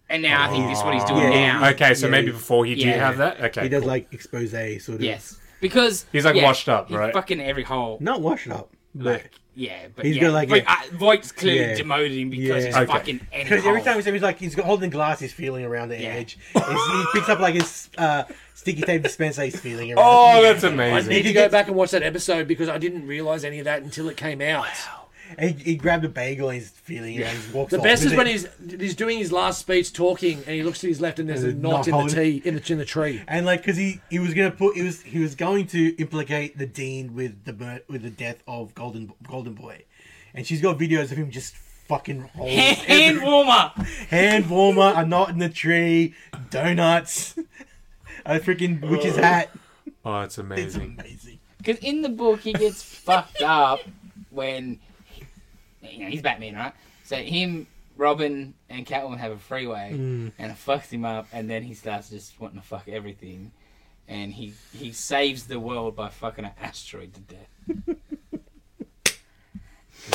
Speaker 2: and now I think this is what he's doing
Speaker 5: Yeah.
Speaker 2: now.
Speaker 1: Okay, so
Speaker 5: Yeah,
Speaker 1: maybe
Speaker 5: he-
Speaker 1: before he
Speaker 2: yeah.
Speaker 1: did have that. Okay.
Speaker 5: He does
Speaker 1: cool.
Speaker 5: like expose sort of.
Speaker 2: Yes, because
Speaker 1: He's, like,
Speaker 2: yeah,
Speaker 1: washed up,
Speaker 2: he's
Speaker 1: right?
Speaker 2: Fucking every hole.
Speaker 5: Not wash it up. But
Speaker 2: Like, yeah, but
Speaker 5: He's
Speaker 2: yeah,
Speaker 5: got, like,
Speaker 2: Voight,
Speaker 5: a-
Speaker 2: uh, Voight's clearly
Speaker 5: Yeah.
Speaker 2: demoted him because
Speaker 5: Yeah.
Speaker 2: he's
Speaker 1: Okay.
Speaker 2: fucking any
Speaker 5: because every time
Speaker 2: hole.
Speaker 5: he's, he's like he's got holding glass, he's feeling around the
Speaker 2: Yeah.
Speaker 5: edge. He's- he picks up like his uh, sticky tape dispenser, he's feeling around.
Speaker 1: Oh, that's
Speaker 4: I
Speaker 1: amazing.
Speaker 4: need to go back and watch that episode because I didn't realize any of that until it came out.
Speaker 5: And he, he grabbed a bagel and he's feeling it. And he walks
Speaker 4: The
Speaker 5: off
Speaker 4: best
Speaker 5: with
Speaker 4: is when
Speaker 5: it.
Speaker 4: he's he's doing his last speech, talking, and he looks to his left, and there's a
Speaker 5: There's a
Speaker 4: knot
Speaker 5: knot
Speaker 4: in the
Speaker 5: holding-
Speaker 4: tea in the in the tree.
Speaker 5: and like because he, he was gonna put he was he was going to implicate the dean with the mur- with the death of Golden Golden Boy, and she's got videos of him just fucking holding
Speaker 2: Hand- Hand warmer.
Speaker 5: hand warmer, a knot in the tree, donuts, a freaking witch's hat.
Speaker 1: Oh, it's
Speaker 5: It's
Speaker 1: amazing.
Speaker 5: amazing.
Speaker 2: Because in the book, he gets fucked up when you know he's Batman, right? So him, Robin, and Catwoman have a freeway, and it fucks him up, and then he starts just wanting to fuck everything, and he he saves the world by fucking an asteroid to death. He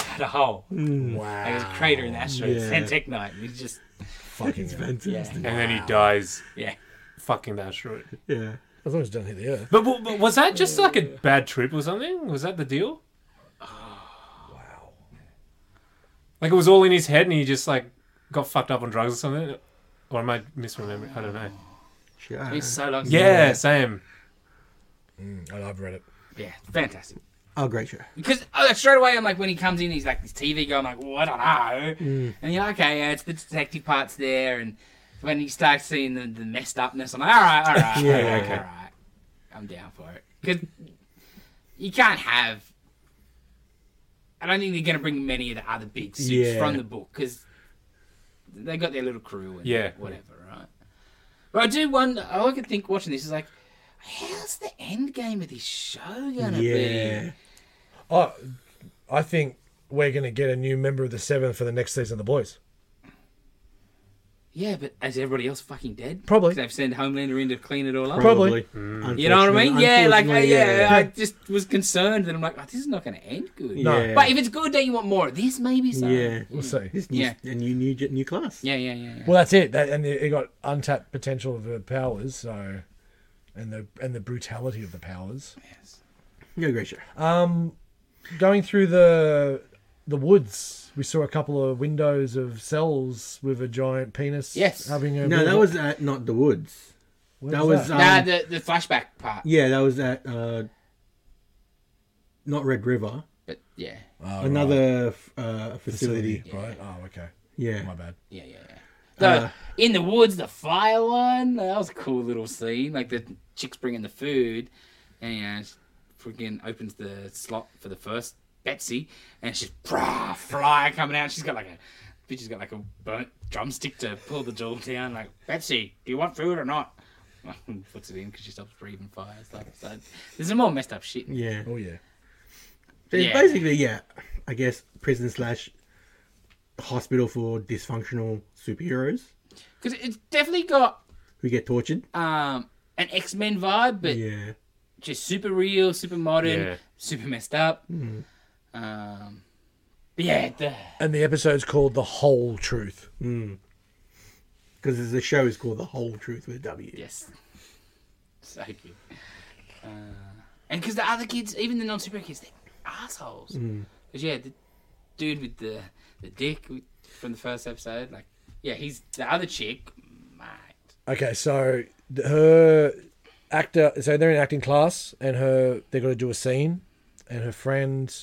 Speaker 2: had a hole, like there's a crater in the asteroid,
Speaker 5: Yeah.
Speaker 2: and Tech Knight, and he's just
Speaker 5: Fucking fantastic.
Speaker 1: And then he dies
Speaker 2: yeah.
Speaker 1: fucking that short.
Speaker 5: Yeah.
Speaker 4: As long as it doesn't hit the earth.
Speaker 1: But, but, but was that just like a bad trip or something? Was that the deal? Wow.
Speaker 5: Oh.
Speaker 1: Like it was all in his head and he just like got fucked up on drugs or something? Or am I misremembering? I don't know.
Speaker 2: It's so long. since-
Speaker 1: Yeah, same.
Speaker 4: I've read it.
Speaker 2: yeah, fantastic.
Speaker 5: Oh, great show.
Speaker 2: Because uh, straight away, I'm like, when he comes in, he's like this TV guy. I'm like, well, I don't know.
Speaker 5: Mm.
Speaker 2: And you're like, okay, yeah, it's the detective parts there. And when he starts seeing the, the messed upness, I'm like, all right, all right, all right, all right. I'm down for it. Because you can't have. I don't think they're going to bring many of the other big suits
Speaker 5: Yeah.
Speaker 2: from the book because they got their little crew and
Speaker 1: Yeah.
Speaker 2: whatever, right? But I do wonder. All I can think watching this is like, how's the end game of this show going to be?
Speaker 5: Yeah.
Speaker 4: Oh, I think we're going to get a new member of the Seven for the next season of The Boys.
Speaker 2: Yeah, but is everybody else fucking dead?
Speaker 4: Probably.
Speaker 2: 'Cause They've sent Homelander in to clean it all up.
Speaker 4: Probably.
Speaker 2: You know what I mean? Yeah, like yeah,
Speaker 5: Unfortunately,
Speaker 2: I just was concerned that I'm like, oh, this is not going to end good.
Speaker 5: No. Yeah.
Speaker 2: But if it's good, then you want more of this, maybe so.
Speaker 5: Yeah.
Speaker 4: We'll see.
Speaker 5: This new,
Speaker 2: Yeah.
Speaker 5: a new, new, new class.
Speaker 2: yeah, yeah, yeah. yeah.
Speaker 4: Well, that's it. That, and they they got untapped potential of the powers. So, and the and the brutality of the powers.
Speaker 5: No great show.
Speaker 4: Um, Going through the the woods, we saw a couple of windows of cells with a giant penis.
Speaker 2: Yes.
Speaker 4: Having a
Speaker 5: no, that was at not the woods.
Speaker 4: What
Speaker 5: That
Speaker 4: was
Speaker 5: was um,
Speaker 4: that?
Speaker 2: nah, the the flashback part.
Speaker 5: yeah, that was at uh, not Red River.
Speaker 2: But yeah,
Speaker 4: Oh,
Speaker 5: Another f- uh,
Speaker 4: facility,
Speaker 5: facility.
Speaker 4: right? Oh, okay. My
Speaker 5: Yeah.
Speaker 4: bad.
Speaker 2: yeah, yeah, yeah. The,
Speaker 5: Uh,
Speaker 2: in the woods, the fire one. That was a cool little scene. Like the chicks bringing the food, and you know, she freaking opens the slot for the first Betsy, and she's brah fly coming out. She's got like a bitch. has got like a burnt drumstick to pull the door down. Like Betsy, do you want food or not? Puts it in because she stops breathing fire and stuff. So there's some more messed up shit.
Speaker 5: Yeah.
Speaker 4: Oh yeah.
Speaker 5: So it's
Speaker 2: Yeah.
Speaker 5: basically, yeah, I guess prison slash hospital for dysfunctional superheroes
Speaker 2: Because it's definitely got
Speaker 5: who get tortured.
Speaker 2: um, an X Men vibe, but
Speaker 5: Yeah.
Speaker 2: just super real, super modern,
Speaker 1: Yeah.
Speaker 2: super messed up. Um, but yeah, the,
Speaker 4: And the episode's called "The Whole Truth."
Speaker 5: Because the show is called The Whole Truth with W.
Speaker 2: yes, so good. Uh, and because the other kids, even the non super kids, they're assholes. Because yeah, the dude with the the dick with- from the first episode, like yeah, he's the other chick, mate.
Speaker 4: Okay, so th- her actor. So they're in acting class, and her they're going to do a scene, and her friend,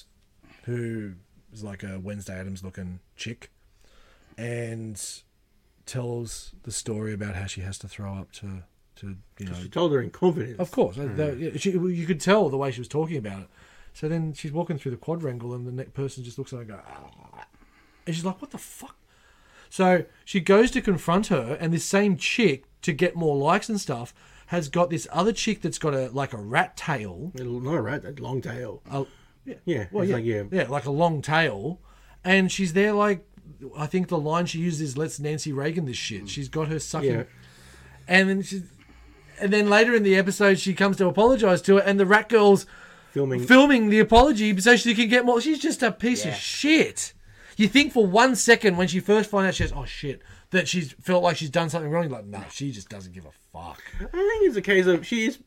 Speaker 4: who is like a Wednesday Adams looking chick, and tells the story about how she has to throw up to to you know
Speaker 5: She told her in confidence.
Speaker 4: Of course, uh,
Speaker 5: Hmm.
Speaker 4: the- yeah, she, well, you could tell the way she was talking about it. So then she's walking through the quadrangle, and the next person just looks at her and go, "Ah." and she's like, "What the fuck?" So she goes to confront her, and this same chick to get more likes and stuff has got this other chick that's got a like a rat tail.
Speaker 5: Not right, that long tail.
Speaker 4: a-
Speaker 5: Yeah.
Speaker 4: well,
Speaker 5: it's
Speaker 4: yeah,
Speaker 5: like, yeah.
Speaker 4: yeah, like a long tail, and she's there like, I think the line she uses is "Let's Nancy Reagan this shit." She's got her sucking,
Speaker 5: Hmm. Yeah.
Speaker 4: and then she's, and then later in the episode she comes to apologize to her, and the rat girl's
Speaker 5: Filming.
Speaker 4: filming the apology so she can get more. She's just a piece
Speaker 2: Yeah.
Speaker 4: of shit. You think for one second when she first finds out she goes, oh shit, that she's felt like she's done something wrong. You're like, no, she just doesn't give a fuck.
Speaker 5: I think it's a case of she is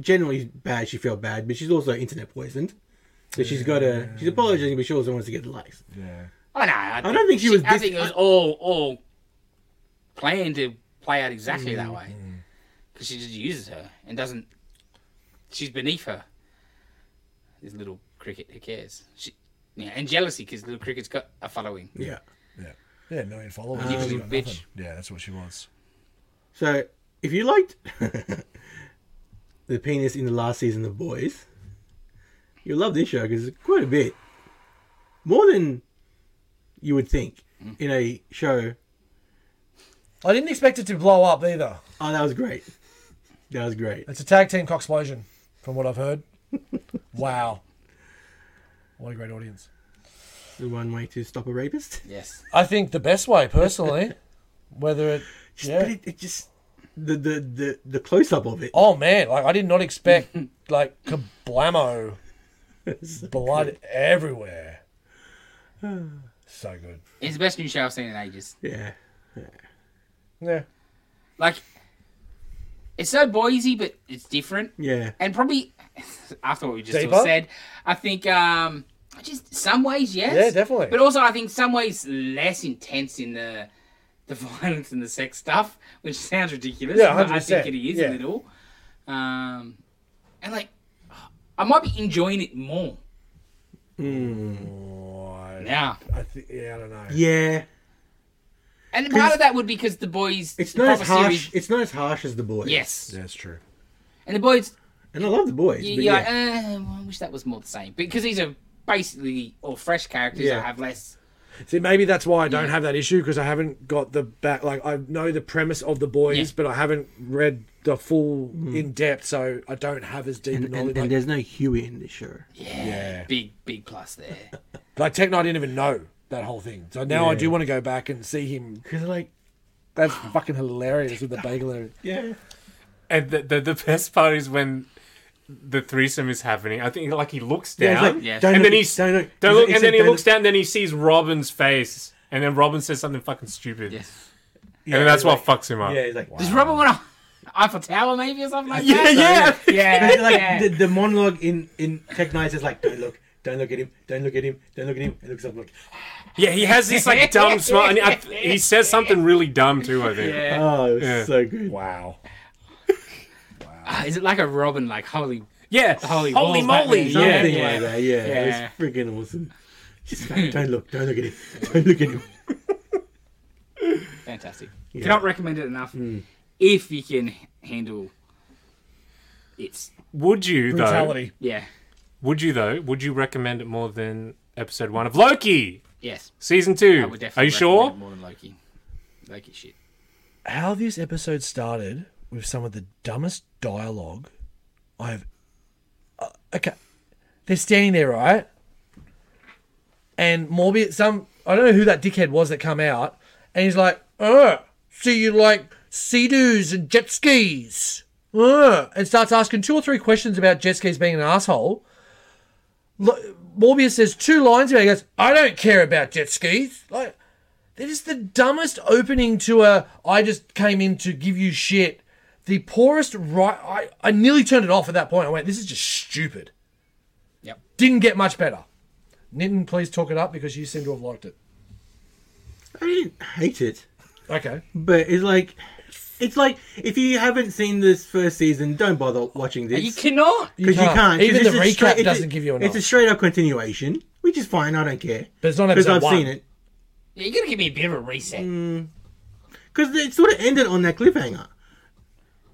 Speaker 5: generally bad. She felt bad, but she's also internet poisoned. So she's got a she's apologizing, but she also wants to get the likes.
Speaker 4: Yeah.
Speaker 2: Oh no, I,
Speaker 5: don't think she was
Speaker 2: I
Speaker 5: dis-
Speaker 2: think it was all all planned to play out exactly
Speaker 5: Mm-hmm.
Speaker 2: that way, because she just uses her and doesn't. She's beneath her. This little cricket, who cares? She, yeah, and jealousy because little cricket's got a following.
Speaker 5: Yeah.
Speaker 4: Yeah. Yeah, a million followers.
Speaker 2: You
Speaker 4: She's
Speaker 2: little
Speaker 4: got
Speaker 2: bitch.
Speaker 4: nothing. Yeah, that's what she wants.
Speaker 5: So if you liked the penis in the last season of Boys, you'll love this show because it's quite a bit more than you would think in a show.
Speaker 4: I didn't expect it to blow up either.
Speaker 5: Oh, that was great. That was great.
Speaker 4: It's a tag team coxplosion, from what I've heard. wow. What a great audience.
Speaker 5: The one way to stop a rapist.
Speaker 2: Yes,
Speaker 4: I think the best way, personally, whether it.
Speaker 5: Just- But it, it just the the the, the close up of it.
Speaker 4: Oh man, like I did not expect like kablamo blood everywhere. So good.
Speaker 2: it's the best new show I've seen in ages.
Speaker 5: Yeah.
Speaker 4: Yeah.
Speaker 2: Like, it's so Boise, but it's different.
Speaker 5: Yeah.
Speaker 2: and probably after what we just all
Speaker 4: Deeper?
Speaker 2: said, I think um, just some ways yes,
Speaker 4: Yeah, definitely.
Speaker 2: but also I think some ways less intense in the the violence and the sex stuff, which sounds ridiculous.
Speaker 4: Yeah,
Speaker 2: but I
Speaker 4: 100%,
Speaker 2: think it is a
Speaker 4: yeah.
Speaker 2: little, um, and like I might be enjoying it more now.
Speaker 4: I think yeah, I don't know.
Speaker 5: Yeah.
Speaker 2: And part of that would be because the boys,
Speaker 5: It's
Speaker 2: the
Speaker 5: not as
Speaker 2: proper
Speaker 5: harsh.
Speaker 2: series-
Speaker 5: It's not as harsh as the boys.
Speaker 2: yes,
Speaker 4: That's true.
Speaker 2: and the boys,
Speaker 5: And I love the boys.
Speaker 2: you-
Speaker 5: but
Speaker 2: you're
Speaker 5: yeah.
Speaker 2: like, uh, well, I wish that was more the same because these are basically all fresh characters
Speaker 5: Yeah.
Speaker 2: that have less
Speaker 4: See, maybe that's why I don't have that issue because I haven't got the back. Like I know the premise of the boys,
Speaker 2: Yeah.
Speaker 4: but I haven't read the full in depth, so I don't have as deep a
Speaker 5: and,
Speaker 4: knowledge.
Speaker 5: and, and
Speaker 4: like,
Speaker 5: there's no Huey in this show.
Speaker 2: Yeah.
Speaker 4: Yeah.
Speaker 2: Big, big plus there.
Speaker 4: like Tech Knight, I didn't even know that whole thing. So now I do want to go back and see him.
Speaker 5: Because like,
Speaker 4: That's fucking hilarious with the bagel. and everything.
Speaker 5: yeah,
Speaker 1: And the, the the best part is when the threesome is happening. I think like he looks
Speaker 5: yeah,
Speaker 1: down,
Speaker 5: it's like,
Speaker 2: Yeah.
Speaker 5: don't
Speaker 1: and
Speaker 5: look-
Speaker 1: then he's
Speaker 5: don't look,
Speaker 1: don't
Speaker 5: it's-
Speaker 1: look,
Speaker 5: it's
Speaker 1: and
Speaker 5: a
Speaker 1: then he
Speaker 5: don't
Speaker 1: looks
Speaker 5: look-
Speaker 1: down, then he sees Robin's face, and then Robin says something fucking stupid,
Speaker 2: Yes.
Speaker 1: and then that's what fucks him up.
Speaker 5: Yeah, he's like,
Speaker 2: Does Robert want to Eiffel Tower maybe or something like
Speaker 1: Yeah,
Speaker 2: that?
Speaker 1: yeah.
Speaker 2: Yeah.
Speaker 5: And, like
Speaker 2: yeah.
Speaker 5: the, the monologue in in Tech Knights is like, don't look, don't look at him, don't look at him, don't look at him. It looks up like,
Speaker 1: Yeah, he has this like dumb smile, and I, he says something really dumb too. I think.
Speaker 2: Yeah.
Speaker 5: oh, it was
Speaker 1: Yeah.
Speaker 5: so good.
Speaker 4: Wow.
Speaker 2: Uh, Ah, is it like a Robin? Like, holy
Speaker 1: Yeah.
Speaker 10: Holy
Speaker 1: Holy
Speaker 10: balls,
Speaker 1: moly.
Speaker 10: Batman.
Speaker 1: Yeah.
Speaker 5: Something
Speaker 1: yeah.
Speaker 5: like that, yeah.
Speaker 1: Yeah.
Speaker 5: It's freaking awesome. Just like, don't look, don't look at him. Don't look at him.
Speaker 2: Fantastic.
Speaker 5: Yeah.
Speaker 2: Cannot recommend it enough. If you can handle it's
Speaker 1: Would you though?
Speaker 11: Brutality.
Speaker 2: yeah.
Speaker 1: Would you though? Would you recommend it more than episode one of Loki
Speaker 2: Yes.
Speaker 1: season two?
Speaker 2: I would definitely
Speaker 1: Are you
Speaker 2: recommend
Speaker 1: sure?
Speaker 2: it More than Loki. Loki shit.
Speaker 4: How this episode started with some of the dumbest dialogue I've. Uh, okay, they're standing there, right? And Morbius, some I don't know who that dickhead was that come out, and he's like, "Uh, so you like sea doos and jet skis?" Uh, and starts asking two or three questions about jet skis being an asshole. Lo- Morbius says two lines about. it. He goes, "I don't care about jet skis." Like, it is the dumbest opening to a I just came in to give you shit. The poorest right I, I nearly turned it off at that point. I went, this is just stupid.
Speaker 2: Yep.
Speaker 4: Didn't get much better. Nitin, please talk it up because you seem to have liked it.
Speaker 5: I didn't hate it,
Speaker 4: Okay.
Speaker 5: but it's like, it's like if you haven't seen this first season, don't bother watching this.
Speaker 2: You cannot.
Speaker 5: Because you
Speaker 4: can't.
Speaker 5: can't. 'cause
Speaker 4: Even
Speaker 5: it's
Speaker 4: the
Speaker 5: a
Speaker 4: recap
Speaker 5: straight- it's
Speaker 4: doesn't
Speaker 5: a-
Speaker 4: give you
Speaker 5: It's
Speaker 4: enough.
Speaker 5: a straight up continuation, which is fine. I don't care
Speaker 4: But it's not
Speaker 5: because
Speaker 4: episode
Speaker 5: I've
Speaker 4: one.
Speaker 5: seen it.
Speaker 2: Yeah, you gotta give me a bit of a reset.
Speaker 5: Because it sort of ended on that cliffhanger.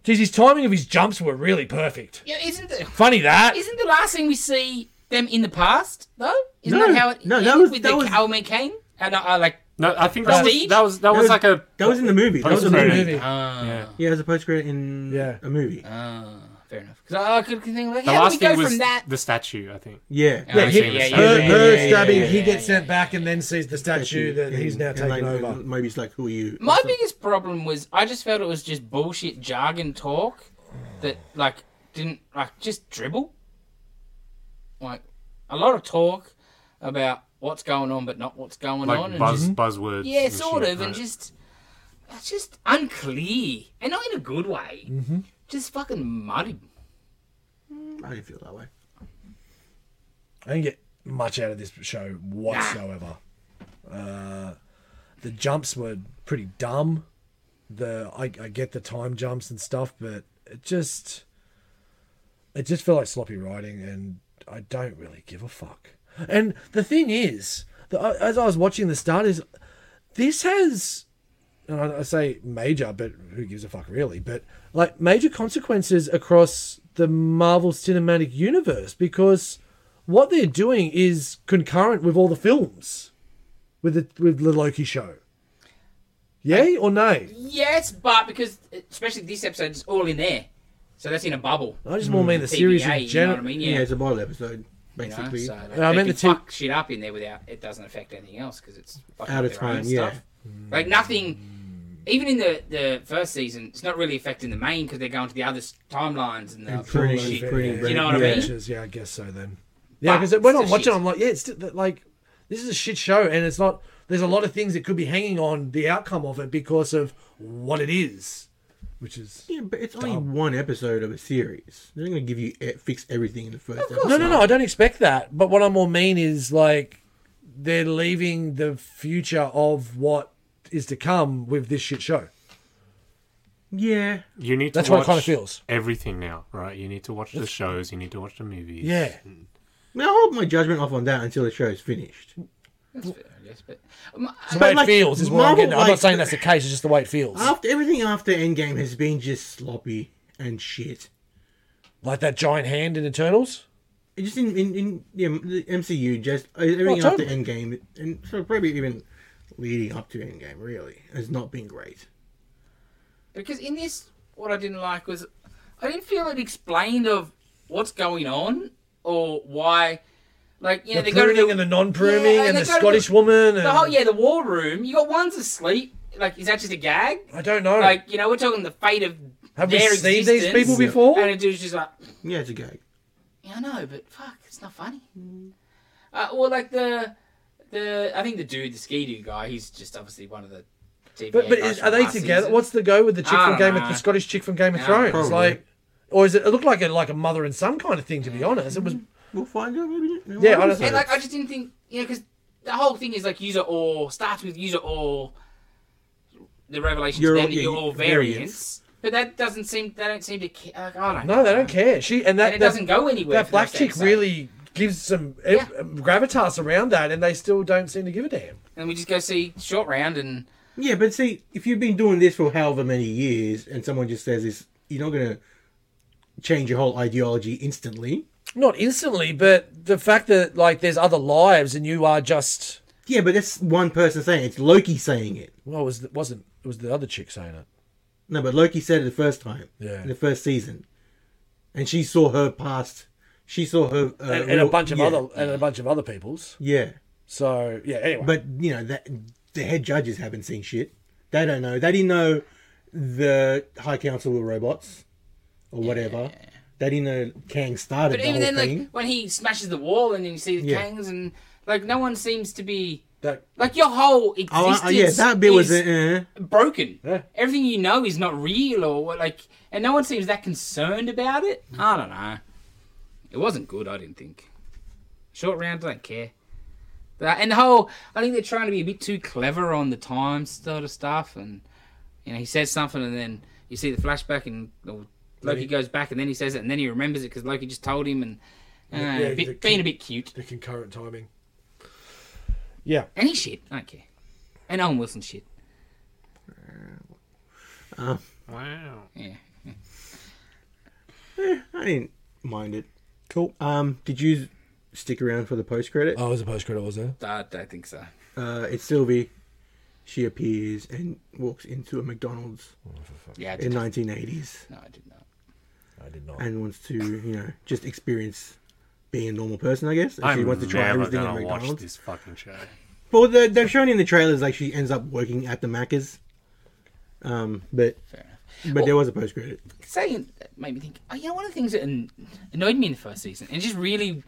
Speaker 4: Geez, his timing of his jumps were really perfect.
Speaker 2: Yeah, isn't the
Speaker 4: Funny that.
Speaker 2: isn't the last thing we see them in the past though? Isn't
Speaker 5: No,
Speaker 2: that how it
Speaker 5: no, that
Speaker 2: ended
Speaker 5: was-
Speaker 2: with
Speaker 5: that
Speaker 2: the
Speaker 5: was-
Speaker 2: Owlman Kane? And I, I Uh, like
Speaker 1: No, I think that was
Speaker 2: Prestige?
Speaker 1: that was that was
Speaker 5: was-
Speaker 1: like a
Speaker 5: That was in the movie. That was a
Speaker 1: Post-credit.
Speaker 5: movie.
Speaker 4: movie.
Speaker 2: ah,
Speaker 5: Yeah, it was a post credit in
Speaker 4: Yeah.
Speaker 5: a movie.
Speaker 2: ah, fair enough. Because I, I could think like,
Speaker 1: the
Speaker 2: how do we
Speaker 1: last
Speaker 2: go
Speaker 1: thing
Speaker 2: from
Speaker 1: was
Speaker 2: that?
Speaker 1: the statue. I think.
Speaker 5: Yeah.
Speaker 2: Yeah,
Speaker 1: he- yeah, yeah,
Speaker 4: her
Speaker 1: yeah,
Speaker 4: her
Speaker 5: yeah,
Speaker 4: stabbing,
Speaker 5: yeah,
Speaker 4: he
Speaker 5: yeah,
Speaker 4: gets sent back and then sees the statue that he's now
Speaker 5: And,
Speaker 4: taken
Speaker 5: like,
Speaker 4: over.
Speaker 5: Moby's like, who are you?
Speaker 2: My
Speaker 5: That's the-
Speaker 2: biggest problem was I just felt it was just bullshit jargon talk that like didn't like just dribble. Like a lot of talk about what's going on but not what's going on
Speaker 1: Like
Speaker 2: and
Speaker 1: buzz
Speaker 2: just
Speaker 1: buzzwords.
Speaker 2: yeah,
Speaker 1: and
Speaker 2: sort
Speaker 1: shit,
Speaker 2: of, and
Speaker 1: right?
Speaker 2: just it's just unclear and not in a good way. Mm-hmm. Just fucking muddy.
Speaker 5: I didn't feel that way.
Speaker 4: I didn't get much out of this show whatsoever. Uh, the jumps were pretty dumb. The I, I get the time jumps and stuff, but it just it just felt like sloppy writing, and I don't really give a fuck. And the thing is, the, uh, as I was watching the start, is this has and I, I say major, but who gives a fuck really? But like major consequences across the Marvel Cinematic Universe because what they're doing is concurrent with all the films, with the with the Loki show. Yay or nay?
Speaker 2: Yes, but because especially this episode is all in there, so that's in a bubble.
Speaker 4: I just more mean the
Speaker 2: TBA,
Speaker 4: series
Speaker 2: you
Speaker 4: in
Speaker 2: know what I
Speaker 4: general.
Speaker 2: mean?
Speaker 5: Yeah,
Speaker 2: Yeah.
Speaker 5: it's a bottle episode,
Speaker 2: you know,
Speaker 5: basically.
Speaker 2: so like,
Speaker 4: I
Speaker 2: they
Speaker 4: meant
Speaker 2: can
Speaker 4: the T-
Speaker 2: fuck shit up in there without it doesn't affect anything else because it's fucking
Speaker 5: Out
Speaker 2: up
Speaker 5: of
Speaker 2: their own
Speaker 5: time, yeah.
Speaker 2: stuff. Like nothing, even in the the first season, it's not really affecting the main because they're going to the other s- timelines and, the
Speaker 5: pretty-
Speaker 2: bullshit.
Speaker 5: shit, pretty
Speaker 4: yeah,
Speaker 5: great.
Speaker 2: You know what I mean?
Speaker 4: adventures, Yeah, I guess so then. Yeah,
Speaker 2: But
Speaker 4: because when
Speaker 2: it's
Speaker 4: I'm
Speaker 2: the
Speaker 4: watching,
Speaker 2: shit.
Speaker 4: I'm like, yeah, it's th- like this is a shit show, and it's not. There's a lot of things that could be hanging on the outcome of it because of what it is, which is
Speaker 5: Yeah, but it's only one episode of a series. They're not going to give you e- fix everything in the first episode.
Speaker 4: No, no, no. I don't expect that. But what I more mean is like they're leaving the future of what is to come with this shit show.
Speaker 5: Yeah,
Speaker 1: You need to
Speaker 4: That's what
Speaker 1: watch
Speaker 4: it kind of feels.
Speaker 1: everything now, right? You need to watch the shows. You need to watch the movies.
Speaker 4: Yeah.
Speaker 5: I mean, I'll hold my judgment off on that until the show is finished.
Speaker 2: That's fair, I guess, but um, I-
Speaker 4: The way
Speaker 5: like,
Speaker 4: it feels is what I'm
Speaker 5: Marvel,
Speaker 4: getting. at. I'm not
Speaker 5: like-
Speaker 4: saying that's the case. It's just the way it feels.
Speaker 5: After everything after Endgame has been just sloppy and shit.
Speaker 4: Like that giant hand in Eternals.
Speaker 5: It Just in in, in yeah, the MCU, just uh, everything
Speaker 4: Oh,
Speaker 5: after
Speaker 4: totally.
Speaker 5: Endgame, and so probably even leading up to Endgame, really has not been great.
Speaker 2: because in this, what I didn't like was I didn't feel it explained of what's going on or why. Like you know,
Speaker 4: the
Speaker 2: they go to
Speaker 4: pruning
Speaker 2: the-
Speaker 4: and the non-pruning
Speaker 2: Yeah,
Speaker 4: and
Speaker 2: they
Speaker 4: the
Speaker 2: go to
Speaker 4: Scottish woman. And
Speaker 2: The whole yeah, the war room. You got one's asleep. Like, is that just a gag?
Speaker 4: I don't know.
Speaker 2: Like, you know, we're talking the fate of
Speaker 4: Have we
Speaker 2: their
Speaker 4: seen
Speaker 2: existence,
Speaker 4: these people before?
Speaker 2: And a dude's just like,
Speaker 5: Yeah, it's a gag.
Speaker 2: yeah, I know, but fuck, it's not funny.
Speaker 4: Mm.
Speaker 2: Uh, or like the the I think the dude, the ski dude guy, he's just obviously one of the. TVA
Speaker 4: but but
Speaker 2: guys
Speaker 4: is,
Speaker 2: from
Speaker 4: are they
Speaker 2: last
Speaker 4: together?
Speaker 2: season.
Speaker 4: What's the go with the chick
Speaker 2: I
Speaker 4: from
Speaker 2: don't
Speaker 4: Game
Speaker 2: know.
Speaker 4: of the Scottish chick from Game of
Speaker 2: Yeah,
Speaker 4: Thrones?
Speaker 5: probably.
Speaker 4: Like, or is it? It looked like a like a mother and son kind of thing. To be honest, it was.
Speaker 2: Mm-hmm.
Speaker 5: We'll find out. Maybe, maybe
Speaker 4: Yeah, I
Speaker 5: we'll find
Speaker 4: don't-
Speaker 2: And
Speaker 5: out.
Speaker 2: like, I just didn't think, you know, because the whole thing is like user or starts with user or the revelations,
Speaker 5: You're
Speaker 2: then
Speaker 5: all- yeah,
Speaker 2: your
Speaker 5: you-
Speaker 2: variants, But that doesn't seem. They don't seem to. Ca- like, I don't
Speaker 4: No, they don't care. She and that
Speaker 2: And it
Speaker 4: that-
Speaker 2: doesn't go anywhere.
Speaker 4: That
Speaker 2: for
Speaker 4: black
Speaker 2: those
Speaker 4: chick
Speaker 2: episodes.
Speaker 4: really gives some eh,
Speaker 2: Yeah.
Speaker 4: gravitas around that, and they still don't seem to give a damn.
Speaker 2: And we just go see short round and
Speaker 5: Yeah, but see, if you've been doing this for however many years, and someone just says this, you're not gonna change your whole ideology instantly.
Speaker 4: Not instantly, but the fact that like there's other lives and you are just
Speaker 5: Yeah, but that's one person saying it. it's Loki saying it.
Speaker 4: well, it was it wasn't it was the other chick saying it?
Speaker 5: No, but Loki said it the first time.
Speaker 4: Yeah.
Speaker 5: In the first season, and she saw her past. She saw her uh,
Speaker 4: and, and a
Speaker 5: real-
Speaker 4: bunch of
Speaker 5: yeah,
Speaker 4: other and a bunch of other people's.
Speaker 5: Yeah,
Speaker 4: So yeah, anyway,
Speaker 5: but you know that the head judges haven't seen shit. They don't know. They didn't know the High Council were robots or whatever. They didn't know Kang started
Speaker 2: But
Speaker 5: the
Speaker 2: even
Speaker 5: whole
Speaker 2: then,
Speaker 5: thing.
Speaker 2: like when he smashes the wall and then you see the
Speaker 5: Yeah.
Speaker 2: Kangs and like no one seems to be
Speaker 4: that
Speaker 2: like your whole
Speaker 5: Oh,
Speaker 2: existence.
Speaker 5: uh, yeah, that bit was
Speaker 2: is
Speaker 5: uh,
Speaker 2: broken.
Speaker 4: Yeah.
Speaker 2: Everything you know is not real or what, like, and no one seems that concerned about it. I don't know. It wasn't good. I didn't think. Short round, I don't care. That, and the whole, I think they're trying to be a bit too clever on the time sort of stuff. And you know, he says something, and then you see the flashback, and or Loki goes back, and then he says it, and then he remembers it because Loki just told him, and uh,
Speaker 4: Yeah,
Speaker 2: a bit-
Speaker 4: the-
Speaker 2: being a bit cute.
Speaker 4: the concurrent timing.
Speaker 2: And he's shit. I don't care. And Owen Wilson shit.
Speaker 8: Wow.
Speaker 2: Yeah.
Speaker 5: I didn't mind it. Cool. Um, did you stick around for the post credit?
Speaker 4: Oh, it was a post credit, was there?
Speaker 2: I don't think so.
Speaker 5: Uh, it's Sylvie. She appears and walks into a McDonald's
Speaker 2: Yeah, I did
Speaker 5: in
Speaker 2: not.
Speaker 5: 1980s
Speaker 2: No, I did not.
Speaker 4: I did not.
Speaker 5: and wants to, you know, just experience being a normal person, I guess. And
Speaker 1: I'm
Speaker 5: she wants to try
Speaker 1: never
Speaker 5: everything at
Speaker 1: gonna watch
Speaker 5: McDonald's.
Speaker 1: this fucking show.
Speaker 5: But the, they've shown in the trailers like she ends up working at the Macca's. Um, but
Speaker 2: Fair enough.
Speaker 5: but there was a post credit.
Speaker 2: saying that made me think. Oh, yeah, one of the things that an- annoyed me in the first season, and just really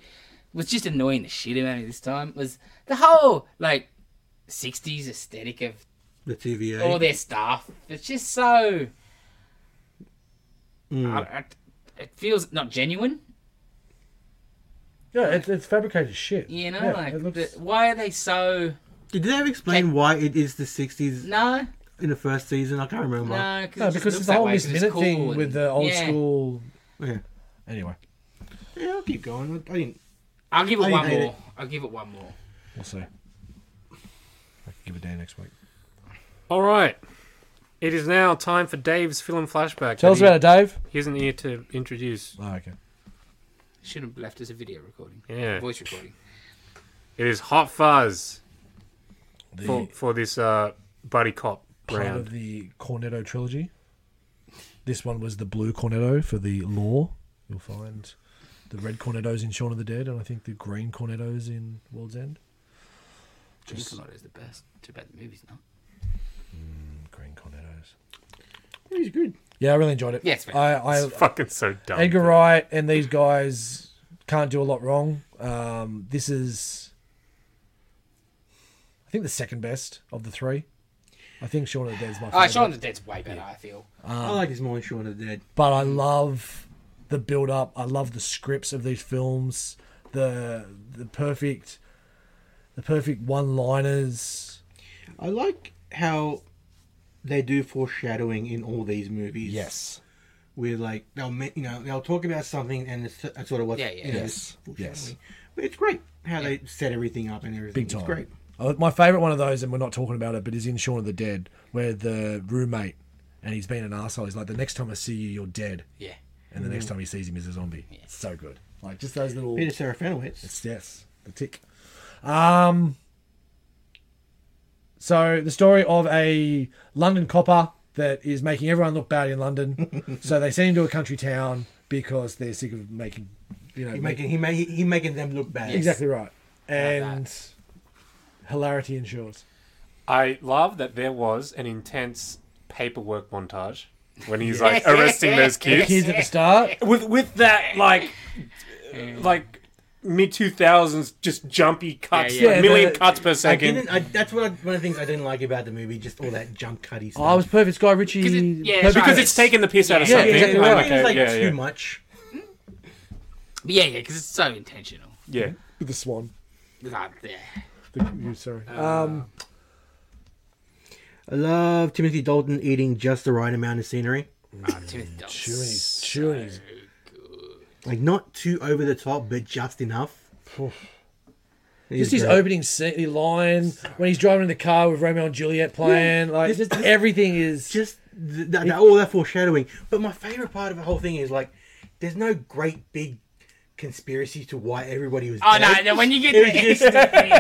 Speaker 2: was just annoying the shit out of me this time, was the whole like '60s aesthetic of
Speaker 5: The TVA.
Speaker 2: all their stuff. It's just so.
Speaker 4: Mm.
Speaker 2: I- I- it feels not genuine,
Speaker 4: Yeah, it's, it's fabricated shit.
Speaker 2: you know.
Speaker 4: Yeah,
Speaker 2: like,
Speaker 4: it looks-
Speaker 2: the- why are they so?
Speaker 5: Did they ever explain why it is the 60s
Speaker 2: No,
Speaker 5: in the first season? I can't remember.
Speaker 2: no, cause it
Speaker 4: no,
Speaker 2: just
Speaker 4: because
Speaker 2: looks
Speaker 4: it's the
Speaker 2: that
Speaker 4: whole
Speaker 2: way,
Speaker 4: Miss
Speaker 2: 'cause it's
Speaker 4: Minute
Speaker 2: cool
Speaker 4: thing
Speaker 2: and-
Speaker 4: with the old
Speaker 2: yeah.
Speaker 4: school.
Speaker 5: Yeah.
Speaker 4: Anyway,
Speaker 5: Yeah, I'll keep going. I didn't.
Speaker 2: I'll give it
Speaker 5: I didn't
Speaker 2: one
Speaker 5: hate
Speaker 2: more. I'll give it one more.
Speaker 4: we'll see. I can give a day next week.
Speaker 1: All right. It is now time for Dave's film flashback.
Speaker 4: Tell us about it, Dave.
Speaker 1: He isn't here to introduce.
Speaker 4: Oh, okay.
Speaker 2: Should have left us a video recording,
Speaker 1: Yeah.
Speaker 2: voice recording.
Speaker 1: It is Hot Fuzz
Speaker 4: The
Speaker 1: for, for this uh, buddy cop
Speaker 4: part
Speaker 1: round.
Speaker 4: of the Cornetto trilogy. This one was the blue Cornetto for the law. You'll find the red Cornettos in Shaun of the Dead, and I think the green Cornettos in World's End. Just-
Speaker 2: Just... is the best. Too bad the movie's not.
Speaker 4: Green Cornettos.
Speaker 5: He's good.
Speaker 4: Yeah, I really enjoyed it.
Speaker 2: Yeah, it's fair.
Speaker 4: I, I
Speaker 1: It's fucking so dumb.
Speaker 4: Edgar Wright and these guys can't do a lot wrong. Um, this is, I think, the second best of the three. I think Shaun of the Dead's my favorite.
Speaker 2: Oh, Shaun of the Dead's way better, I feel.
Speaker 5: I like his more in Shaun of the Dead.
Speaker 4: but I love the build up. I love the scripts of these films. The the perfect, the perfect one liners.
Speaker 5: I like how they do foreshadowing in all these movies.
Speaker 4: Yes.
Speaker 5: Where like they'll ma- you know they'll talk about something and it's that's sort of what
Speaker 2: Yeah, yeah.
Speaker 5: you know,
Speaker 4: Yes.
Speaker 5: it's
Speaker 4: Yes.
Speaker 5: foreshadowing. But it's great how they set everything up and everything.
Speaker 4: Big time.
Speaker 5: It's great.
Speaker 4: Uh, My favorite one of those, and we're not talking about it, but is in Shaun of the Dead, where the roommate and he's been an asshole. He's like, the next time I see you, you're dead.
Speaker 2: Yeah.
Speaker 4: And the next
Speaker 5: Mm.
Speaker 4: time he sees him, he's a zombie. So good. Like just those little.
Speaker 5: Peter Serafinowicz.
Speaker 4: It's yes, the tick. Um. So the story of a London copper that is making everyone look bad in London. so they send him to a country town because they're sick of making, you know,
Speaker 5: He
Speaker 4: making
Speaker 5: making he, ma- he, he making them look bad.
Speaker 4: exactly right, and hilarity ensues.
Speaker 1: I love that there was an intense paperwork montage when he's like arresting those
Speaker 4: The
Speaker 1: kids
Speaker 4: kids at the start.
Speaker 1: with with that like like mid two thousands just jumpy cuts,
Speaker 4: Yeah, yeah.
Speaker 1: a million
Speaker 4: Yeah, the-
Speaker 1: cuts per
Speaker 5: I
Speaker 1: second.
Speaker 5: didn't. I, that's what I, one of the things I didn't like about the movie. Just all that jump cutty stuff.
Speaker 4: Oh, I was perfect, Guy Ritchie.
Speaker 2: 'Cause it- yeah,
Speaker 4: perfect-
Speaker 1: Because it's taking the piss out of
Speaker 2: Yeah,
Speaker 1: something.
Speaker 4: yeah, exactly
Speaker 1: I'm
Speaker 4: right.
Speaker 5: it was
Speaker 1: okay,
Speaker 5: like
Speaker 1: yeah,
Speaker 5: too
Speaker 1: yeah.
Speaker 5: much.
Speaker 2: But yeah, yeah, because it's so intentional.
Speaker 1: yeah.
Speaker 4: the swan.
Speaker 2: Like, yeah.
Speaker 4: The, you- sorry. Um,
Speaker 5: I love Timothy Dalton eating just the right amount of scenery.
Speaker 2: Ah, Timothy Dalton.
Speaker 4: Chewing is chewing is
Speaker 5: Like not too over the top, but just enough.
Speaker 4: Just his opening scene, line when he's driving in the car with Romeo and Juliet playing, like just everything is.
Speaker 5: just th- that, that, all that foreshadowing. But my favorite part of the whole thing is like, there's no great big conspiracy to why everybody was.
Speaker 2: Oh no,
Speaker 5: dead.
Speaker 2: no! When you get
Speaker 5: It
Speaker 2: to
Speaker 5: was just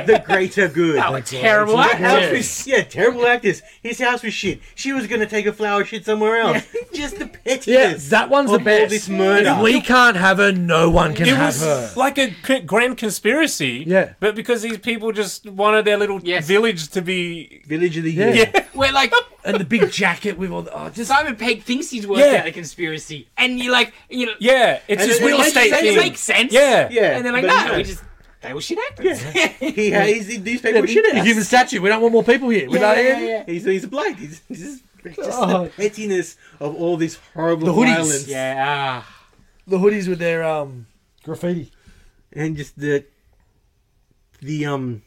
Speaker 5: the greater good.
Speaker 2: oh, a terrible
Speaker 5: His house
Speaker 2: actor.
Speaker 5: was- yeah, terrible actors. His house was shit. She was gonna take a flower shit somewhere else. Just the pettiness.
Speaker 4: yeah, that one's the
Speaker 5: of all
Speaker 4: best.
Speaker 5: this murder.
Speaker 4: If we can't have her, no one can
Speaker 1: It
Speaker 4: have
Speaker 1: was
Speaker 4: her.
Speaker 1: like a c- grand conspiracy.
Speaker 4: Yeah.
Speaker 1: But because these people just wanted their little
Speaker 2: Yes.
Speaker 1: village to be.
Speaker 5: Village of the year.
Speaker 2: Where like
Speaker 4: And the big jacket with all the. Oh, just
Speaker 2: Simon Pegg thinks he's worked
Speaker 1: Yeah.
Speaker 2: out a conspiracy, and you like you know
Speaker 1: Yeah, it's just
Speaker 5: it-
Speaker 1: real
Speaker 5: it-
Speaker 1: estate
Speaker 2: Does
Speaker 1: thing.
Speaker 2: it make sense?
Speaker 1: Yeah.
Speaker 5: Yeah,
Speaker 2: And they're like,
Speaker 5: but
Speaker 2: no,
Speaker 5: no.
Speaker 2: we just they were shit actors.
Speaker 5: He ha- he's, these people were shit
Speaker 4: a
Speaker 5: at
Speaker 4: human
Speaker 5: us.
Speaker 4: statue. We don't want more people here. We
Speaker 5: Yeah,
Speaker 4: don't-
Speaker 5: yeah, yeah. He's he's a blind. He's, he's just, it's just the pettiness of all this horrible
Speaker 4: The hoodies.
Speaker 5: violence.
Speaker 2: yeah. ah.
Speaker 4: The hoodies with their um graffiti.
Speaker 5: and just the the um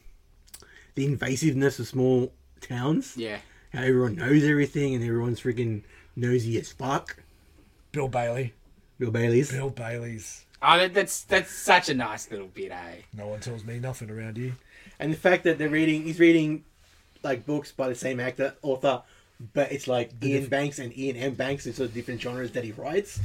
Speaker 5: the invasiveness of small towns.
Speaker 2: Yeah.
Speaker 5: How everyone knows everything and everyone's freaking nosy as fuck.
Speaker 4: Bill Bailey.
Speaker 5: Bill Bailey's.
Speaker 4: Bill Bailey's.
Speaker 2: Oh, that, that's that's such a nice little bit, eh?
Speaker 4: No one tells me nothing around here.
Speaker 5: And the fact that they're reading he's reading like books by the same actor author, but it's like Ian Banks and Ian M. Banks, it's sort of different genres that he writes.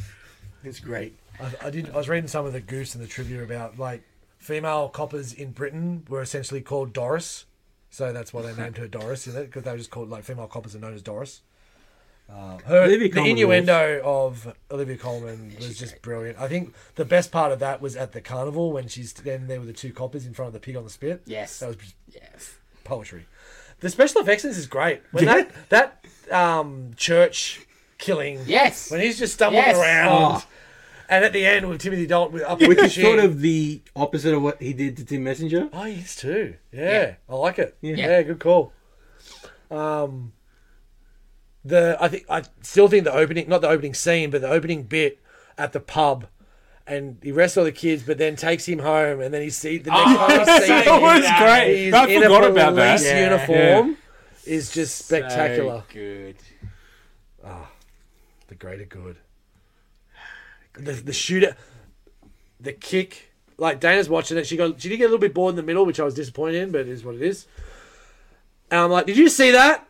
Speaker 5: It's great.
Speaker 4: I, I did. I was reading some of the goose and the trivia about like female coppers in Britain were essentially called Doris, so that's why they named her Doris in it because they were just called like female coppers are known as Doris. Uh, her,
Speaker 5: Olivia
Speaker 4: the
Speaker 5: Colman
Speaker 4: innuendo of Olivia Coleman was just brilliant. I think the best part of that was at the carnival when she's then there with the two coppers in front of the pig on the spit.
Speaker 2: Yes.
Speaker 4: that was just
Speaker 2: Yes.
Speaker 4: poetry. The special effects in this is great. When that that um, church killing,
Speaker 2: Yes.
Speaker 4: when he's just stumbling
Speaker 2: Yes.
Speaker 4: around.
Speaker 5: Oh.
Speaker 4: And at the end with Timothy Dalton with up
Speaker 5: Which
Speaker 4: with the
Speaker 5: is
Speaker 4: chin.
Speaker 5: sort of the opposite of what he did to Tim Messenger.
Speaker 4: Oh, he is too. Yeah, I like it. Yeah.
Speaker 2: Yeah.
Speaker 4: good call. Um, the I think I still think the opening, not the opening scene, but the opening bit at the pub, and he arrests all the kids, but then takes him home, and then he see the next time he sees
Speaker 1: Oh, that was
Speaker 4: him,
Speaker 1: great.
Speaker 4: he's
Speaker 1: I
Speaker 4: in
Speaker 1: forgot
Speaker 4: a
Speaker 1: about that.
Speaker 4: police
Speaker 1: Yeah.
Speaker 4: uniform. Is just spectacular.
Speaker 2: So good.
Speaker 4: the greater good. The, the shooter, the kick. Like Dana's watching it, she got she did get a little bit bored in the middle, which I was disappointed in, but it is what it is. And I'm like, did you see that?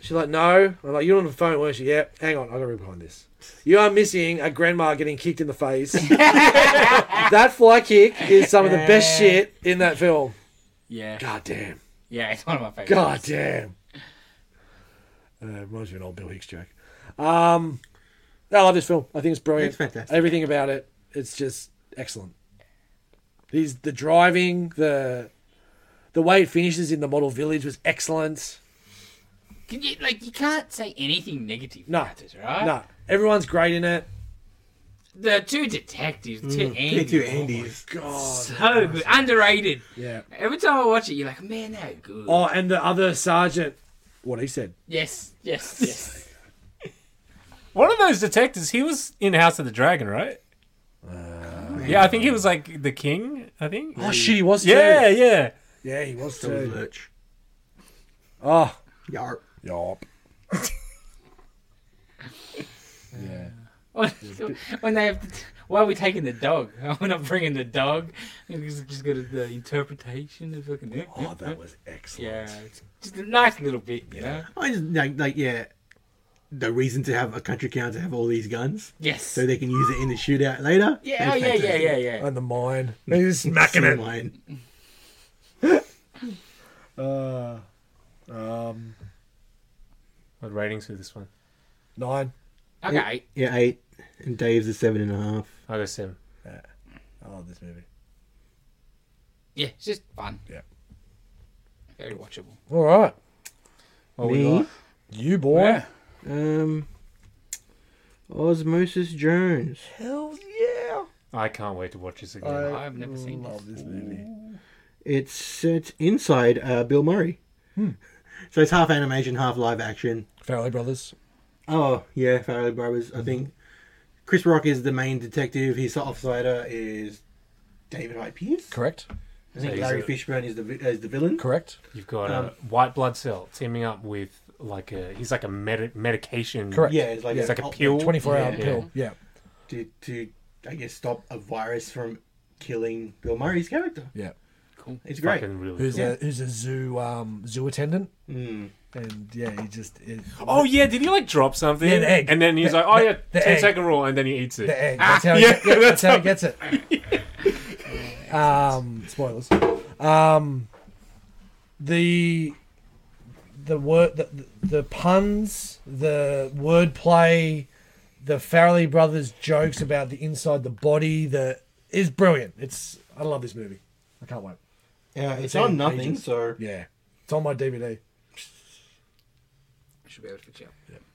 Speaker 4: She's like, no. I'm like, you're on the phone, weren't you? Yeah. Hang on, I got to read behind this. You are missing a grandma getting kicked in the face. that fly kick is some of the best shit in that film.
Speaker 2: Yeah.
Speaker 4: God damn.
Speaker 2: Yeah, it's one of my favorites.
Speaker 4: God damn. Uh, reminds me of an old Bill Hicks joke. Um, I love this film. I think it's brilliant.
Speaker 5: It's fantastic.
Speaker 4: Everything about it, it's just excellent. These the driving, the the way it finishes in the model village was excellent.
Speaker 2: Can you, like you can't say anything negative
Speaker 4: No.
Speaker 2: about it, right?
Speaker 4: No, everyone's great in it.
Speaker 2: The two detectives, the
Speaker 4: Mm-hmm.
Speaker 2: two
Speaker 5: The
Speaker 2: Andy.
Speaker 5: two Andys.
Speaker 4: God,
Speaker 2: So good. Underrated.
Speaker 4: Oh, yeah.
Speaker 2: Every time I watch it, you're like, man, they're good.
Speaker 4: Oh, and the other sergeant, what he said.
Speaker 2: Yes, yes, yes.
Speaker 1: One of those detectives, he was in House of the Dragon, right?
Speaker 4: Uh,
Speaker 1: yeah, I think he was like the king, I think.
Speaker 4: Oh shit, he was.
Speaker 1: yeah,
Speaker 4: too.
Speaker 1: yeah.
Speaker 4: yeah, he was
Speaker 5: So was
Speaker 4: too.
Speaker 5: Lurch.
Speaker 4: Oh,
Speaker 5: Yarp.
Speaker 4: yup. yeah.
Speaker 2: when they have, why are we taking the dog? We're not bringing the dog. It's just got the interpretation of fucking.
Speaker 4: Oh, that was excellent.
Speaker 2: Yeah, it's just a nice little bit, you know.
Speaker 5: I just like, like yeah, the reason to have a country count to have all these guns
Speaker 2: Yes.
Speaker 5: so they can use it in the shootout later.
Speaker 2: yeah, oh, yeah, yeah, yeah, yeah.
Speaker 4: And the mine. He's smacking it.
Speaker 5: Line.
Speaker 4: Uh, um,
Speaker 1: What ratings for this one?
Speaker 4: nine.
Speaker 2: Okay.
Speaker 5: Yeah, eight. And Dave's a seven and a half.
Speaker 1: I'll go Sim.
Speaker 4: I love this movie.
Speaker 2: Yeah, it's just fun.
Speaker 4: Yeah.
Speaker 2: Very watchable.
Speaker 4: All right.
Speaker 1: What we
Speaker 5: Me,
Speaker 1: got?
Speaker 4: You boy.
Speaker 12: Yeah.
Speaker 5: um, Osmosis Jones.
Speaker 4: Hells yeah.
Speaker 1: I can't wait to watch this again.
Speaker 2: I've never seen this.
Speaker 4: love this movie.
Speaker 5: It's set inside uh, Bill Murray. So it's half animation, half live action.
Speaker 4: Farrelly Brothers.
Speaker 5: Oh yeah, Farrelly Brothers. I think Chris Rock is the main detective. His offsider is David Hyde Pierce.
Speaker 4: Correct.
Speaker 5: I
Speaker 1: So
Speaker 5: think
Speaker 1: he's
Speaker 5: Larry
Speaker 1: a-
Speaker 5: Fishburne is the vi- is the villain.
Speaker 4: Correct.
Speaker 1: uh, You've got a white blood cell teaming up with like a he's like a medi- medication.
Speaker 4: Correct.
Speaker 5: Yeah, it's like
Speaker 1: It's like a
Speaker 5: oh,
Speaker 1: pill.
Speaker 4: 24 hour
Speaker 5: Yeah.
Speaker 4: pill. Yeah.
Speaker 5: to to I guess stop a virus from killing Bill Murray's character.
Speaker 4: Yeah.
Speaker 5: It's great.
Speaker 1: Fucking really
Speaker 4: Who's
Speaker 1: cool.
Speaker 4: a who's a zoo um zoo attendant.
Speaker 5: Hmm.
Speaker 4: And yeah, he just it,
Speaker 1: Oh yeah, did he like drop something?
Speaker 4: Yeah, an egg.
Speaker 1: And then he's
Speaker 4: The-
Speaker 1: like, oh
Speaker 4: the-
Speaker 1: yeah,
Speaker 4: the
Speaker 1: 10 second
Speaker 4: egg.
Speaker 1: rule, and then he eats it.
Speaker 4: the egg. That's how
Speaker 1: yeah,
Speaker 4: he, yeah, that's
Speaker 1: that's
Speaker 4: how he gets it. Um, spoilers. Um, the the word the, the puns, the wordplay, the Farrelly brothers jokes about the inside the body, the is brilliant. It's I love this movie. I can't wait.
Speaker 5: Yeah, it's
Speaker 4: in
Speaker 5: on nothing,
Speaker 4: pages.
Speaker 5: so
Speaker 4: Yeah, it's on my DVD.
Speaker 2: I should be able to catch up.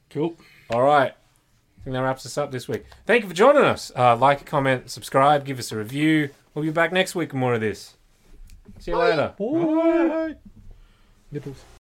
Speaker 5: cool.
Speaker 1: All right. I think that wraps us up this week. Thank you for joining us. Uh, like, comment, subscribe, give us a review. We'll be back next week with more of this. See you later.
Speaker 4: Nipples.